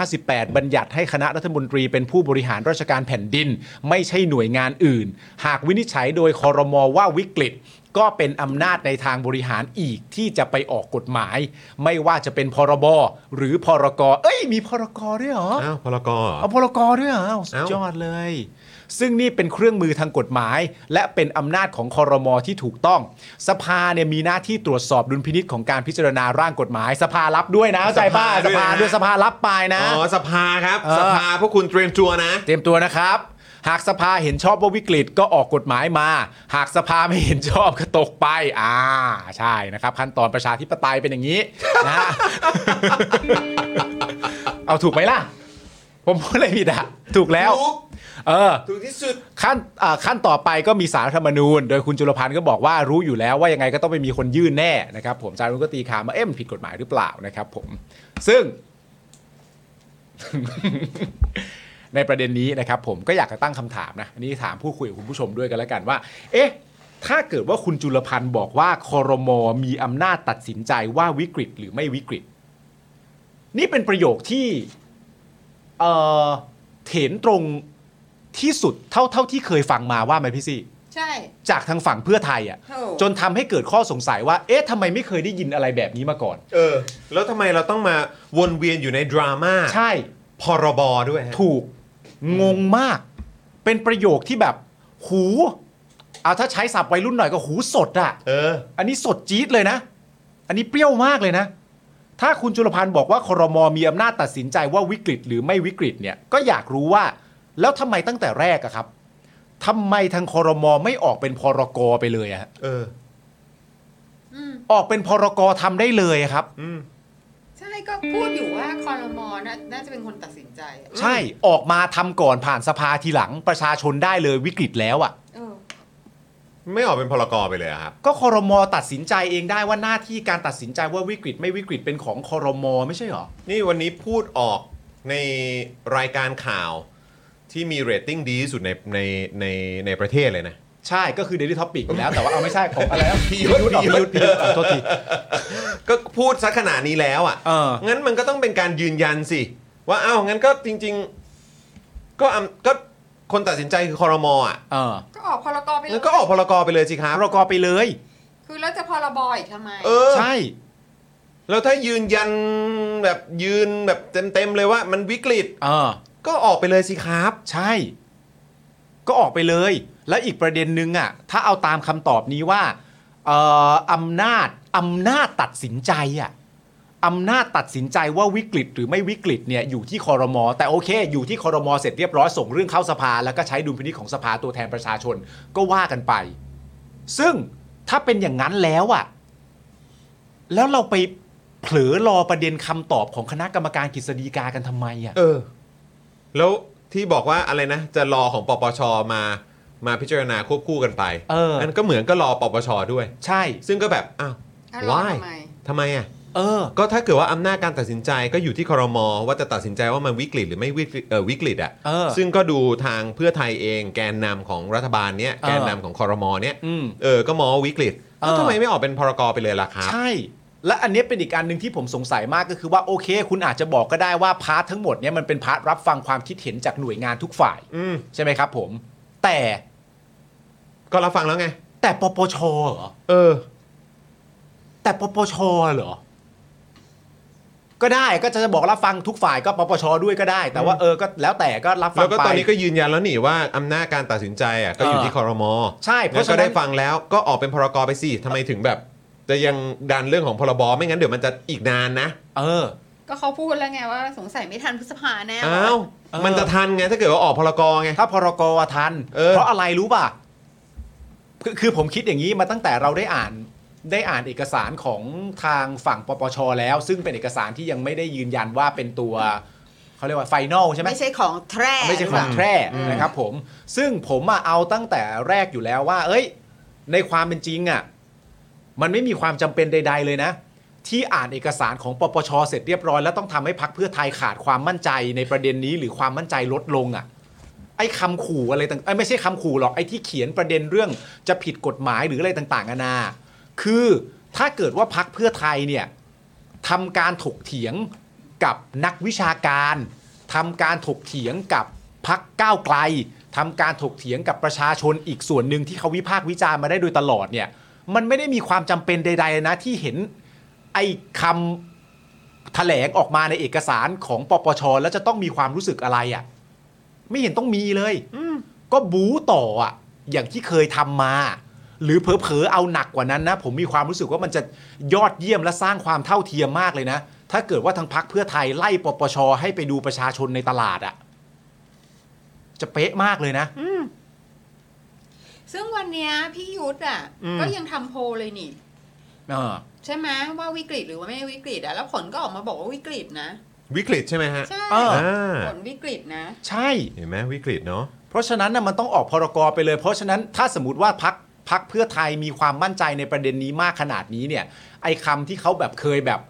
S2: 158 บัญญัติให้คณะรัฐมนตรีเป็นผู้บริหารราชการแผ่นดิน ไม่ใช่หน่วยงานอื่น หากวินิจฉัยโดยคอรมอว่าวิกฤต ก็เป็นอำนาจในทางบริหารอีกที่จะไปออกกฎหมาย ไม่ว่าจะเป็นพรบหรือพรกเอ้ยมีพรกด้วยเหรอ
S1: อ้าวพลกร
S2: เอาพลกรด้วยเหรอสุด
S1: เอ้าย
S2: อดเลย ซึ่งนี่เป็นเครื่องมือทางกฎหมาย และเป็นอำนาจของคอรมอที่ถูกต้อง สภาเนี่ยมีหน้าที่ตรวจสอบดุลพินิษของการพิจารณาร่างกฎหมาย สภารับด้วยนะเข้าใจป้า
S1: ส
S2: ส
S1: ภา
S2: ภา
S1: ด้
S2: ด้
S1: ว
S2: วย ย
S1: นะ
S2: สภารับไปนะ
S1: อ๋อสภาครับ
S2: เออ
S1: สภาพวกคุณเตรียมตัวนะ
S2: เตรียมตัวนะครับ หากสภาเห็นชอบว่าวิกฤตก็ออกกฎหมายมา หากสภาไม่เห็นชอบก็ตกไป อ่า ใช่นะครับ ขั้นตอนประชาธิปไตยเป็นอย่างนี้นะฮะ เอาถูกไหมล่ะ ผมพูดอะไรผิดอะถูกแล้ว
S1: ถูก
S2: เออ
S1: ถูกที่สุด
S2: ขั้นอ่าขั้นต่อไปก็มีสารรัฐธรรมนูญ โดยคุณจุลพันธ์ก็บอกว่ารู้อยู่แล้วว่ายังไงก็ต้องไปมีคนยื่นแน่นะครับ ผมจารุณก็ตีความว่าเอ๊ะมันผิดกฎหมายหรือเปล่านะครับ ผม ซึ่ง ในประเด็นนี้นะครับ ผมก็อยากจะตั้งคำถามนะอันนี้ถามผู้คุยกับคุณผู้ชมด้วยกันแล้วกันว่า เอ๊ะ ถ้าเกิดว่าคุณจุลพันธ์บอกว่าคอรมอมีอำนาจตัดสินใจว่าวิกฤตหรือไม่วิกฤต นี่เป็นประโยคที่ เอ่อเห็นตรง ที่สุดเท่าเท่าที่เคยฟังมาว่าไหมพี่ซี่
S3: ใช่
S2: จากทางฝั่งเพื่อไทยอ่ะ
S3: โอ้
S2: จนทำให้เกิดข้อสงสัยว่า เอ๊ะทำไมไม่เคยได้ยินอะไรแบบนี้มาก่อน
S1: เออ แล้วทำไมเราต้องมาวนเวียนอยู่ในดราม่า
S2: ใช่
S1: พรบด้วยฮะ
S2: ถูกงงมาก เป็นประโยคที่แบบ หูเอาถ้าใช้ศัพท์วัยรุ่นหน่อยก็หูสดอ่ะ
S1: เออ
S2: อันนี้สดจี๊ดเลยนะ อันนี้เปรี้ยวมากเลยนะ ถ้าคุณจุลพันธ์บอกว่าครมมีอำนาจตัดสินใจว่าวิกฤตหรือไม่วิกฤตเนี่ย ก็อยากรู้ว่า แล้วทำไมตั้งแต่แรกอะครับทำไมทางครมไม่ออกเป็นพรกไปเลยอะฮะ
S1: เออ
S3: อืม
S2: ออกเป็นพรกทำได้เลยครับ
S1: อืม
S3: ใช่ก็พูดอยู่ว่าคอรมอนะน่าจะเป็นคนตัดสินใจอะ
S2: ใช่ออกมาทำก่อนผ่านสภาทีหลังประชาชนได้เลยวิกฤตแล้วอะ่ะ
S3: เออ
S1: ไม่ออกเป็นพรกไปเลยอะครับ
S2: ก็ครมตัดสินใจเองได้ว่าหน้าที่การตัดสินใจว่าวิกฤตไม่วิกฤตเป็นของครมไม่ใช่เหรอ
S1: นี่วันนี้พูดออกในรายการข่าวที่มีเรตติ้งดีที่สุดในในในในประเทศเลยนะ
S2: ใช่ก็คือ Daily Topic แล้วแต่ว่าเอาไม่ใช่ของอะไรนะ
S1: พี่
S2: พี่
S1: ยุ
S2: ยุ
S1: ท
S2: ท
S1: ธ
S2: ธ
S1: พี่ยุทธ
S2: พี่ยุทธพี่ยุทธอ่ะโทษที
S1: ก็พูดซะขนาดนี้แล้ว
S2: เออ
S1: อะ่ะ งั้นมันก็ต้องเป็นการยืนยันสิ ว่าอ้าวงั้นก็จริง ๆ ก็อำก็คนตัดสินใจคือคอรมอ่ะ
S2: เออ
S3: ก็ออกพรกไปเล
S1: งั้
S3: ย
S1: นก็ออกพรกไปเลยสิครับ
S2: พรกไปเลย
S3: คือแล้วจะพรบอีกทำไม
S1: เออ
S2: ใช่
S1: แล้วถ้ายืนยันแบบยืนแบบเต็มๆเลยว่ามันวิกฤต
S2: เออ
S1: ก็ออกไปเลยสิครับ
S2: ใช่ ก็ออกไปเลย แล้วอีกประเด็นนึงอ่ะ ถ้าเอาตามคำตอบนี้ว่าเอ่ออำนาจอำนาจตัดสินใจอ่ะอำนาจตัดสินใจว่าวิกฤตหรือไม่วิกฤตเนี่ยอยู่ที่คอรมอแต่โอเค อยู่ที่คอรมอเสร็จเรียบร้อยส่งเรื่องเข้าสภา แล้วก็ใช้ดุลพินิจของสภาตัวแทนประชาชนก็ว่ากันไป ซึ่งถ้าเป็นอย่างนั้นแล้วอ่ะ แล้วเราไปเผลอรอประเด็นคำตอบของคณะกรรมการกฤษฎีกากันทำไมอ่ะ
S1: เออ แล้วที่บอกว่าอะไรนะ จะรอของปปชมามาพิจารณาควบคู่กันไป
S2: เอออั
S1: นก็เหมือนก็รอปปชด้วย
S2: ใช่
S1: ซึ่งก็แบบอ้าว
S3: อ่ะรอ
S1: why
S3: ทำไม
S1: ทำไมอ่ะ
S2: เออ
S1: ก็ถ้าเกิดว่าอำนาจการตัดสินใจก็อยู่ที่คอรมอว่าจะตัดสินใจว่ามันวิกฤตหรือไม่วิกฤตเอ่อวิกฤตอ่ะ
S2: เออ
S1: ซึ่งก็ดูทางเพื่อไทยเองแกนนำของรัฐบาลเนี้ย
S2: เออ
S1: แกนนำของคอรมอเนี้ย
S2: อืม
S1: เออก็มองว่าวิกฤต
S2: เออ
S1: ทำไมไม่ออกเป็นพรกไปเลยล่ะครับ
S2: ใช่ และอันเนี้ยเป็นอีกอันหนึ่งที่ผมสงสัยมากก็คือว่าโอเค คุณอาจจะบอกก็ได้ว่าพาร์ททั้งหมดเนี่ยมันเป็นพาร์ทรับฟังความคิดเห็นจากหน่วยงานทุกฝ่าย
S1: อืม
S2: ใช่ไหมครับผม แต่
S1: ก็รับฟังแล้วไง
S2: แต่ปปชเหรอ
S1: เออ
S2: แต่ปปชเหรอ ก็ได้ก็จะบอกรับฟังทุกฝ่ายก็ปปชด้วยก็ได้ แต่ว่าเออก็แล้วแต่ก็รับฟั
S1: แล้
S2: ง
S1: วก็
S2: ไป
S1: ตอนนี้ก็ยืนยันแล้วนี่ว่าอำนาจการตัดสินใจอ่ะก็อยู่
S2: เออ
S1: ที่คอรมอ
S2: ใช่เพ
S1: แล้ว
S2: ราะ
S1: ก็
S2: ฉะนั้น
S1: ได้ฟังแล้วก็ออกเป็นพรกไปสิทำไมถึงแบบ จะยังดันเรื่องของพรบไม่งั้นเดี๋ยวมันจะอีกนานนะ
S2: เออ
S3: ก็เขาพูดแล้วไงว่าสงสัยไม่ทันพฤษภาแน่
S1: อ้าว
S2: เออ
S1: มันจะทันไงถ้าเกิดว่าออกพรกไง
S2: ถ้าพรกอะทัน
S1: เออ
S2: เพราะอะไรรู้ป่ะคือคือผมคิดอย่างนี้มาตั้งแต่เราได้อ่านได้อ่านเอกสารของทางฝั่งปปชแล้ว ซึ่งเป็นเอกสารที่ยังไม่ได้ยืนยันว่าเป็นตัวเขาเรียกว่าไฟนอลใช่ไหม
S3: ไม่ใช่ของแท้
S2: ไม่ใช่
S3: ห
S2: ข
S3: รืเป
S2: อง
S3: ล่า
S2: แท้นะครับผม ซึ่งผมอะเอาตั้งแต่แรกอยู่แล้วว่า เอ้ย ในความเป็นจริงอะมันไม่มีความจำเป็นใด ๆ เลยนะ ที่อ่านเอกสารของปปชเสร็จเรียบร้อยแล้วต้องทำให้พักเพื่อไทยขาดความมั่นใจในประเด็นนี้หรือความมั่นใจลดลงอะ ไอ้คำขู่อะไรต่างไอ้ยไม่ใช่คำขู่หรอกไอ้ที่เขียนประเด็นเรื่องจะผิดกฎหมายหรืออะไรต่างๆนานา คือถ้าเกิดว่าพักเพื่อไทยเนี่ยทำการถกเถียงกับนักวิชาการทำการถกเถียงกับพักก้าวไกลทำการถกเถียงกับประชาชนอีกส่วนหนึ่งที่เขาวิพากษ์วิจารณ์มาได้โดยตลอดเนี่ย มันไม่ได้มีความจำเป็นใดๆนะที่เห็นไอ้คำแถลงออกมาในเอกสารของปปชแล้วจะต้องมีความรู้สึกอะไรอ่ะ ไม่เห็นต้องมีเลย ก็บู๊ต่ออ่ะ อย่างที่เคยทำมา หรือเผลอๆเอาหนักกว่านั้นนะ ผมมีความรู้สึกว่ามันจะยอดเยี่ยมและสร้างความเท่าเทียมมากเลยนะ ถ้าเกิดว่าทางพักเพื่อไทยไล่ปปช ให้ไปดูประชาชนในตลาดอ่ะ จะเป๊ะมากเลยนะ
S3: ซึ่งวันเนี้ยพี่ยุทธอ่ะ ก็ยังทำโพลเลยนี่
S2: เออ
S3: ใช่ไหมว่าวิกฤตหรือว่าไม่วิกฤตอ่ะแล้วผลก็ออกมาบอกว่าวิกฤตนะ
S1: วิกฤตใช่ไหมฮะ
S3: ใช่
S2: เออ
S1: อ่า
S3: ผลวิกฤตนะ
S2: ใช่
S1: เห็นไหมวิกฤตเนาะ
S2: เพราะฉะนั้นนะมันต้องออกพรกรไปเลย เพราะฉะนั้นถ้าสมมติว่าพักพักเพื่อไทยมีความมั่นใจในประเด็นนี้มากขนาดนี้เนี่ยไอ้คำที่เขาแบบเคยแบบ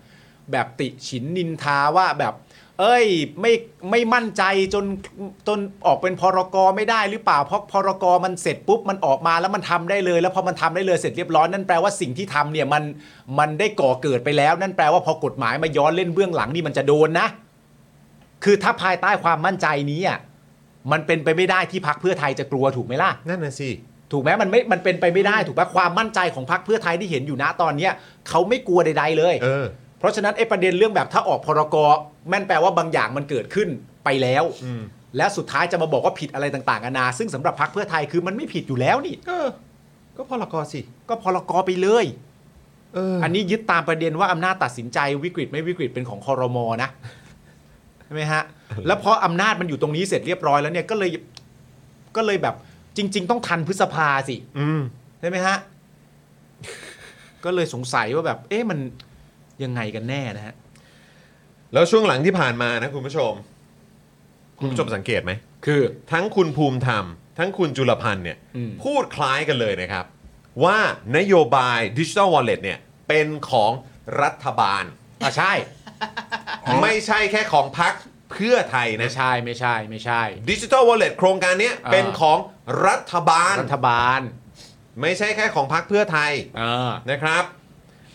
S2: แบบติฉินนินทาว่าแบบ เอ้ยไม่ไม่มั่นใจจนจนออกเป็นพรกรไม่ได้หรือเปล่าเพราะพรกรมันเสร็จปุ๊บมันออกมาแล้วมันทำได้เลย แล้วพอมันทำได้เลยเสร็จเรียบร้อยนั่นแปลว่าสิ่งที่ทำเนี่ยมันมันได้ก่อเกิดไปแล้ว นั่นแปลว่าพอกฎหมายมาย้อนเล่นเบื้องหลังนี่มันจะโดนนะ คือถ้าภายใต้ความมั่นใจนี้อ่ะมันเป็นไปไม่ได้ที่พักเพื่อไทยจะกลัวถูกไหมล่ะ
S1: นั่นน่ะสิ
S2: ถูกไหมมันไม่มันเป็นไปไม่ได้ถูกปะความมั่นใจของพักเพื่อไทยที่เห็นอยู่นะตอนเนี้ยเขาไม่กลัวใด ๆ เลย
S1: เออ
S2: เพราะฉะนั้นไอ้ประเด็นเรื่องแบบถ้าออกพรกรแม่นแปลว่าบางอย่างมันเกิดขึ้นไปแล้ว
S1: อืม
S2: แล้วสุดท้ายจะมาบอกว่าผิดอะไรต่างๆนานาซึ่งสำหรับพักเพื่อไทยคือมันไม่ผิดอยู่แล้วนี่
S1: เออ ก็พลกรสิ
S2: ก็พรกรไปเลย
S1: เออ
S2: อันนี้ยึดตามประเด็นว่าอำนาจตัดสินใจวิกฤตไม่วิกฤตเป็นของคอรมอนะ ใช่ไหมฮะ แล้วพออำนาจมันอยู่ตรงนี้เสร็จเรียบร้อยแล้วเนี่ยก็เลยก็เลยแบบจริง ๆ ต้องทันพฤษภาสิ
S1: อืม
S2: ใช่ไหมฮะ ก็เลยสงสัยว่าแบบ เอ๊ะมันยังไงกันแน่นะฮะ
S1: แล้วช่วงหลังที่ผ่านมานะคุณผู้ชม คุณผู้ชมสังเกตไหม
S2: คือ
S1: ทั้งคุณภูมิธรรม ทั้งคุณจุลพันธ์เนี่ย
S2: อืม
S1: พูดคล้ายกันเลยนะครับ ว่านโยบายดิจิ t a ลวอลเล็ตเนี่ย เป็นของรัฐบาล
S2: อ่ะใช่
S1: ไม่ใช่แค่ของพักเพื่อไทย
S2: ไม่
S1: นะ
S2: ใช่ไม่ใช่ไม่ใช่
S1: ดิจิ t a ลวอลเล็ตโครงการเนี้ย
S2: อ่า
S1: เป็นของรัฐบาล
S2: รัฐบาล
S1: ไม่ใช่แค่ของพักเพื่อไทย
S2: อ่า
S1: นะครับ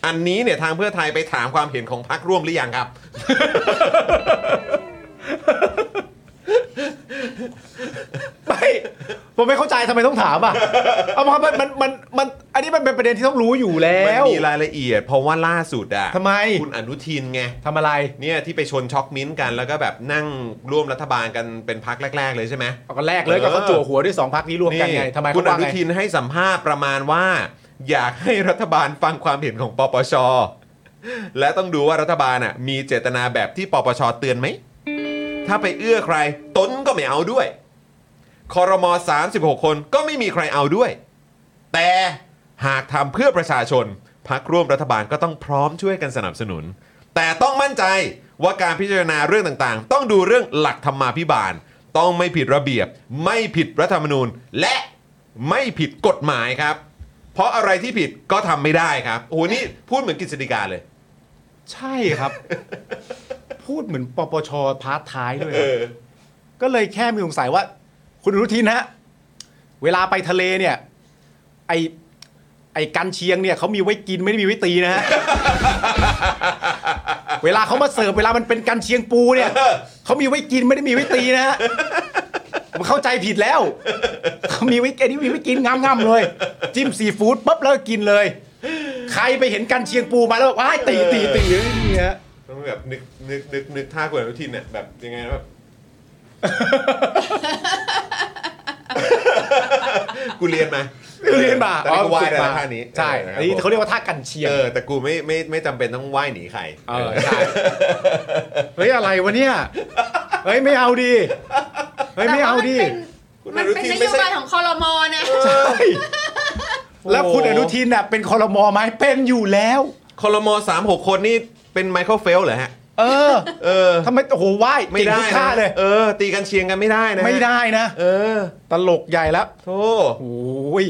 S1: อันนี้เนี่ยทางเพื่อไทยไปถามความเห็นของพักร่วมหรือยังครับ
S2: ไม่ผมไม่เข้าใจทำไมต้องถามอ่ะ เอามาครับมันมันมันมันอันนี้มันเป็นประเด็นที่ต้องรู้อยู่แล้
S1: มัน
S2: ว
S1: มีรายละเอียด เพราะว่าล่าสุดอะ
S2: ทำไม
S1: คุณอนุทินไง
S2: ทำอะไร
S1: เนี่ยที่ไปชนช็อกมิ้นท์กัน แล้วก็แบบนั่งร่วมรัฐบาลกันเป็นพักแรก ๆ เลยใช่ไหม
S2: เอาก็แรกเลย
S1: เออ
S2: ก็เขาจั่วหัวด้วยสองพักนี้รวมกันไงทำไม
S1: คุ
S2: เขา
S1: ณอ
S2: ว่า
S1: นุ
S2: ไง
S1: ทินให้สัมภาษณ์ประมาณว่า อยากให้รัฐบาลฟังความเห็นของปปช และต้องดูว่ารัฐบาลน่ะมีเจตนาแบบที่ปปชเตือนไหม ถ้าไปเอื้อใครตนก็ไม่เอาด้วยคอรมอ36 คนก็ไม่มีใครเอาด้วย แต่หากทำเพื่อประชาชนพักร่วมรัฐบาลก็ต้องพร้อมช่วยกันสนับสนุน แต่ต้องมั่นใจว่าการพิจารณาเรื่องต่างๆ ต้องดูเรื่องหลักธรรมาภิบาล ต้องไม่ผิดระเบียบ ไม่ผิดรัฐธรรมนูญ และไม่ผิดกฎหมายครับ เพราะอะไรที่ผิดก็ทำไม่ได้ครับโอ้โหนี่พูดเหมือนกฤษฎีกาเลย
S2: ใช่ครับ พูดเหมือนปปชพาร์ทท้ายด้วย
S1: เออ
S2: ก็เลยแค่มีสงสัยว่า คุณอนุทินฮะ เวลาไปทะเลเนี่ย ไอไอกันเชียงเนี่ยเขามีไว้กินไม่ได้มีไว้ตีนะฮ ะ เวลาเขามาเสิร์ฟเวลามันเป็นกันเชียงปูเนี่ยเขามีไว้กินไม่ได้มีไว้ตีนะฮะผมเข้าใจผิดแล้วเขามีไว้ไอ้นี่มีไว้กินงามๆเลย จิ้มซีฟู้ดปุ๊บแล้วก็กินเลย ใครไปเห็นกันเชียงปูมาแล้วแบบว้ายตีตีตีเนี่ย
S1: ต้องแบบนึกนึกนึกนึกท่าคุณอนุทินเนี่ยแบบยังไงนะแบบ กูเรียนมา
S2: เรียนมา
S1: แต่นี่กูว่ายได้แล้ว
S2: อ๋อ
S1: ท่านี้
S2: ใช่
S1: เะค
S2: อั
S1: บ
S2: นนี้
S1: ผม
S2: เขาเรียกว่าท่ากันเชียง
S1: เออแต่กูไม่ไม่ไม่จำเป็นต้องว่ายหนีใคร
S2: เออใช่เฮ้ยอะไรวะเนี่ยเฮ้ยไม่เอาดีเฮ้ยไม่เอาดี
S1: คุณ
S3: มั
S1: อ
S3: น
S1: นุ
S3: เป็น
S1: ทิ
S3: น
S1: ไม่
S3: โย
S1: ใช่
S3: บายของคอรมอนะ
S2: แล้วคุณอนุทินน่ะเป็นคอรมอไหมเป็นอยู่แล้ว
S1: คอรมอสามหกคนนี่เป็นไมเคิลเฟลเหรอฮะ
S2: เออ
S1: เออ
S2: ทำไมโอ้โหไหว้
S1: ไม่
S2: เก่ง
S1: ได้
S2: ทุก
S1: นะ
S2: ท่าเลย
S1: เออ ตีกันเชียงกันไม่ได้นะ
S2: ไม่ได้นะ
S1: เออ
S2: ตลกใหญ่แล้ว
S1: โธ
S2: โอ้ย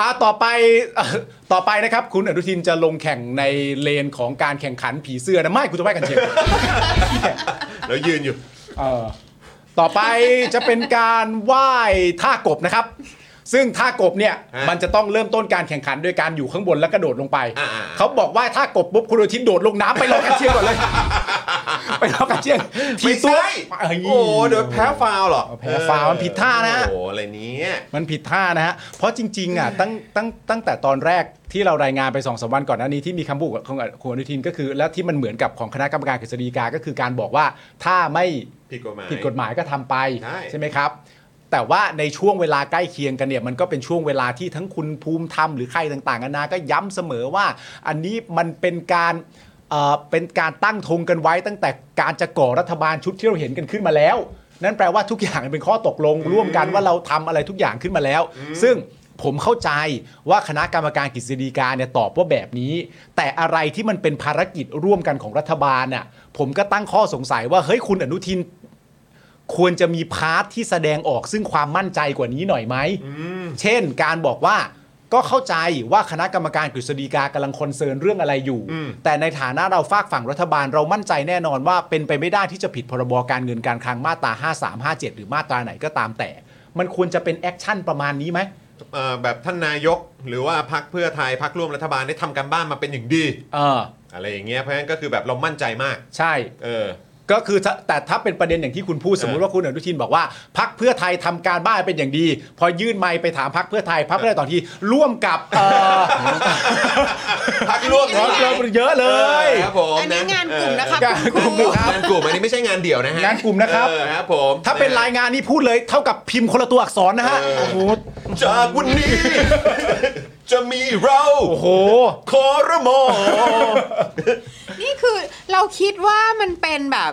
S2: อ่าต่อไป เอ่อต่อไปนะครับ คุณอนุทินจะลงแข่งในเลนของการแข่งขันผีเสื้อนะไม่คุณจะไหว้กันเชียง
S1: แล้วยืนอยู่
S2: เออต่อไปจะเป็นการไหว้ท่ากบนะครับ ซึ่งท่ากบเนี่ย
S1: ฮะ
S2: มันจะต้องเริ่มต้นการแข่งขันโดยการอยู่ข้างบนแล้วกระโดดลงไป
S1: อ่าๆ
S2: เขาบอกว่าท่ากบปุ๊บคุณโรทินโดดลงน้ำไปรอกันเชียร์ก่อนเลย ไปรอกันเชียร์ที
S1: ไม่
S2: ตัว
S1: ใช่
S2: เย
S1: โอ้โหเดี๋ยวแพ้ฟาวล์เหรอ
S2: แพ้ฟาวล์มันผิดท่านะ
S1: โอ้โหอะไรเนี้ย
S2: มันผิดท่านะฮะ เพราะจริงๆอ่ะตั้งตั้งตั้งแต่ตอนแรกที่เรารายงานไปสองสามวันก่อนหน้านี้ที่มีคำพูดของคุณอนุทินก็คือ และที่มันเหมือนกับของคณะกรรมการกฤษฎีกาก็คือการบอกว่าถ้าไม่
S1: ผิดกฎหมาย
S2: ผิดกฎหมายก็ทำไป
S1: ใช่
S2: ไหมครับ แต่ว่าในช่วงเวลาใกล้เคียงกันเนี่ยมันก็เป็นช่วงเวลาที่ทั้งคุณภูมิธรรมหรือใครต่างๆนานาก็ย้ำเสมอว่า อันนี้มันเป็นการเอ่อเป็นการตั้งธงกันไว้ตั้งแต่การจะก่อรัฐบาลชุดที่เราเห็นกันขึ้นมาแล้ว นั่นแปลว่าทุกอย่างเป็นข้อตกลงร่วมกันว่าเราทำอะไรทุกอย่างขึ้นมาแล้ว ซึ่ง ผมเข้าใจว่าคณะกรรมการกฤษฎีกาเนี่ยตอบว่าแบบนี้ แต่อะไรที่มันเป็นภารกิจร่วมกันของรัฐบาลน่ะผมก็ตั้งข้อสงสัยว่าเฮ้ยคุณอนุทิน ควรจะมีพาร์ทที่แสดงออกซึ่งความมั่นใจกว่านี้หน่อยไหม เช่นการบอกว่าก็เข้าใจว่าคณะกรรมการกฤษฎีกากำลังคอนเซิร์นเรื่องอะไรอยู่ แต่ในฐานะเราฝากฝั่งรัฐบาลเรามั่นใจแน่นอนว่าเป็นไปไม่ได้ที่จะผิดพรบการเงินการคลังมาตรา 5357 หรือมาตราไหนก็ตามแต่ มันควรจะเป็นแอคชั่นประมาณนี้ไหม
S1: เอ่อแบบท่านนายก หรือว่าพักเพื่อไทยพักร่วมรัฐบาลได้ทำกันบ้านมาเป็นอย่างดี
S2: เออ
S1: อะไรอย่างเงี้ยเพราะฉะนั้นก็คือแบบเรามั่นใจมาก
S2: ใช่
S1: เออ
S2: ก็คือถ้าแต่ถ้าเป็นประเด็นอย่างที่คุณพูดสมมติว่าคุณอนุทินบอกว่าพักเพื่อไทยทำการบ้านเป็นอย่างดี พอยื่นไมค์ไปถามพักเพื่อไทยพักเพื่อไทยตอนที่ร่วมกับเอ่อ
S1: พักร่วม
S2: ร้อนเริ่มเยอะเลย
S1: ครับผม
S3: อันนี้งานกลุ่มนะคะ
S2: งานกลุ่ม
S3: คุณครู
S2: นะครับ
S1: งานกลุ่มอันนี้ไม่ใช่งานเดี่ยวนะฮะ
S2: งานกลุ่มนะครับ
S1: เออครับผม
S2: ถ้าเป็นรายงานนี่พูดเลยเท่ากับพิมพ์คนละตัวอักษรนะฮะ โอ้โห
S1: จากวันนี้ จะมีเรา
S2: โอ้โห
S1: คอรมอ
S3: นี่คือเราคิดว่ามันเป็นแบบ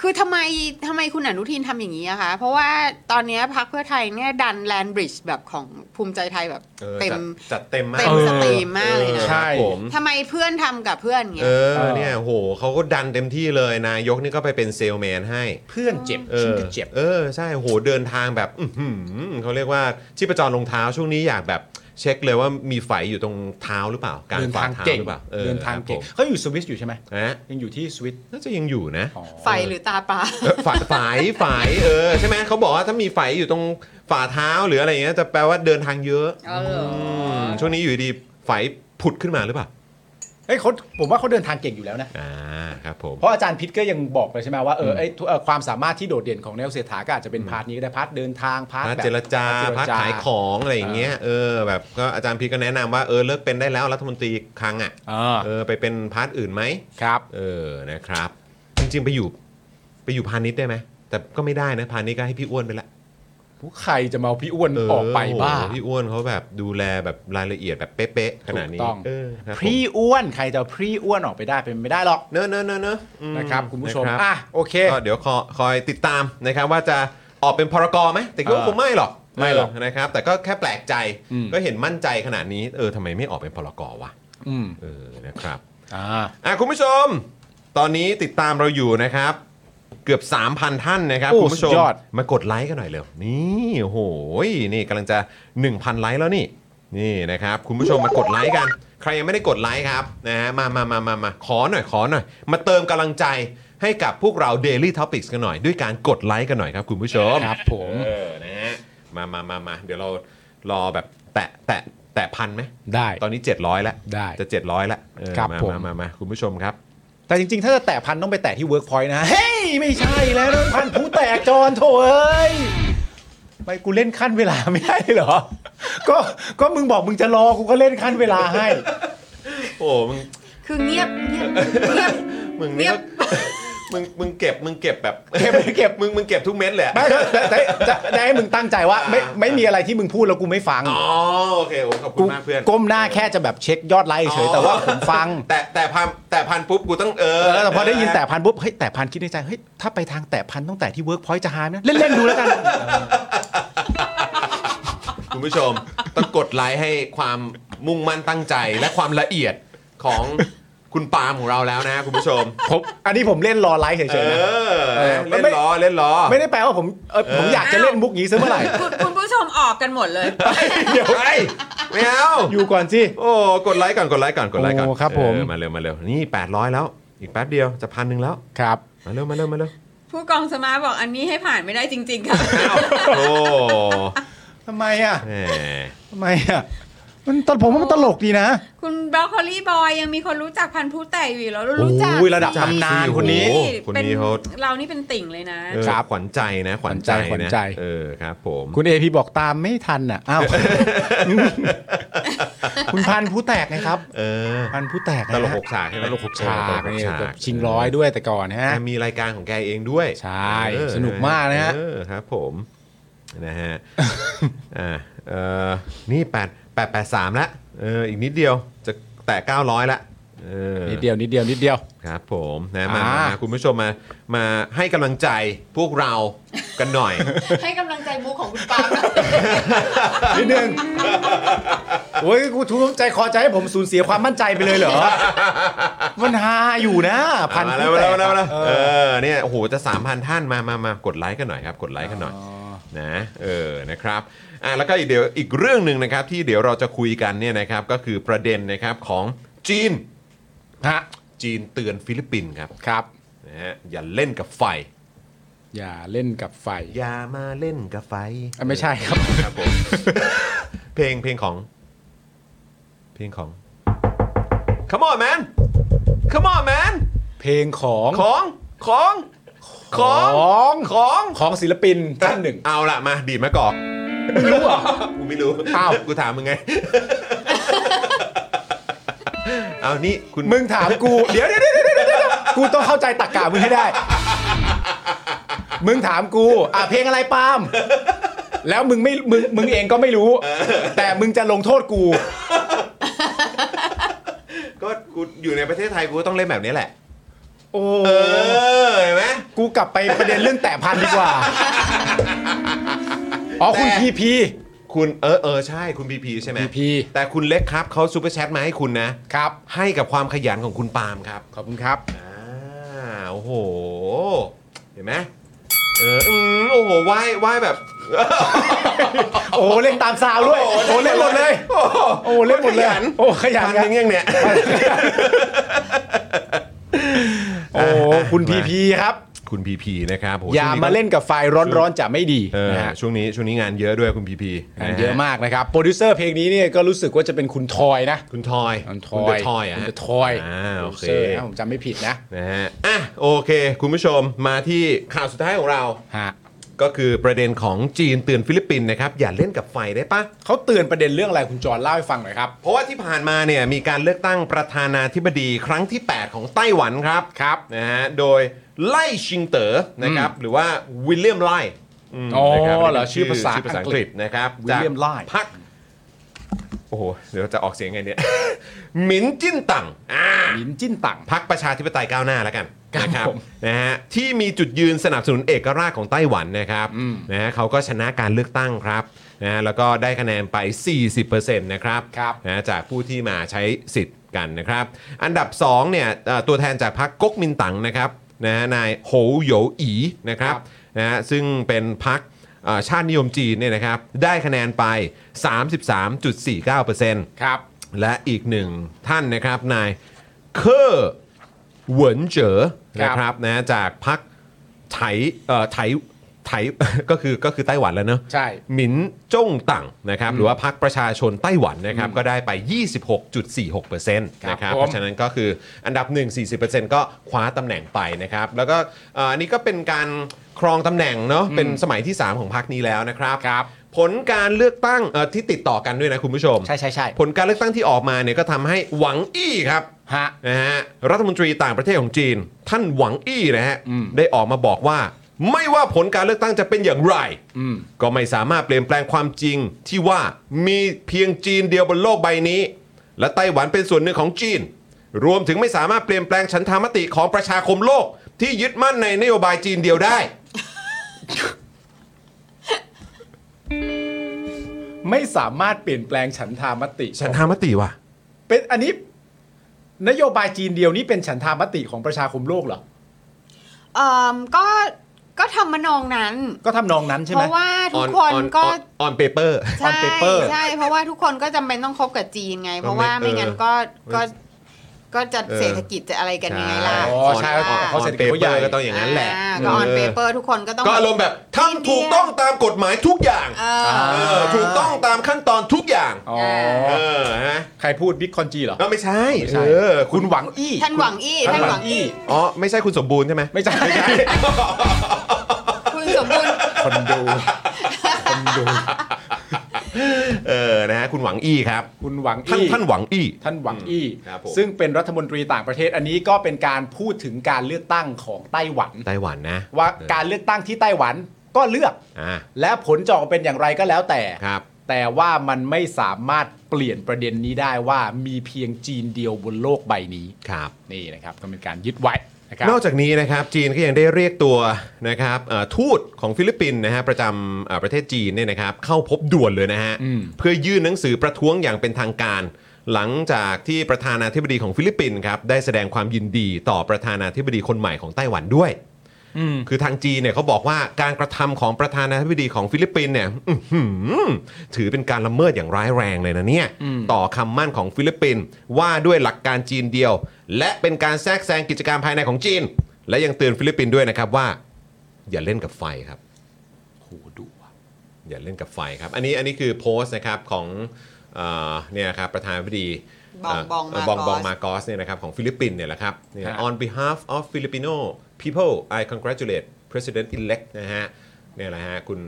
S3: คือทำไมทำไมคุณอนุทินทำอย่างนี้อะคะ เพราะว่าตอนเนี้ยพรรคเพื่อไทยเนี่ยดันแลนบริดจ์แบบของภูมิใจไทยแบบ
S1: ออ
S3: เต็ม
S1: จัดจัดเต็มมาก
S3: เต็มสตรีมมากเลยนะ
S1: ออครับผม
S3: ทำไมเพื่อนทำกับเพื่อนเงี้
S1: เอย อเนี่ยโหเขาก็ดันเต็มที่เลยนายกนี่ก็ไปเป็นเซลแมนให้
S2: เพื่อนเจ็บ
S1: เอ
S2: ฉัน
S1: อ
S2: ก็เจ็บ
S1: เออใช่โหเดินทางแบบอื้อหือเขาเรียกว่าชีพจรรองเท้าช่วงนี้อยากแบบเช็คเลยว่ามีไฝอยู่ตรงเท้าหรือเปล่า การ
S2: เดิน
S1: ฝ่า
S2: ทาง
S1: เท้า
S2: เก่ง
S1: หรือเปล่าออ
S2: เดินทางเก่ง
S1: ครับ
S2: เขาอยู่สวิสอยู่ใช่ไหม
S1: ผมนะ
S2: ยังอยู่ที่สวิส
S1: น่าจะยังอยู่นะ
S3: ไฟหรือตาปลา
S1: เออฝ่าฝ่ายฝ่ายเออใช่ไหมเขาบอกว่าถ้ามีไฝอยู่ตรงฝ่าเท้าหรืออะไรอย่างเงี้ยจะแปลว่าเดินทางเยอะ
S3: เออเหรออื
S1: มช่วงนี้อยู่ดีไฝผุดขึ้นมาหรือเปล่า
S2: เฮ้ยเขาผมว่าเขาเดินทางเก่งอยู่แล้วนะ
S1: อ่าครับผม
S2: เพราะอาจารย์พิษก็ยังบอกเลยใช่ไหมว่าเออไอ้ทุกเอ่อความสามารถที่โดดเด่นของแนวเศรษฐาก็อาจจะเป็นพาร์ทนี้ก็ได้พาร์ทเดินทางพาร์ท
S1: พาร์ท
S2: แบบ
S1: เจรจา
S2: พร์ท
S1: พาร์ท
S2: เจรจ
S1: ขายของอะไรอย่างเงี้ยเออแบบก็อาจารย์พีก็แนะนำว่าเออเลิกเป็นได้แล้วรัฐมนตรีคลังอ่ะ
S2: อ่า
S1: เออไปเป็นพาร์ทอื่นไหม
S2: ครับ
S1: เออนะครับ จริงๆไปอยู่ไปอยู่พาณิชย์ได้ไหมแต่ก็ไม่ได้นะพาณิชย์ก็ให้พี่อ้วนไปละ
S2: ผู้ใครจะมาเอาพี่อ้วน
S1: เ
S2: ออกไปบ้า
S1: โอ้โหพี่อ้วนเขาแบบดูแลแบบรายละเอียดแบบเป๊ะๆขนาดนี้
S2: ถูกต้อง
S1: เออครับผม
S2: พี่อ้วนใครจะเอาพี่อ้วนออกไปได้เป็นไม่ได้หรอก
S1: เนอะเนอะเนอะเนอะอืม
S2: นะครับคุณผู้ชม
S1: นะรับ
S2: อ่ะโอเค
S1: ก็เดี๋ยวคอคอยติดตามนะครับว่าจะออกเป็นพรกรไหมแต่ก็
S2: เออ
S1: คงไม่หรอก
S2: ไม่หรอก
S1: เนะครับ แต่ก็แค่แปลกใจ
S2: อืม
S1: ก็เห็นมั่นใจขนาดนี้เออทำไมไม่ออกเป็นพรกรวะ
S2: อืม
S1: เออนะครับ
S2: อ่า
S1: อ่ะคุณผู้ชม ตอนนี้ติดตามเราอยู่นะครับ เกือบ 3,000 ท่านนะครับ
S2: โอ้
S1: คุณผู้ช
S2: สุ
S1: ม
S2: ดยอด
S1: มากดไลค์กันหน่อยเร็วนี่โอ้โหนี่กำลังจะ 1,000 ไลค์แล้วนี่นี่นะครับ คุณผู้ชมมากดไลค์กัน ใครยังไม่ได้กดไลค์ครับนะฮะมามามามามาขอหน่อยขอหน่อย มาเติมกำลังใจให้กับพวกเรา Daily Topics กันหน่อย ด้วยการกดไลค์กันหน่อยครับคุณผู้ชม
S2: ครับผม
S1: เออนะฮะมามามามาเดี๋ยวเรารอแบบแตะแตะแตะพันไหม
S2: ได้
S1: ตอนนี้ 700 แล้ว
S2: ได้
S1: จะ 700 แล้วเออ
S2: ครับ
S1: มา
S2: ผม
S1: มามามาคุณผู้ชมครับ
S2: แต่จริงๆ ถ้าจะแตะพันต้องไปแตะที่เวิร์กพอยต์นะ เฮ้ย ไม่ใช่แล้วนะพันผู้แตกจรโถเอ้ยไปกูเล่นขั้นเวลาไม่ได้เหรอ ก็ก็มึงบอกมึงจะรอกูก็เล่นขั้นเวลาให้
S1: โอ้มึง
S3: คือเงียบเงียบเงียบ
S1: มึง
S3: เงี
S1: นี่
S3: ย
S1: ก็
S3: บ
S1: มึงมึงเก็บมึงเก็บแบบ
S2: เก็บเก็บ
S1: มึงมึงเก็บทุกเม็ดแหลยอะ
S2: ไม่ แต่แต่แต่จะได้ให้มึงตั้งใจว่าไม่ไม่มีอะไรที่มึงพูดแล้วกูไม่ฟัง
S1: อ๋อโอเคโอ้ขอบคุ
S2: กู
S1: ณมากเพื่อน
S2: ก้มหน้าแค่จะแบบเช็คยอดไลค์เฉยๆแต่ว่าผมฟัง
S1: แต่แต่พันแต่พันปุ๊บกูต้องเออ
S2: เออแต่พอได้ยินแต่พันปุ๊บเฮ้ยแต่พันคิดในใจเฮ้ยถ้าไปทางแต่พันต้องแต่ที่เวิร์กพอยต์จะหายนะ เล่น ๆ ดูแล้วกัน
S1: คุณผู้ชมต้องกดไลค์ให้ความมุ่งมั่นตั้งใจและความละเอียดของคุณปาล์มของเราแล้วนะคุณผู้ชม
S2: ผมอันนี้ผมเล่นรอไลค์เฉ
S1: เอย
S2: ๆนะ
S1: อ
S2: เออมัน
S1: เล่น
S2: ไม่
S1: ล้อเล่นล้อ
S2: ไม่ได้ แปลว่าผมเออผมอยากจะเล่นมุกนี้ซะเมื่อไหร่
S3: คุณคุณผู้ชมออกกันหมดเลย
S1: เดี๋ยวไอ้ไม่เอา
S2: อยู่ก่อนสิ
S1: โอ้กดไลค์ก่อนกดไลค์ก่อนกดไลค์ก่อน
S2: โอ้ครับผม
S1: เออมาเร็วมาเร็วนี่ 800 แล้ว อีกแป๊บเดียวจะพันหนึ่งแล้ว
S2: ครับ
S1: มาเร็วมาเร็วมาเร็ว
S3: ผู้กองสมาร์ทบอกอันนี้ให้ผ่านไม่ได้จริง ๆ ค่ะ
S1: โอ้
S2: ทำไมอ่ะ
S1: แหม
S2: ทำไมอ่ะ มันตลผมว่ามันตลกดีนะ
S3: คุณบรอกโคลีบอยยังมีคนรู้จักพันธุ์ผู้แต่อยู่อีกแล้วรู้จัก
S2: โอ้ยระดับตำนานคนนี้
S1: โอ้โห
S3: เป็
S1: คนนี้เขา
S3: เรานี่เป็นติ่งเลยนะ
S1: เออ
S2: ครับ
S1: ขวัญใจนะ ขวัญใจ
S2: ขวัญ
S1: นะ
S2: ใจ
S1: เออครับ ผม
S2: คุณเอพีบอกตามไม่ทันอ่ะอ้าว คุณพันธุ์ผู้แตกนะครับ
S1: เออ
S2: พันธุ์ผู้แตกนะ
S1: ต
S2: ฮะ
S1: ลกหกฉากใช่ไหม
S2: ตลกหกฉา
S1: เออตล
S2: ก
S1: ห
S2: เนี่ย
S1: ฉาก
S2: ชิงร้อยด้วยแต่ก่อน
S1: แก
S2: ฮะ
S1: มีรายการของแกเองด้วย
S2: ใช่
S1: เออ
S2: สนุกมากนะฮะ
S1: เออครับผมนะฮะ อ่าเออนี่แปดแปดแปดสามละเอออีกนิดเดียวจะแตะเก้าร้อยละ เออ
S2: นิดเดียวนิดเดียวนิดเดี ยว
S1: ครับผมนะมา
S2: อ่าม
S1: มาคุณผู้ชมมามาให้กำลังใจพวก เรากันหน่อย
S3: ให้กำลังใจมุกของคุณปาล์มนะ
S2: นิดนึงโอ้ยกูทุ่มใจคอใจให้ผมสูญเสียความมั่นใจไปเลยเหรอ มันฮาอยู่นะ พัน
S1: อ่า
S2: คู่
S1: แล้ว
S2: ต
S1: แล้ว
S2: ก
S1: แล้วแล้ว
S2: เอ
S1: เอ
S2: อ
S1: อเนี่ยโอ้โหจะ 3,000 ท่านมามามากดไลค์กันหน่อยครับ กดไลค์กันหน่อยนะเออนะครับอ่ะแล้วก็อีกเดี๋ยวอีกเรื่องหนึ่งนะครับ ที่เดี๋ยวเราจะคุยกันเนี่ยนะครับก็คือประเด็นนะครับของจีน
S2: ฮะ
S1: จีนเตือนฟิลิปปินส์ครับ
S2: ครับ
S1: นะฮะอย่าเล่นกับไฟ
S2: อย่าเล่นกับไฟ
S1: อย่ามาเล่นกับไฟ
S2: อ่ะไม่ใช่ครับ
S1: ครับผม เพลงเพลงของ เพลงของ Come on man Come on man
S2: เพลงของ
S1: ของของของ
S2: ของ
S1: ของ
S2: ของศิลปินท่านหนึ่ง
S1: เอาละมาดีดมะกอกรู้อ่ะ กูไม่รู้
S2: อ้าว
S1: กูถามมึง ไง เอานี่คุณ
S2: มึงถามกู เดี๋ยวเดี๋ยวเดี๋ยวเดี๋ยวเดี๋ยวกูต้องเข้าใจตรกกะมึงให้ได้ มึงถามกู อ่ะเพลงอะไรปาล์มแล้วมึงไม่มึงมึงเองก็ไม่รู้ แต่มึงจะลงโทษกู
S1: ก็กูอยู่ในประเทศไทยกูก็ต้องเล่นแบบนี้แหละ
S2: โอ้
S1: เออเห็นไหม
S2: กูกลับไปประเด็นเรื่องแต่พันธุ์ดีกว่า อ๋อคุณ
S1: แต่
S2: พีพี
S1: คุณเออเออใช่คุณพีพีใช่ไหม
S2: PP
S1: แต่คุณเล็กครับเขาซูเปอร์แชทมาให้คุณนะ
S2: ครับ
S1: ให้กับความขยันของคุณปาล์มครับ
S2: ขอบคุณครับ
S1: อ่าโอ้โห เห็นไหมเอออืมโอ้โหไหว้ไหว้แบบ
S2: โอ้เล่นตามซาวด้วย โอ้เล่นหมดเลย โอ้เล่นหมดเล
S1: ข
S2: ย
S1: ยัน
S2: โอ้ขยัน
S1: ทำ
S2: ค
S1: อ
S2: รับ
S1: ย่างเงี้ยเนี่ย
S2: โอ้คุณพีพีครับ
S1: คุณพีพีนะครับโห
S2: อย่า
S1: ช่วงก็
S2: มาเล่นกับไฟร้อนๆจะไม่ดี
S1: เออ
S2: นะฮะ
S1: ช่วงนี้ช่วงนี้งานเยอะด้วยคุณพีพี
S2: งานเยอะมากนะครับ โปรดิวเซอร์เพลงนี้เนี่ยก็รู้สึกว่าจะเป็นคุณทอยนะ
S1: คุณทอย
S2: คุณท
S1: คุณ
S2: อ
S1: เด
S2: ย
S1: อะทอยอ่ะ
S2: คุณเดะทอย
S1: อ่าโอเค
S2: โปรดิวซอร์นะผมจำไม่ผิดนะ
S1: นะฮะอ่ะโอเค คุณผู้ชมมาที่ข่าวสุดท้ายของเรา
S2: ฮะ
S1: ก็คือประเด็นของจีนเตือนฟิลิปปินส์นะครับ อย่าเล่นกับไฟได้ปะ
S2: เขาเตือนประเด็นเรื่องอะไรคุณจอห์นเล่าให้ฟังหน่อยครับ
S1: เพราะว่าที่ผ่านมาเนี่ยมีการเลือกตั้งประธานาธิบดีครั้งที่ 8 ของไต้หวันครับ
S2: ครับ
S1: นะฮะโดยไล่ชิงเต๋อนะครับหรือว่าวิลเลียมไล่ม
S2: อ๋อ
S1: นะครับ
S2: เหรอชื่อภาษา
S1: ชื่อภาษาอังกฤษนะครับ
S2: วิลเลียมไล่
S1: จากพักโอ้โห เดี๋ยวจะออกเสียงไงเนี่ย หมินจิ้นตังอ่า
S2: ลินจิ้นต่าง
S1: พักประชาธิปไตยก้าวหน้าแล้วกัน
S2: ครับ
S1: นะครับ
S2: ผม
S1: นะฮะที่มีจุดยืนสนับสนุนเอกราชของไต้หวันนะครับ
S2: อืม
S1: นะฮะเขาก็ชนะการเลือกตั้งครับนะฮะแล้วก็ได้คะแนนไป 40%นะครับ
S2: ครับ
S1: นะฮะจากผู้ที่มาใช้สิทธิ์กันนะครับ อันดับ2เนี่ยเอ่อตัวแทนจากพรรคก๊กมินตั๋งนะครับนะฮะนายโหโหยอีนะครับ
S2: ครับ
S1: นะฮะซึ่งเป็นพรรคเอ่อชาตินิยมจีนเนี่ยนะครับได้คะแนนไป 33.49%
S2: ครับ
S1: และอีกหนึ่งท่านนะครับนายเคอร์เหวินเจ๋อ
S2: ครับ
S1: นะครับนะจากพักไถเอ่อไถไถ ก็คือก็คือไต้หวันแล้วเนอะ
S2: ใช่
S1: หมินจ้งตั่งนะครับหรือว่าพักประชาชนไต้หวันนะครับก็ได้ไป 26.46%
S2: ครับ
S1: นะครับ
S2: ผม
S1: เพราะฉะนั้นก็คืออันดับ 1 40%ก็คว้าตำแหน่งไปนะครับ แล้วก็เอ่ออันนี้ก็เป็นการครองตำแหน่งเนาะเป็นสมัยที่ 3 ของพรรคนี้แล้วนะครับ
S2: ครับ
S1: ผลการเลือกตั้งเอ่อที่ติดต่อกันด้วยนะคุณผู้ชม
S2: ใช่ใช่ใช่
S1: ผลการเลือกตั้งที่ออกมาเนี่ยก็ทำให้หวังอี้ครับ
S2: ฮะ
S1: นะฮะรัฐมนตรีต่างประเทศของจีน ท่านหวังอี้นะฮะ
S2: อืม
S1: ได้ออกมาบอกว่า ไม่ว่าผลการเลือกตั้งจะเป็นอย่างไร
S2: อืม
S1: ก็ไม่สามารถเปลี่ยนแปลงความจริงที่ว่ามีเพียงจีนเดียวบนโลกใบนี้ และไต้หวันเป็นส่วนหนึ่งของจีน รวมถึงไม่สามารถเปลี่ยนแปลงฉันทามติของประชาคมโลก ที่ยึดมั่นในนโยบายจีนเดียวได้
S2: ไม่สามารถเปลี่ยนแปลงฉันทามติ
S1: ฉันทามติว่ะ
S2: เป็นอันนี้นโยบายจีนเดียวนี้เป็นฉันทามติของประชาคมโลกเหรอ
S3: เอ่อก็ก็ทำมานองนั้น
S2: ก็ทำนองนั้นใช่
S3: เพ
S2: ไหม
S3: ราะว่าทุก
S1: On-
S3: คน
S1: on-
S3: ก็
S1: on- on paper
S3: ใช่
S2: paper
S3: ใช่เพราะว่าทุกคนก็จำเป็นต้องคบกับจีนไง เพราะว่าไม่งั้นก็ก็ก็จะเศรษฐกิจจะอะไรกันยังไงล่ะ
S2: อ๋อใช่
S3: ไหมล่ะ
S2: เพราะ
S1: on
S2: เศรษฐกิจเขาใหญ่
S1: paper ก็ต้องอย่างนั้นแหละ
S3: อ่าก็ออนเปเปอร์ทุกคนก็ต้อง
S1: ก็อารมณ์แบบทำถูกต้องตามกฎหมายทุกอย่าง
S3: เออ
S1: เออถูกต้องตามขั้นตอนทุกอย่าง
S2: อ๋อ
S1: เออฮะ
S2: ใครพูดบิ๊กคอนจีเหรอ
S1: ก็ไม่ใช่
S2: ไม่ใช่
S1: เออคุ
S2: คุณ ณหวังอี้
S3: ท่านหวังอี้ท่านหวังอี้
S1: อ๋อไม่ใช่คุณสมบูรณ์ใช่ไหม
S2: ไม่ใช่ไม่ใช่
S3: คุณสมบูรณ์
S2: คนดู คนดู
S1: เออนะฮะคุณหวังอี้ครับ
S2: คุณหวัง
S1: ท่าน
S2: อี้
S1: ท่านหวังอี้
S2: ท่านหวังอี้
S1: ครับผม
S2: ซึ่งเป็นรัฐมนตรีต่างประเทศอันนี้ก็เป็นการพูดถึงการเลือกตั้งของไต้หวัน
S1: ไต้หวันนะ
S2: ว่าการเลือกตั้งที่ไต้หวันก็เลือก
S1: อ่า
S2: และผลจะออกมาเป็นอย่างไรก็แล้วแต่
S1: ครับ
S2: แต่ว่ามันไม่สามารถเปลี่ยนประเด็นนี้ได้ว่ามีเพียงจีนเดียวบนโลกใบนี้
S1: ครับ
S2: นี่นะครับก็เป็นการยึดไว้นะครับ
S1: นอกจากนี้นะครับจีนก็ยังได้เรียกตัวนะครับเอ่อทูตของฟิลิปปินส์นะฮะประจำเอ่อประเทศจีนเนี่ยนะครับเข้าพบด่วนเลยนะฮะ
S2: อืม
S1: เพื่อยื่นหนังสือประท้วงอย่างเป็นทางการ หลังจากที่ประธานาธิบดีของฟิลิปปินส์ครับได้แสดงความยินดีต่อประธานาธิบดีคนใหม่ของไต้หวันด้วย
S2: อืม
S1: คือทางจีนเนี่ยเขาบอกว่าการกระทำของประธานาธิบดีของฟิลิปปินส์เนี่ยอื้อหือถือเป็นการละเมิดอย่างร้ายแรงเลยนะเนี่ย ต่อคำมั่นของฟิลิปปินส์ว่าด้วยหลักการจีนเดียว และเป็นการแทรกแซงกิจการภายในของจีน และยังเตือนฟิลิปปินส์ด้วยนะครับว่า อย่าเล่นกับไฟครับ
S2: โหดุว่ะ
S1: อย่าเล่นกับไฟครับ อันนี้อันนี้คือโพสต์นะครับของเอ่อเนี่ยครับประธานาธิบดี
S3: บองบอง
S1: เบองบองมาร์กอสเนี่ยนะครับของฟิลิปปินส์เนี่ยแหละครับเนี่ย on behalf of Filipino people I congratulate President elect นะฮะเนี่ยแหละฮะคุณ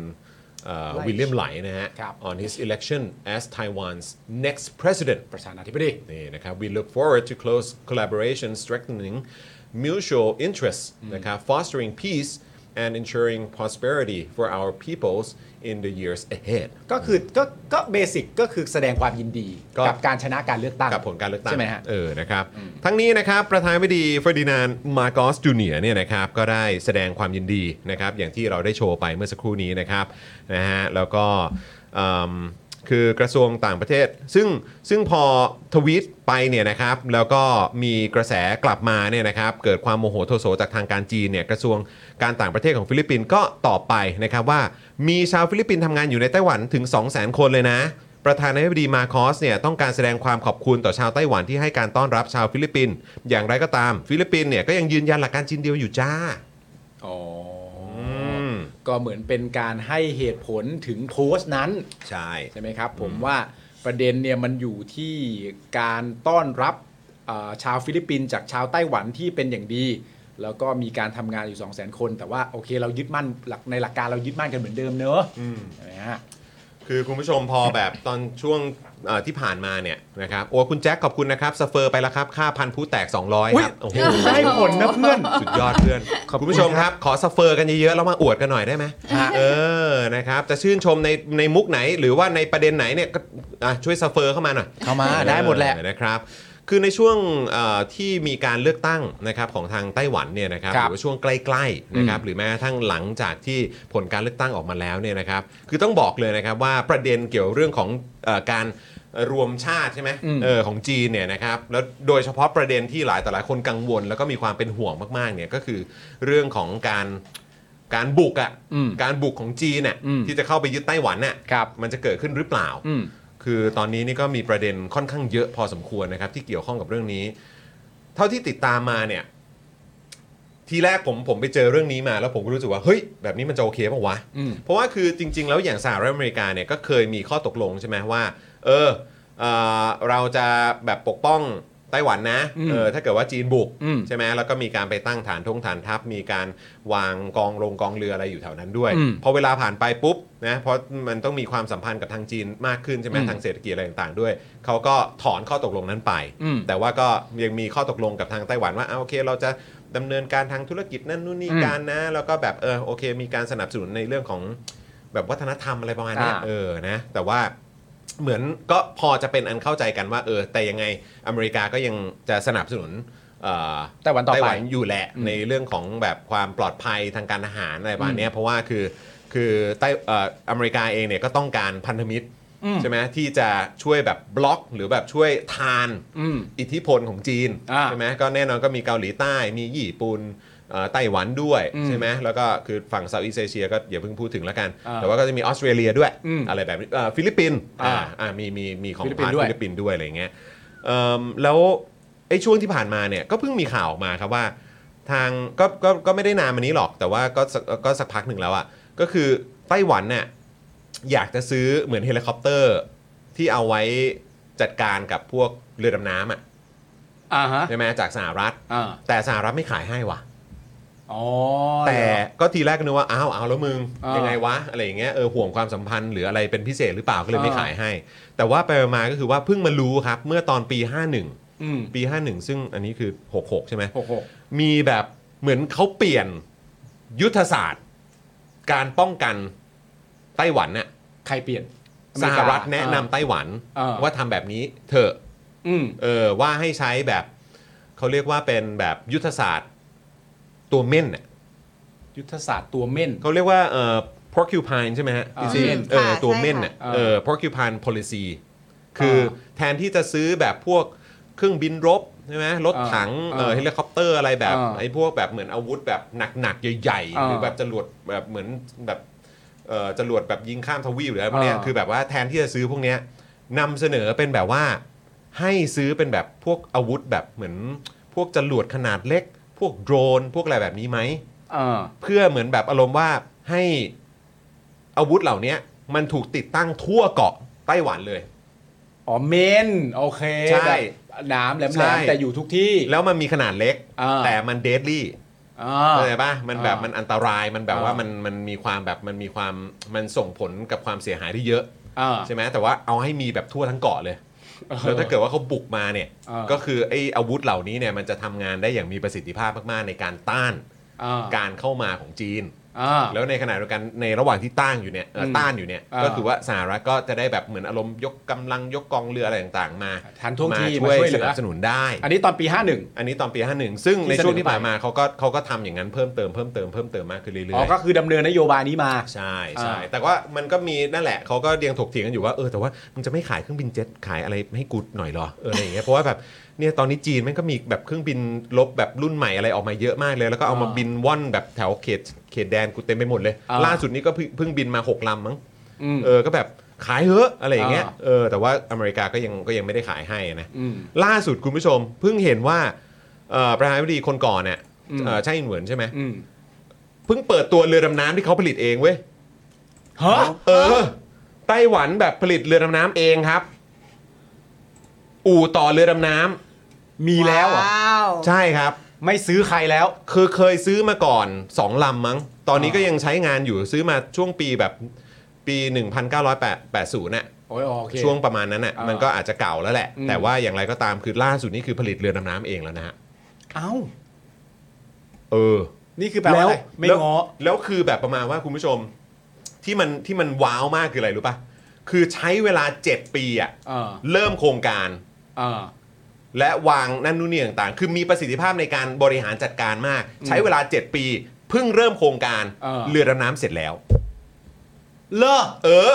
S1: วิลเลียมไหลนะฮะ
S2: ครับ
S1: on his election as Taiwan's next president
S2: ประธานาธิบดี
S1: นี่นะครับ we look forward to close collaboration strengthening mutual interests นะครับ fostering peace and ensuring prosperity for our peoples in the years ahead
S2: ก็คือก็ก็เบสิกก็คือแสดงความยินดี
S1: ก็
S2: กับการชนะการเลือกตั้ง
S1: กับผลการเลือกตั้ง
S2: ใช่ไหมฮะ
S1: เออนะครับ ทั้งนี้นะครับ ประธานาธิบดีเฟอร์ดินานด์มาร์กอสจูเนียร์เนี่ยนะครับก็ได้แสดงความยินดีนะครับ อย่างที่เราได้โชว์ไปเมื่อสักครู่นี้นะครับนะฮะแล้วก็เอิ่มคือกระทรวงต่างประเทศ ซึ่งซึ่งพอทวีตไปเนี่ยนะครับ แล้วก็มีกระแสกลับมาเนี่ยนะครับ เกิดความโมโหโทโสจากทางการจีนเนี่ยกระทรวงการต่างประเทศของฟิลิปปินส์ก็ตอบไปนะครับว่ามีชาวฟิลิปปินส์ทำงานอยู่ในไต้หวันถึง 200,000 คนเลยนะ ประธานาธิบดีมาคอสเนี่ยต้องการแสดงความขอบคุณต่อชาวไต้หวันที่ให้การต้อนรับชาวฟิลิปปินส์อย่างไรก็ตามฟิลิปปินส์เนี่ยก็ยังยืนยันหลักการจีนเดียวอยู่จ้า
S2: อ๋ออ
S1: ม
S2: ก็เหมือนเป็นการให้เหตุผลถึงโพสต์นั้น
S1: ใช่
S2: ใช่ไหมครับ ผมว่าประเด็นเนี่ยมันอยู่ที่การต้อนรับเอ่อชาวฟิลิปปินส์จากชาวไต้หวันที่เป็นอย่างดี แล้วก็มีการทำงานอยู่ 2 0 0 0 0 0 คน แต่ว่าโอเคเรายึดมั่นหลักในหลักการเรายึดมั่นกันเหมือนเดิมเนอะใช่ไหมฮะ
S1: คือคุณผู้ชมพอแบบตอนช่วงเอ่อที่ผ่านมาเนี่ยนะครับโอ้คุณแจ็คขอบคุณนะครับสเฟอร์ไปแล้วครับ ค่าพันผู้แตก 200 ครับ โอ้โห
S2: ได้ผลนะเพื่อน
S1: สุดยอดเพื่อน
S2: ขอบ
S1: คุ
S2: คุ
S1: ณ ณผู้ชมครับ ขอสเฟอร์กันเยอะๆแล้วมาอวดกันหน่อยได้ไหม
S2: ฮะ
S1: เออนะครับจะชื่นชมในในมุกไหน หรือว่าในประเด็นไหนเนี่ยก็อ่ะช่วยสเฟอร์เข้ามาหน่อย
S2: เข้ามาได้หมดแหละ
S1: เออนะครับ คือในช่วงเอ่อที่มีการเลือกตั้งนะครับของทางไต้หวันเนี่ยนะครับ
S2: ค
S1: ห
S2: รับ
S1: รือว่าช่วงใกล้ๆนะครับหรือแม้กระทั่งหลังจากที่ผลการเลือกตั้งออกมาแล้วเนี่ยนะครับคือต้องบอกเลยนะครับว่าประเด็นเกี่ยวเรื่องของเอ่อการเอ่อรวมชาติใช่ไหม
S2: อืม
S1: เออของจีนเนี่ยนะครับแล้วโดยเฉพาะประเด็นที่หลายแต่หลายคนกังวล แล้วก็มีความเป็นห่วงมากๆเนี่ยก็คือเรื่องของการการบุกอะ่ะ
S2: อืม
S1: การบุกของจีนน่ะ
S2: อืม
S1: ที่จะเข้าไปยึดไต้หวันน่ะ
S2: ครับ
S1: มันจะเกิดขึ้นหรือเปล่า
S2: อืม
S1: คือตอนนี้นี่ก็มีประเด็นค่อนข้างเยอะพอสมควรนะครับ ที่เกี่ยวข้องกับเรื่องนี้ เท่าที่ติดตามมาเนี่ย ทีแรกผมผมไปเจอเรื่องนี้มา แล้วผมก็รู้สึกว่าเฮ้ยแบบนี้มันจะโอเคป่าวะ
S2: อืม
S1: เพราะว่าคือจริง ๆ แล้วอย่างสหรัฐอเมริกาเนี่ยก็เคยมีข้อตกลงใช่ไหมว่า เออเออเราจะแบบปกป้องไต้หวันนะ
S2: อืม
S1: เออถ้าเกิดว่าจีนบุก
S2: อืม
S1: ใช่ไหมแล้วก็มีการไปตั้งฐานทงฐานทัพมีการวางกองลงกองเรืออะไรอยู่แถวนั้นด้วย
S2: อืม
S1: พอเวลาผ่านไปปุ๊บนะเพราะมันต้องมีความสัมพันธ์กับทางจีนมากขึ้นใช่ไหม
S2: อืม
S1: ทางเศรษฐกิจอะไรต่างๆด้วยเขาก็ถอนข้อตกลงนั้นไป
S2: อืม
S1: แต่ว่าก็ยังมีข้อตกลงกับทางไต้หวันว่าอ่ะโอเค เราจะดำเนินการทางธุรกิจนั่นนู่นนี่
S2: อืม
S1: การนะ แล้วก็แบบเออโอเค มีการสนับสนุนในเรื่องของแบบวัฒนธรรมอะไรประมาณเนี้ย
S2: อ่า
S1: เออนะแต่ว่า เหมือนก็พอจะเป็นอันเข้าใจกันว่าเออแต่ยังไงอเมริกาก็ยังจะสนับสนุนเอ่อ
S2: ไต้หวันต่อไป
S1: ไต้หวันอยู่แหละ
S2: อืม
S1: ในเรื่องของแบบความปลอดภัยทางการอาหารอะไรประมาณเนี้ยเพราะว่าคือคือไต้เอ่ออเมริกาเองเนี่ยก็ต้องการพันธมิตร
S2: อืม
S1: ใช่ไหมที่จะช่วยแบบบล็อกหรือแบบช่วยทาน
S2: อืม
S1: อิทธิพลของจีน
S2: อ่า
S1: ใช่ไหมก็แน่นอนก็มีเกาหลีใต้มีญี่ปุ่นเอ่อไต้หวันด้วย
S2: อืม
S1: ใช่ไหมแล้วก็คือฝั่งเซาท์อีสเอเชียก็อย่าเพิ่งพูดถึงแล้วกัน
S2: อ่า
S1: แต่ว่าก็จะมีออสเตรเลียด้วย
S2: อืม
S1: อะไรแบบนี้เอ่อฟิลิปปินส์
S2: อ่า
S1: อ่าอ่ามีมีมีของ
S2: ฟิลิปปิน
S1: พาร์ท
S2: ส์ด้วย
S1: ฟิลิปปินส์ด้วยอะไรอย่างเงี้ยเอิ่มแล้วไอ้ช่วงที่ผ่านมาเนี่ยก็เพิ่งมีข่าวออกมาครับว่า ทางก็ก็ก็ไม่ได้นานมานี้หรอก แต่ว่าก็สักก็สักพักหนึ่งแล้วอะ่ะก็คือไต้หวันเนี่ยอยากจะซื้อเหมือนเฮลิคอปเตอร์ ที่เอาไว้จัดการกับพวกเรือดำน้ำอ่ะ
S2: อ่าฮะ
S1: ใช่ไหมจากสหรัฐ
S2: อ่า
S1: แต่สหรัฐไม่ขายให้ว่ะ
S2: อ๋อ
S1: แต่ก็ทีแรกก็นึกว่าอ้าวเอาแล้วมึง
S2: อ่ายั
S1: ยังไงวะ อะไรอย่างเงี้ยเออห่วงความสัมพันธ์หรืออะไรเป็นพิเศษหรือเปล่าก็เลยไม่
S2: อ่า
S1: ขายให้ แต่ว่าไปมาก็คือว่าเพิ่งมารู้ครับ เมื่อตอนปี 51
S2: อืม
S1: ปี 51 ซึ่งอันนี้คือ 66 ใช่ไหม
S2: หกหก
S1: มีแบบเหมือนเขาเปลี่ยนยุทธศาสตร์ การป้องกันไต้หวันน่ะ
S2: ใครเปลี่ยน อเม
S1: ส
S2: ริ
S1: ห
S2: กา
S1: รัฐแนะนำไต้หวัน
S2: เออ
S1: ว่าทำแบบนี้เถอะ
S2: อืม
S1: เออว่าให้ใช้แบบเขาเรียกว่าเป็นแบบยุทธศาสตร์ตัวเม่นน่ะ
S2: ยุทธศาสตร์ตัวเม่น
S1: เขาเรียกว่าเอ่อ porcupine ใช่ไหมฮะพี่ซี
S3: อืม
S1: เออ
S3: ค่ะ
S1: ตัว
S3: ใช่
S1: เม่น
S3: ค่ะ
S1: น่ะ
S2: เออ
S1: เออ porcupine policy คืออา แทนที่จะซื้อแบบพวกเครื่องบินรบใช่ไหมรถ
S2: อ่า
S1: ถังเออ
S2: อ่า
S1: เฮลิคอปเตอร์อะไรแบบ
S2: อ่า
S1: ไอ้พวกแบบเหมือนอาวุธแบบหนักๆใหญ่ๆ
S2: อ่า
S1: หรือแบบจรวดแบบเหมือนแบบเอ่อจรวดแบบยิงข้ามทวีปหรืออะไรพวกเนี้ย
S2: อ่า
S1: คือแบบว่าแทนที่จะซื้อพวกเนี้ย นำเสนอเป็นแบบว่าให้ซื้อเป็นแบบพวกอาวุธแบบเหมือนพวกจรวดขนาดเล็ก พวกโดรน พวกอะไรแบบนี้ไหม
S2: เออ
S1: เพื่อเหมือนแบบอารมณ์ว่าให้อาวุธเหล่านี้มันถูกติดตั้งทั่วเกาะไต้หวันเลย
S2: อ๋อเมนโอเค
S1: ใช่
S2: แบบหน้ำแหลม
S1: ใช่
S2: ๆแต่อยู่ทุกที่
S1: แล้วมันมีขนาดเล็ก
S2: อ่า
S1: แต่มันเดดลี่
S2: อ่า
S1: เข้าใจปะมันแบบ
S2: อ่ามั
S1: มันอันตรายมันแบบว่า
S2: อ่ามั
S1: มันมันมีความแบบมันมีความมันส่งผลกับความเสียหายที่เยอะ
S2: อ่า
S1: ใช่ไหมแต่ว่าเอาให้มีแบบทั่วทั้งเกาะเลยแล้วถ้าเกิดว่าเขาบุกมาเนี่ย
S2: เออ
S1: ก็คือไอ้อาวุธเหล่านี้เนี่ยมันจะทำงานได้อย่างมีประสิทธิภาพมากๆ ในการต้าน
S2: อ่า
S1: การเข้ามาของจีน
S2: อ่า
S1: แล้วในขณะเดียวกันในระหว่างที่ต้านอยู่เนี่ยเอ่ออ
S2: ม
S1: ต้านอยู่เนี่ย
S2: เออ
S1: ก็คือว่าสหรัฐก็จะได้แบบเหมือนอารมณ์ยกกำลังยกกองเรืออะไรต่างๆ มา
S2: ทันท่วงที
S1: มาช่วย
S2: มาช่วยเหลื
S1: ส
S2: อ
S1: นับสนุนได้
S2: อันนี้ตอนปี 51
S1: อันนี้ตอนปี 51 ซึ่ง
S2: ที่
S1: ในช่วงที่
S2: เสนอไป
S1: ผ่านมาเขาก็เขาก็ทำอย่างนั้นเพิ่มเติมเพิ่มเติมเพิ่มเติมมากขึ้นเรื่อย
S2: อ๋อ ก็คือดำเนินนโยบายนี้มา
S1: ๆใช่ใช่
S2: อ่า
S1: แต่ว่ามันก็มีนั่นแหละเขาก็เรียงถกเถียงกันอยู่ว่าเออแต่ว่ามึงจะไม่ขายเครื่องบินเจ็ตขายอะไรให้กูหน่อยเหรอเอออะไรอย่างเงี้ยเพราะว่าแบบเนี่ยตอนนี้จีนมันก็มีแบบเครื่องบินลบแบบรุ่นใหม่อะไรออกมาเยอะมากเลย แล้วก็เอามาบินว่อนแบบแถวเขตเขตแดนกูเต็มไปหมดเลย ล่าสุดนี้ก็เพิ่งเพิ่งบินมาหกลำมั้ง
S2: อืม
S1: เออ ก็แบบขายเถอะอะไรอย่างเงี้ย
S2: อ่า
S1: เออ แต่ว่าอเมริกาก็ยังก็ยังไม่ได้ขายให้นะ
S2: อืม
S1: ล่าสุดคุณผู้ชมเพิ่งเห็นว่าเอ่อประธานาธิบดีคนก่อนเนี่ย
S2: อืม
S1: เอ่อใช่อินเหวินใช่ไหม
S2: อืม
S1: เพิ่งเปิดตัวเรือดำน้ำที่เขาผลิตเองเว้ย
S2: ฮะ
S1: เออ ไต้หวันแบบผลิตเรือดำน้ำเองครับ อู่ต่อเรือดำน้
S2: มีแล้วเหรอ่ะ
S3: ว้าว
S1: ำใช่ครับ
S2: ไม่ซื้อใครแล้ว
S1: คือเคยซื้อมาก่อน 2 ลำมั้ง ตอนนี้
S2: อ่า
S1: ก็ยังใช้งานอยู่ซื้อมาช่วงปีแบบปี 1980น่ะ
S2: โอ้ยโอเค
S1: ช่วงประมาณนั้นน่ะ
S2: อ่ามั
S1: มันก็อาจจะเก่าแล้วแหละ
S2: อืม
S1: แต่ว่าอย่างไรก็ตามคือล่าสุดนี่คือผลิตเรือดำน้ำเองแล้วนะฮะ
S2: เอ้า
S1: เออ
S2: นี่คือแปลว่าอะไรไม่
S1: แล้ว
S2: ง้อ
S1: แล้วคือแบบประมาณว่าคุณผู้ชมที่มันที่มันว้าวมากคืออะไรรู้ปะคือใช้เวลา 7 ปีอะ
S2: เออ
S1: เริ่มโครงการ
S2: เออ
S1: และวางนั่นนู่นนี่ต่างๆ คือมีประสิทธิภาพในการบริหารจัดการมาก ใช้เวลา 7 ปีเพิ่งเริ่มโครงการ
S2: เออ
S1: เรือดำน้ำเสร็จแล้ว
S2: เลอ
S1: เออ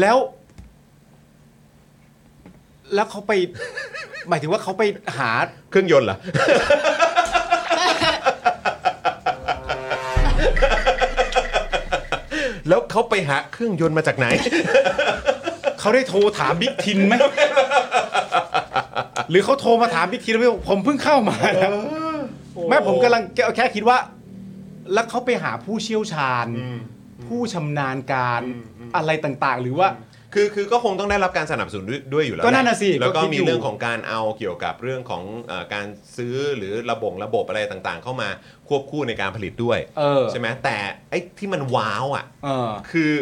S2: แล้ว แล้วเขาไป หมายถึงว่าเขาไปหา
S1: เครื่องยนต์เหรอ แล้วเขาไปหาเครื่องยนต์มาจากไหน
S2: เขาได้โทรถามบิ๊กทิน ไหม หรือเขาโทรมาถามบิ๊กทินไหมผมเพิ่งเข้ามานะไม่ผมกำลังแค่คิดว่า แล้วเขาไปหาผู้เชี่ยวชาญ ผู้ชำนาญการอะไรต่างๆ หรือว่า
S1: คือคือก็คงต้องได้รับการสนับสนุนด้วยด้วยอยู่แล้ว
S2: ก็นั่นน่ะ
S1: แห
S2: สิ
S1: แล้วก็
S2: ก็คิด
S1: มี
S2: อยู่
S1: เรื่องของการเอาเกี่ยวกับเรื่องของเอ่อการซื้อหรือระบบระบบอะไรต่างๆ เข้ามาควบคู่ในการผลิตด้วย
S2: เออ
S1: ใช่ไหมแต่ไอ้ที่มันว้าวอ่ะ
S2: เออ
S1: คือ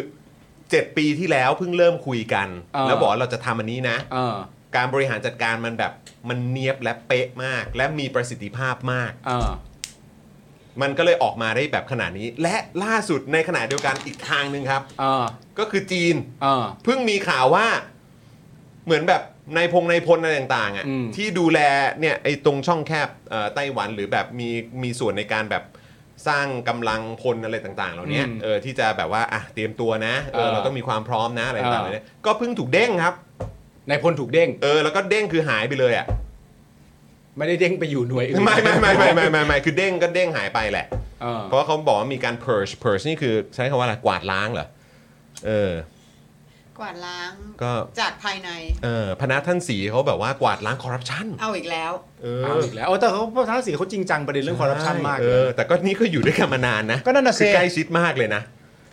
S1: เจ็ดปีที่แล้วเพิ่งเริ่มคุยกัน
S2: เออ
S1: แล้วบอกว่าเราจะทำอันนี้นะ
S2: เออ
S1: การบริหารจัดการมันแบบมันเนียบและเป๊ะมาก และมีประสิทธิภาพมาก
S2: เออ
S1: มันก็เลยออกมาได้แบบขนาดนี้ และล่าสุดในขณะเดียวกันอีกทางหนึ่งครับ
S2: เออ
S1: ก็คือจีน
S2: เออ
S1: เพิ่งมีข่าวว่าเหมือนแบบนายพงนายพลอะไรต่างๆ
S2: อื
S1: อะ่
S2: ม
S1: ที่ดูแลเนี่ยไอ้ตรงช่องแคบเอ่อไต้หวันหรือแบบมีมีส่วนในการแบบสร้างกำลังพลอะไรต่างๆ เหล่านี้เออที่จะแบบว่าอ่ะเตรียมตัวนะเออเราต้องมีความพร้อมนะอะไรต่างๆเหล่านี้ก็เพิ่งถูกเด้งครับ
S2: นายพลถูกเด้ง
S1: เออแล้วก็เด้งคือหายไปเลยอ่ะ
S2: ไม่ได้เด้งไปอยู่หน่วยอื่น
S1: ไม่ไม่ไม่ไม่ไม่ไม่ไม่คือเด้งก็เด้งหายไปแหละ
S2: เออ
S1: เพราะเขาบอกว่ามีการ purge purge นี่คือใช้คำว่าอะไรกวาดล้างเหรอเออ
S3: กวาดล้าง
S1: ก็
S3: จากภายใน
S1: เออพนักท่านสีเขาแบบว่ากวาดล้างคอร์รัปชัน
S3: เอาอีกแล้ว
S1: เอ
S2: เอาอีกแล้วเออแต่เขาพวกทั้งสี่เขาจริงจังประเด็นเรื่องคอร์รัปชันมาก
S1: เอ
S2: เล
S1: อย แต่ก็นี่ก็อยู่ด้วยกันมานานนะ
S2: ก็นั่นน่ะสิ
S1: คือใกล้ชิดมากเลยนะ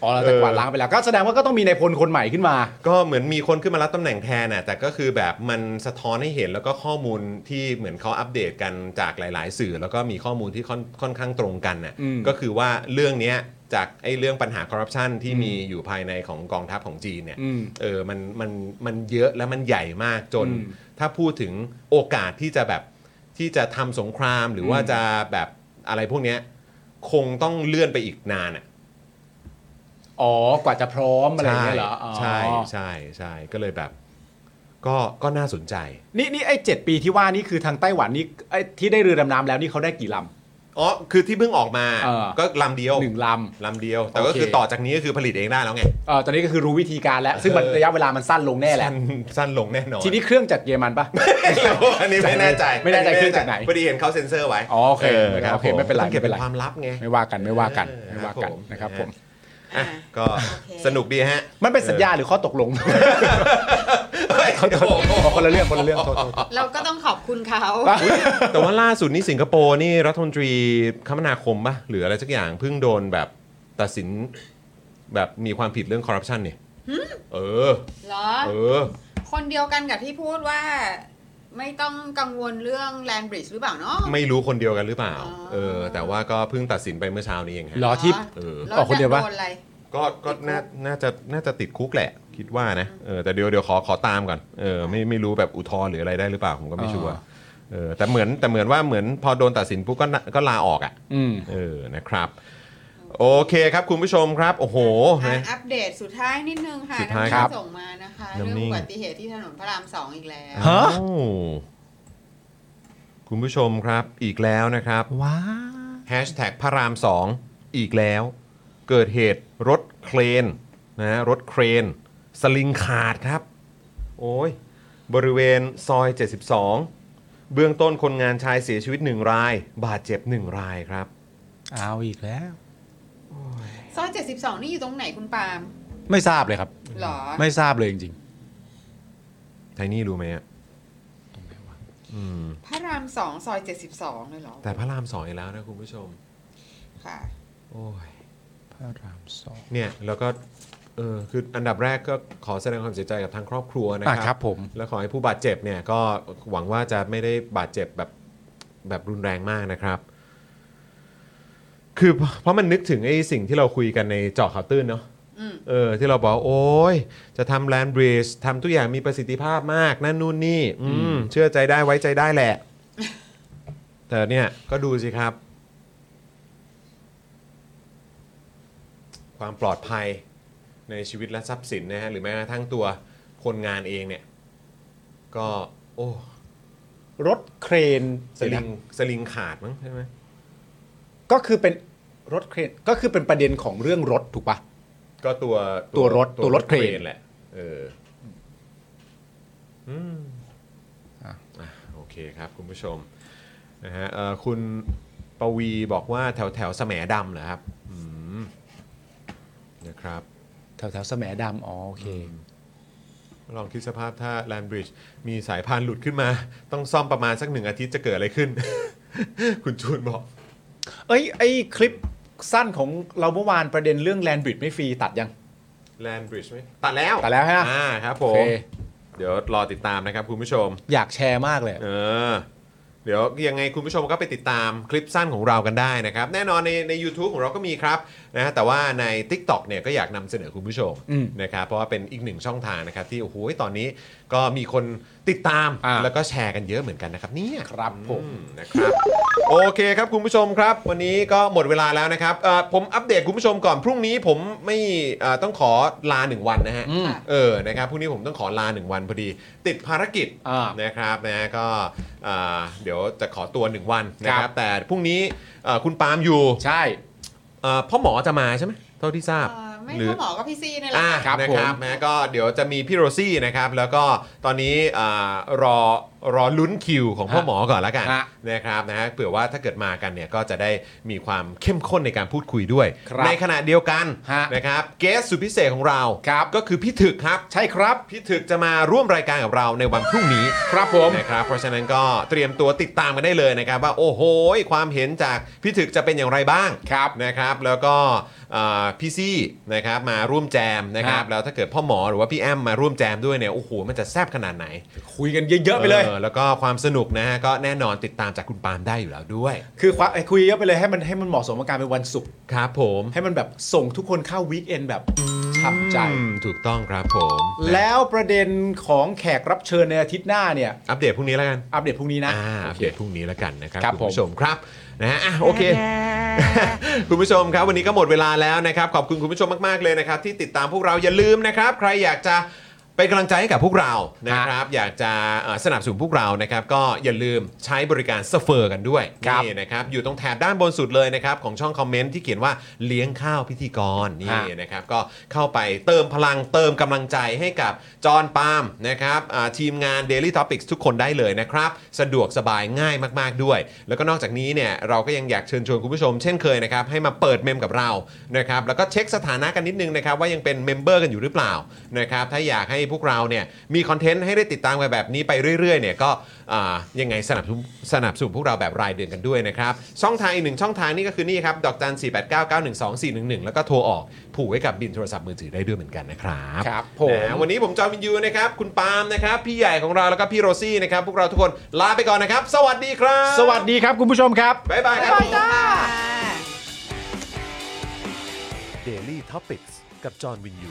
S2: อ๋อเราจะกวาดล้างไปแล้วก็แสดงว่าก็ต้องมีนายพลคนใหม่ขึ้นมา
S1: ก็เหมือนมีคนขึ้นมารับตำแหน่งแทนน่ะแต่ก็คือแบบมันสะท้อนให้เห็นแล้วก็ข้อมูลที่เหมือนเขาอัปเดตกันจากหลาย ๆ สื่อ แล้วก็มีข้อมูลที่ค่อนค่อนข้างตรงกันน่ะ
S2: อืม
S1: ก็คือว่าเรื่องเนี้ยจากไอ้เรื่องปัญหาคอร์รัปชันที่มีอยู่ภายในของกองทัพของจีนเนี่ย
S2: อืม
S1: เออมันมันมันเยอะและมันใหญ่มากจน
S2: อืม
S1: ถ้าพูดถึงโอกาสที่จะแบบที่จะทำสงครามหรือว่า
S2: อืม
S1: จะแบบอะไรพวกเนี้ยคงต้องเลื่อนไปอีกนานอ่ะ
S2: อ๋อกว่าจะพร้อมอะไรอย่าง
S1: ใช่
S2: เงี้ยเหรออ๋อ
S1: ใช่ใช่ใช่ก็เลยแบบ ก็ก็น่าสนใจ
S2: นี่นี่ไอ้เจ็ดปีที่ว่านี่คือทางไต้หวันนี่ไอ้ที่ได้เรือดำน้ำแล้วนี่เขาได้กี่ล
S1: อ๋อ คือที่เพิ่งออกมา
S2: เออ
S1: ก็ลำเดียว
S2: ำหนึ่งลำ
S1: ลำเดียว แต่ก็
S2: โอเค
S1: คือต่อจากนี้ก็คือผลิตเองได้แล้วไง
S2: เออตอนนี้ก็คือรู้วิธีการแล้ว ซึ่งมันระยะเวลามันสั้นลงแน่แหละ
S1: สั้นสั้นลงแน่นอน
S2: ทีนี้เครื่องจากเยอรมันปะ
S1: อันนี้ไม่แน่ใจ
S2: ไม่แน่ใจเครื่องจากไหน
S1: พอดีเห็นเขาเซ็นเซอร์ไว้
S2: อ๋อโอเค
S1: รับ
S2: โอเคไม่เป็นไร
S1: ต้องเก็บ
S2: ไม่เป็
S1: เป็นน
S2: ไร
S1: ความลับไง
S2: ไม่ว่ากันไม่ว่ากัน
S1: เออ
S2: ไม่ว่ากั
S1: ค
S2: น
S1: รับผม
S2: นะครับผม
S1: อ่ะ
S3: อ่ะ
S1: ก็
S3: โอเค
S1: สนุกดีฮะ
S2: มันเป็นสัญญาหรือข้อตกลง
S1: เขาโอ้โห
S2: คนละเรื่องคน ละเรื่องโทษโทษ
S3: เราก็ต้องขอบคุณเขา
S1: แต่ว่าล่าสุดนี่สิงคโปร์นี่รัฐมนตรีคมนาคมปะหรืออะไรสักอย่างเพิ่งโดนแบบตัดสินแบบมีความผิดเรื่องคอร์รัปชันเนี่ยเออ
S3: เหรอ
S1: เออ
S3: คนเดียวกันกับที่พูดว่า ไม่ต้องกังวลเรื่องแลนบริดจ์หรือเปล่าเนาะ
S1: ไม่รู้คนเดียวกันหรือเปล่า
S3: อ๋อ
S1: เออ แต่ว่าก็เพิ่งตัดสินไปเมื่อเช้านี้เองฮะ
S2: เหรอ ที่
S1: เออ
S3: แล้ว
S2: ออกคนเดียวปะ
S3: โนอะไร
S1: ก็ก็น่าน่าจะน่าจะติดคุกแหละ คิดว่านะเออแต่เดี๋ยวเดี๋ยวขอขอตามก่อนเออไม่ไม่รู้แบบอุทธรณ์หรืออะไรได้หรือเปล่า ผมก็ไม่
S2: อ่า
S1: ชัวร์เออแต่เหมือนแต่เหมือนว่าเหมือนพอโดนตัดสินปุ๊บก็น่ะก็ลาออกอ่ะ
S2: อืม
S1: เออนะครับ โอเคครับคุณผู้ชมครับ โอ้โห
S3: อ่ะ
S1: นะ
S3: อัปเดตสุดท้ายนิดนึงค่ะ
S1: สุดท้าย
S3: น้ำ
S1: ครับ
S3: นิ่งส่งมานะคะ
S1: น้ำ
S3: เรื่อง
S1: นิ่ง
S3: อุบัติเหตุที่ถนนพระรามสองอีกแล้ว
S2: ฮะ
S1: อ้าวคุณผู้ชมครับอีกแล้วนะครับ
S2: ว้า
S1: แฮชแท็กพระราม 2 อีกแล้ว เกิดเหตุรถเครนนะฮะรถเครน สลิงขาดครับ โอ้ย บริเวณซอย 72 เบื้องต้นคนงานชายเสียชีวิต 1 ราย บาดเจ็บ 1 รายครับ
S2: เอาอีกแล้ว
S3: ซอย 72 นี่อยู่ตรงไหนคุณปาล์ม
S2: ไม่ทราบเลยครับ
S3: หรอ
S2: ไม่ทราบเลยจริง
S1: ไทนี่รู้ไหมอะ
S3: พระรามสองซอย 72 เลยเหรอ
S1: แต่พระรามสองอีกแล้วนะคุณผู้ชม
S3: ค่ะ
S1: โอ้ย
S2: ๆพระรามสอง
S1: เนี่ย แล้วก็ เออคืออันดับแรกก็ขอแสดงความเสียใจกับทางครอบครัวนะ
S2: อ่ะ
S1: ค
S2: ค
S1: รั
S2: รับ บผม
S1: และขอให้ผู้บาดเจ็บเนี่ยก็หวังว่าจะไม่ได้บาดเจ็บแบบแบบรุนแรงมากนะครับ คือเพราะมันนึกถึงไอ้สิ่งที่เราคุยกันในเจาะข่าวตื้นเนาะ
S3: อืม
S1: เออที่เราบอกว่าโอ้ยจะทำแลนด์บริดจ์ทำทุกอย่างมีประสิทธิภาพมาก นั่นนู่นนี่ อืม เชื่อใจได้ไว้ใจได้แหละ แต่เนี่ยก็ดูสิครับ ความปลอดภัยในชีวิตและทรัพย์สินนะฮะหรือแม้กระทั่งตัวคนงานเองเนี่ย ก็โอ้
S2: รถเครน
S1: สลิงสลิงขาดมั้งใช่ไหม
S2: ก็คือเป็นรถเครนก็คือเป็นประเด็นของเรื่องรถถูกปะ
S1: ก็ตัว
S2: ตัวรถตัวรถเครน
S1: แหละเอออืมอ่ะโอเคครับคุณผู้ชมนะฮะเอ่อคุณปวีบอกว่าแถวแถวๆแสมดำเหรอครับอืมนะครับ
S2: แถวแถวๆแสมดำอ๋อโอเค
S1: ลองคิดสภาพถ้าแลนบริดจ์มีสายพานหลุดขึ้นมา ต้องซ่อมประมาณสักหนึ่งอาทิตย์จะเกิดอะไรขึ้น คุณจูนบอก
S2: เอ้ยไอ้คลิปสั้นของเราเมื่อวานประเด็นเรื่องแลนบริดไม่ฟรีตัดยัง
S1: แลนบริดจ์ไหมตัดแล้ว
S2: ตัดแล้วฮะ
S1: อ่าครับผ
S2: โอ
S1: ม
S2: เค
S1: เดี๋ยวรอติดตามนะครับคุณผู้ชม
S2: อยากแชร์มากเลย
S1: เออ เดี๋ยวยังไงคุณผู้ชมก็ไปติดตามคลิปสั้นของเรากันได้นะครับ แน่นอนในใน u t u b e ของเราก็มีครับนะฮะแต่ว่าใน Tik t o อกเนี่ยก็อยากนำเสนอคุณผู้ชม
S2: อืม
S1: นะครับเพราะว่าเป็นอีกหนึ่งช่องทางนะครับ ที่โอ้โหตอนนี้ก็มีคนติดตาม
S2: อ่า
S1: แล้วก็แชร์กันเยอะเหมือนกันนะครับเนี่ย
S2: ครับผม
S1: อืมนะครับโอเคครับคุณผู้ชมครับ วันนี้ก็หมดเวลาแล้วนะครับเอ่อผมอัปเดตคุณผู้ชมก่อนพรุ่งนี้ผมไม่เอ่อต้องขอลาหนึ่งวันนะฮะ
S2: อืม
S1: เออนะครับพรุ่งนี้ผมต้องขอลาหนึ่งวันพอดี ติดภารกิจ
S2: อ่า
S1: นะครับนะฮะก็อ่าเดี๋ยวจะขอตัวหนึ่งวันนะค
S2: ครั
S1: รับบ แต่พรุ่งนี้เอ่อคุณปาล์มอยู่
S2: ใช่
S1: เอ่อพ่อหมอจะมาใช่ไหมเท่าที่ทราบ
S3: เอ่อไม่
S1: หรื
S3: พ่อหมอก็พี่ซี่นี่แหละ
S1: อ่า
S2: ครั
S3: ค่ะ
S2: บ
S1: นะครับ
S2: ผม
S1: นะก็เดี๋ยวจะมีพี่โรซี่นะครับแล้วก็ตอนนี้อ่ารอรอลุ้นคิวของพ่อ
S2: ฮะ
S1: หมอก่อนละกัน
S2: ฮะ
S1: นะครับนะฮะเผื่อว่าถ้าเกิดมากันเนี่ยก็จะได้มีความเข้มข้นในการพูดคุยด้วย
S2: ครับ
S1: ในขณะเดียวกัน
S2: ฮะ
S1: นะครับเกสสุดพิเศษของเรา
S2: ครับ
S1: ก็คือพี่ถึกครับ
S2: ใช่ครับ
S1: พี่ถึกจะมาร่วมรายการกับเราในวันพรุ่งนี้
S2: ครับผม
S1: นะครับเพราะฉะนั้นก็เตรียมตัวติดตามกันได้เลยนะครับว่าโอ้โหความเห็นจากพี่ถึกจะเป็นอย่างไรบ้าง
S2: ครับ
S1: นะครับ แล้วก็เอ่อพี่ซี่นะครับมาร่วมแจมนะครับ
S2: ครับ
S1: แล้วถ้าเกิดพ่อหมอหรือว่าพี่แอมมาร่วมแจมด้วยเนี่ยโอ้โหมันจะแซบขนาดไหน
S2: คุยกันเยอะๆไปเลย
S1: แล้วก็ความสนุกนะฮะก็แน่นอนติดตามจากคุณปาล์มได้อยู่แล้วด้วย
S2: คือความไอ้คุยเยอะไปเลยให้มันให้มันเหมาะสมกับการเป็นวันศุกร์
S1: ครับผม
S2: ให้มันแบบส่งทุกคนเข้าวีคเอนแบบช้ำใจ
S1: อืมถูกต้องครับผม
S2: แล้วประเด็นของแขกรับเชิญในอาทิตย์หน้าเนี่ย
S1: อัปเดตพรุ่งนี้แล้วกัน
S2: อัปเดตพรุ่งนี้นะ
S1: อ่า
S2: โอ
S1: อัป
S2: เค
S1: เดตพรุ่งนี้แล้วกันนะครับ
S2: ครับ
S1: ณผู้ชมครับนะฮะอ่ะโอเค คุณผู้ชมครับ วันนี้ก็หมดเวลาแล้วนะครับ ขอบคุณคุณผู้ชมมาก ๆ เลยนะครับ ที่ติดตามพวกเราอย่าลืมนะครับ ใครอยากจะเป็นกำลังใจให้กับพวกเรานะครับ อยากจะเอ่อสนับสนุนพวกเรานะครับ ก็อย่าลืมใช้บริการสเฟอร์กันด้วย
S2: ครับ
S1: นี่นะครับ อยู่ตรงแถบด้านบนสุดเลยนะครับ ของช่องคอมเมนต์ที่เขียนว่าเลี้ยงข้าวพิธีกรนี่ นี่นะครับก็เข้าไปเติมพลังเติมกำลังใจให้กับจอห์นปาล์มนะครับอ่าทีมงาน Daily Topics ทุกคนได้เลยนะครับ สะดวกสบายง่ายมากๆด้วย แล้วก็นอกจากนี้เนี่ยเราก็ยังอยากเชิญชวนคุณผู้ชมเช่นเคยนะครับ ให้มาเปิดเมมกับเรานะครับแล้วก็เช็คสถานะกันนิดนึงนะครับ ว่ายังเป็นเมมเบอร์กันอยู่หรือเปล่านะครับถ้าอยากให้พวกเราเนี่ยมีคอนเทนต์ให้ได้ติดตามกันแบบนี้ไปเรื่อยๆเนี่ยก็อ่ายังไงสนับสนุนสนับสนุนพวกเราแบบรายเดือนกันด้วยนะครับช่องทางอีกหนึ่งช่องทางนี่ก็คือนี่ครับดอกจัน 4 8 9 9 1 2 4 1 1 แล้วก็โทรออก ผูกไว้กับบินโทรศัพท์มือถือได้ด้วยเหมือนกันนะครับ
S2: ครับผม
S1: นะวันนี้ผมจอห์นวินยูนะครับ คุณปาล์มนะครับ พี่ใหญ่ของเราแล้วก็พี่โรซี่นะครับ พวกเราทุกคนลาไปก่อนนะครับ สวัสดีครับ
S2: สวัสดีครับคุณผู้ชมครับ
S1: บ๊ายบายครับผม
S3: ะ
S5: Daily Topics กับจอห์นวินยู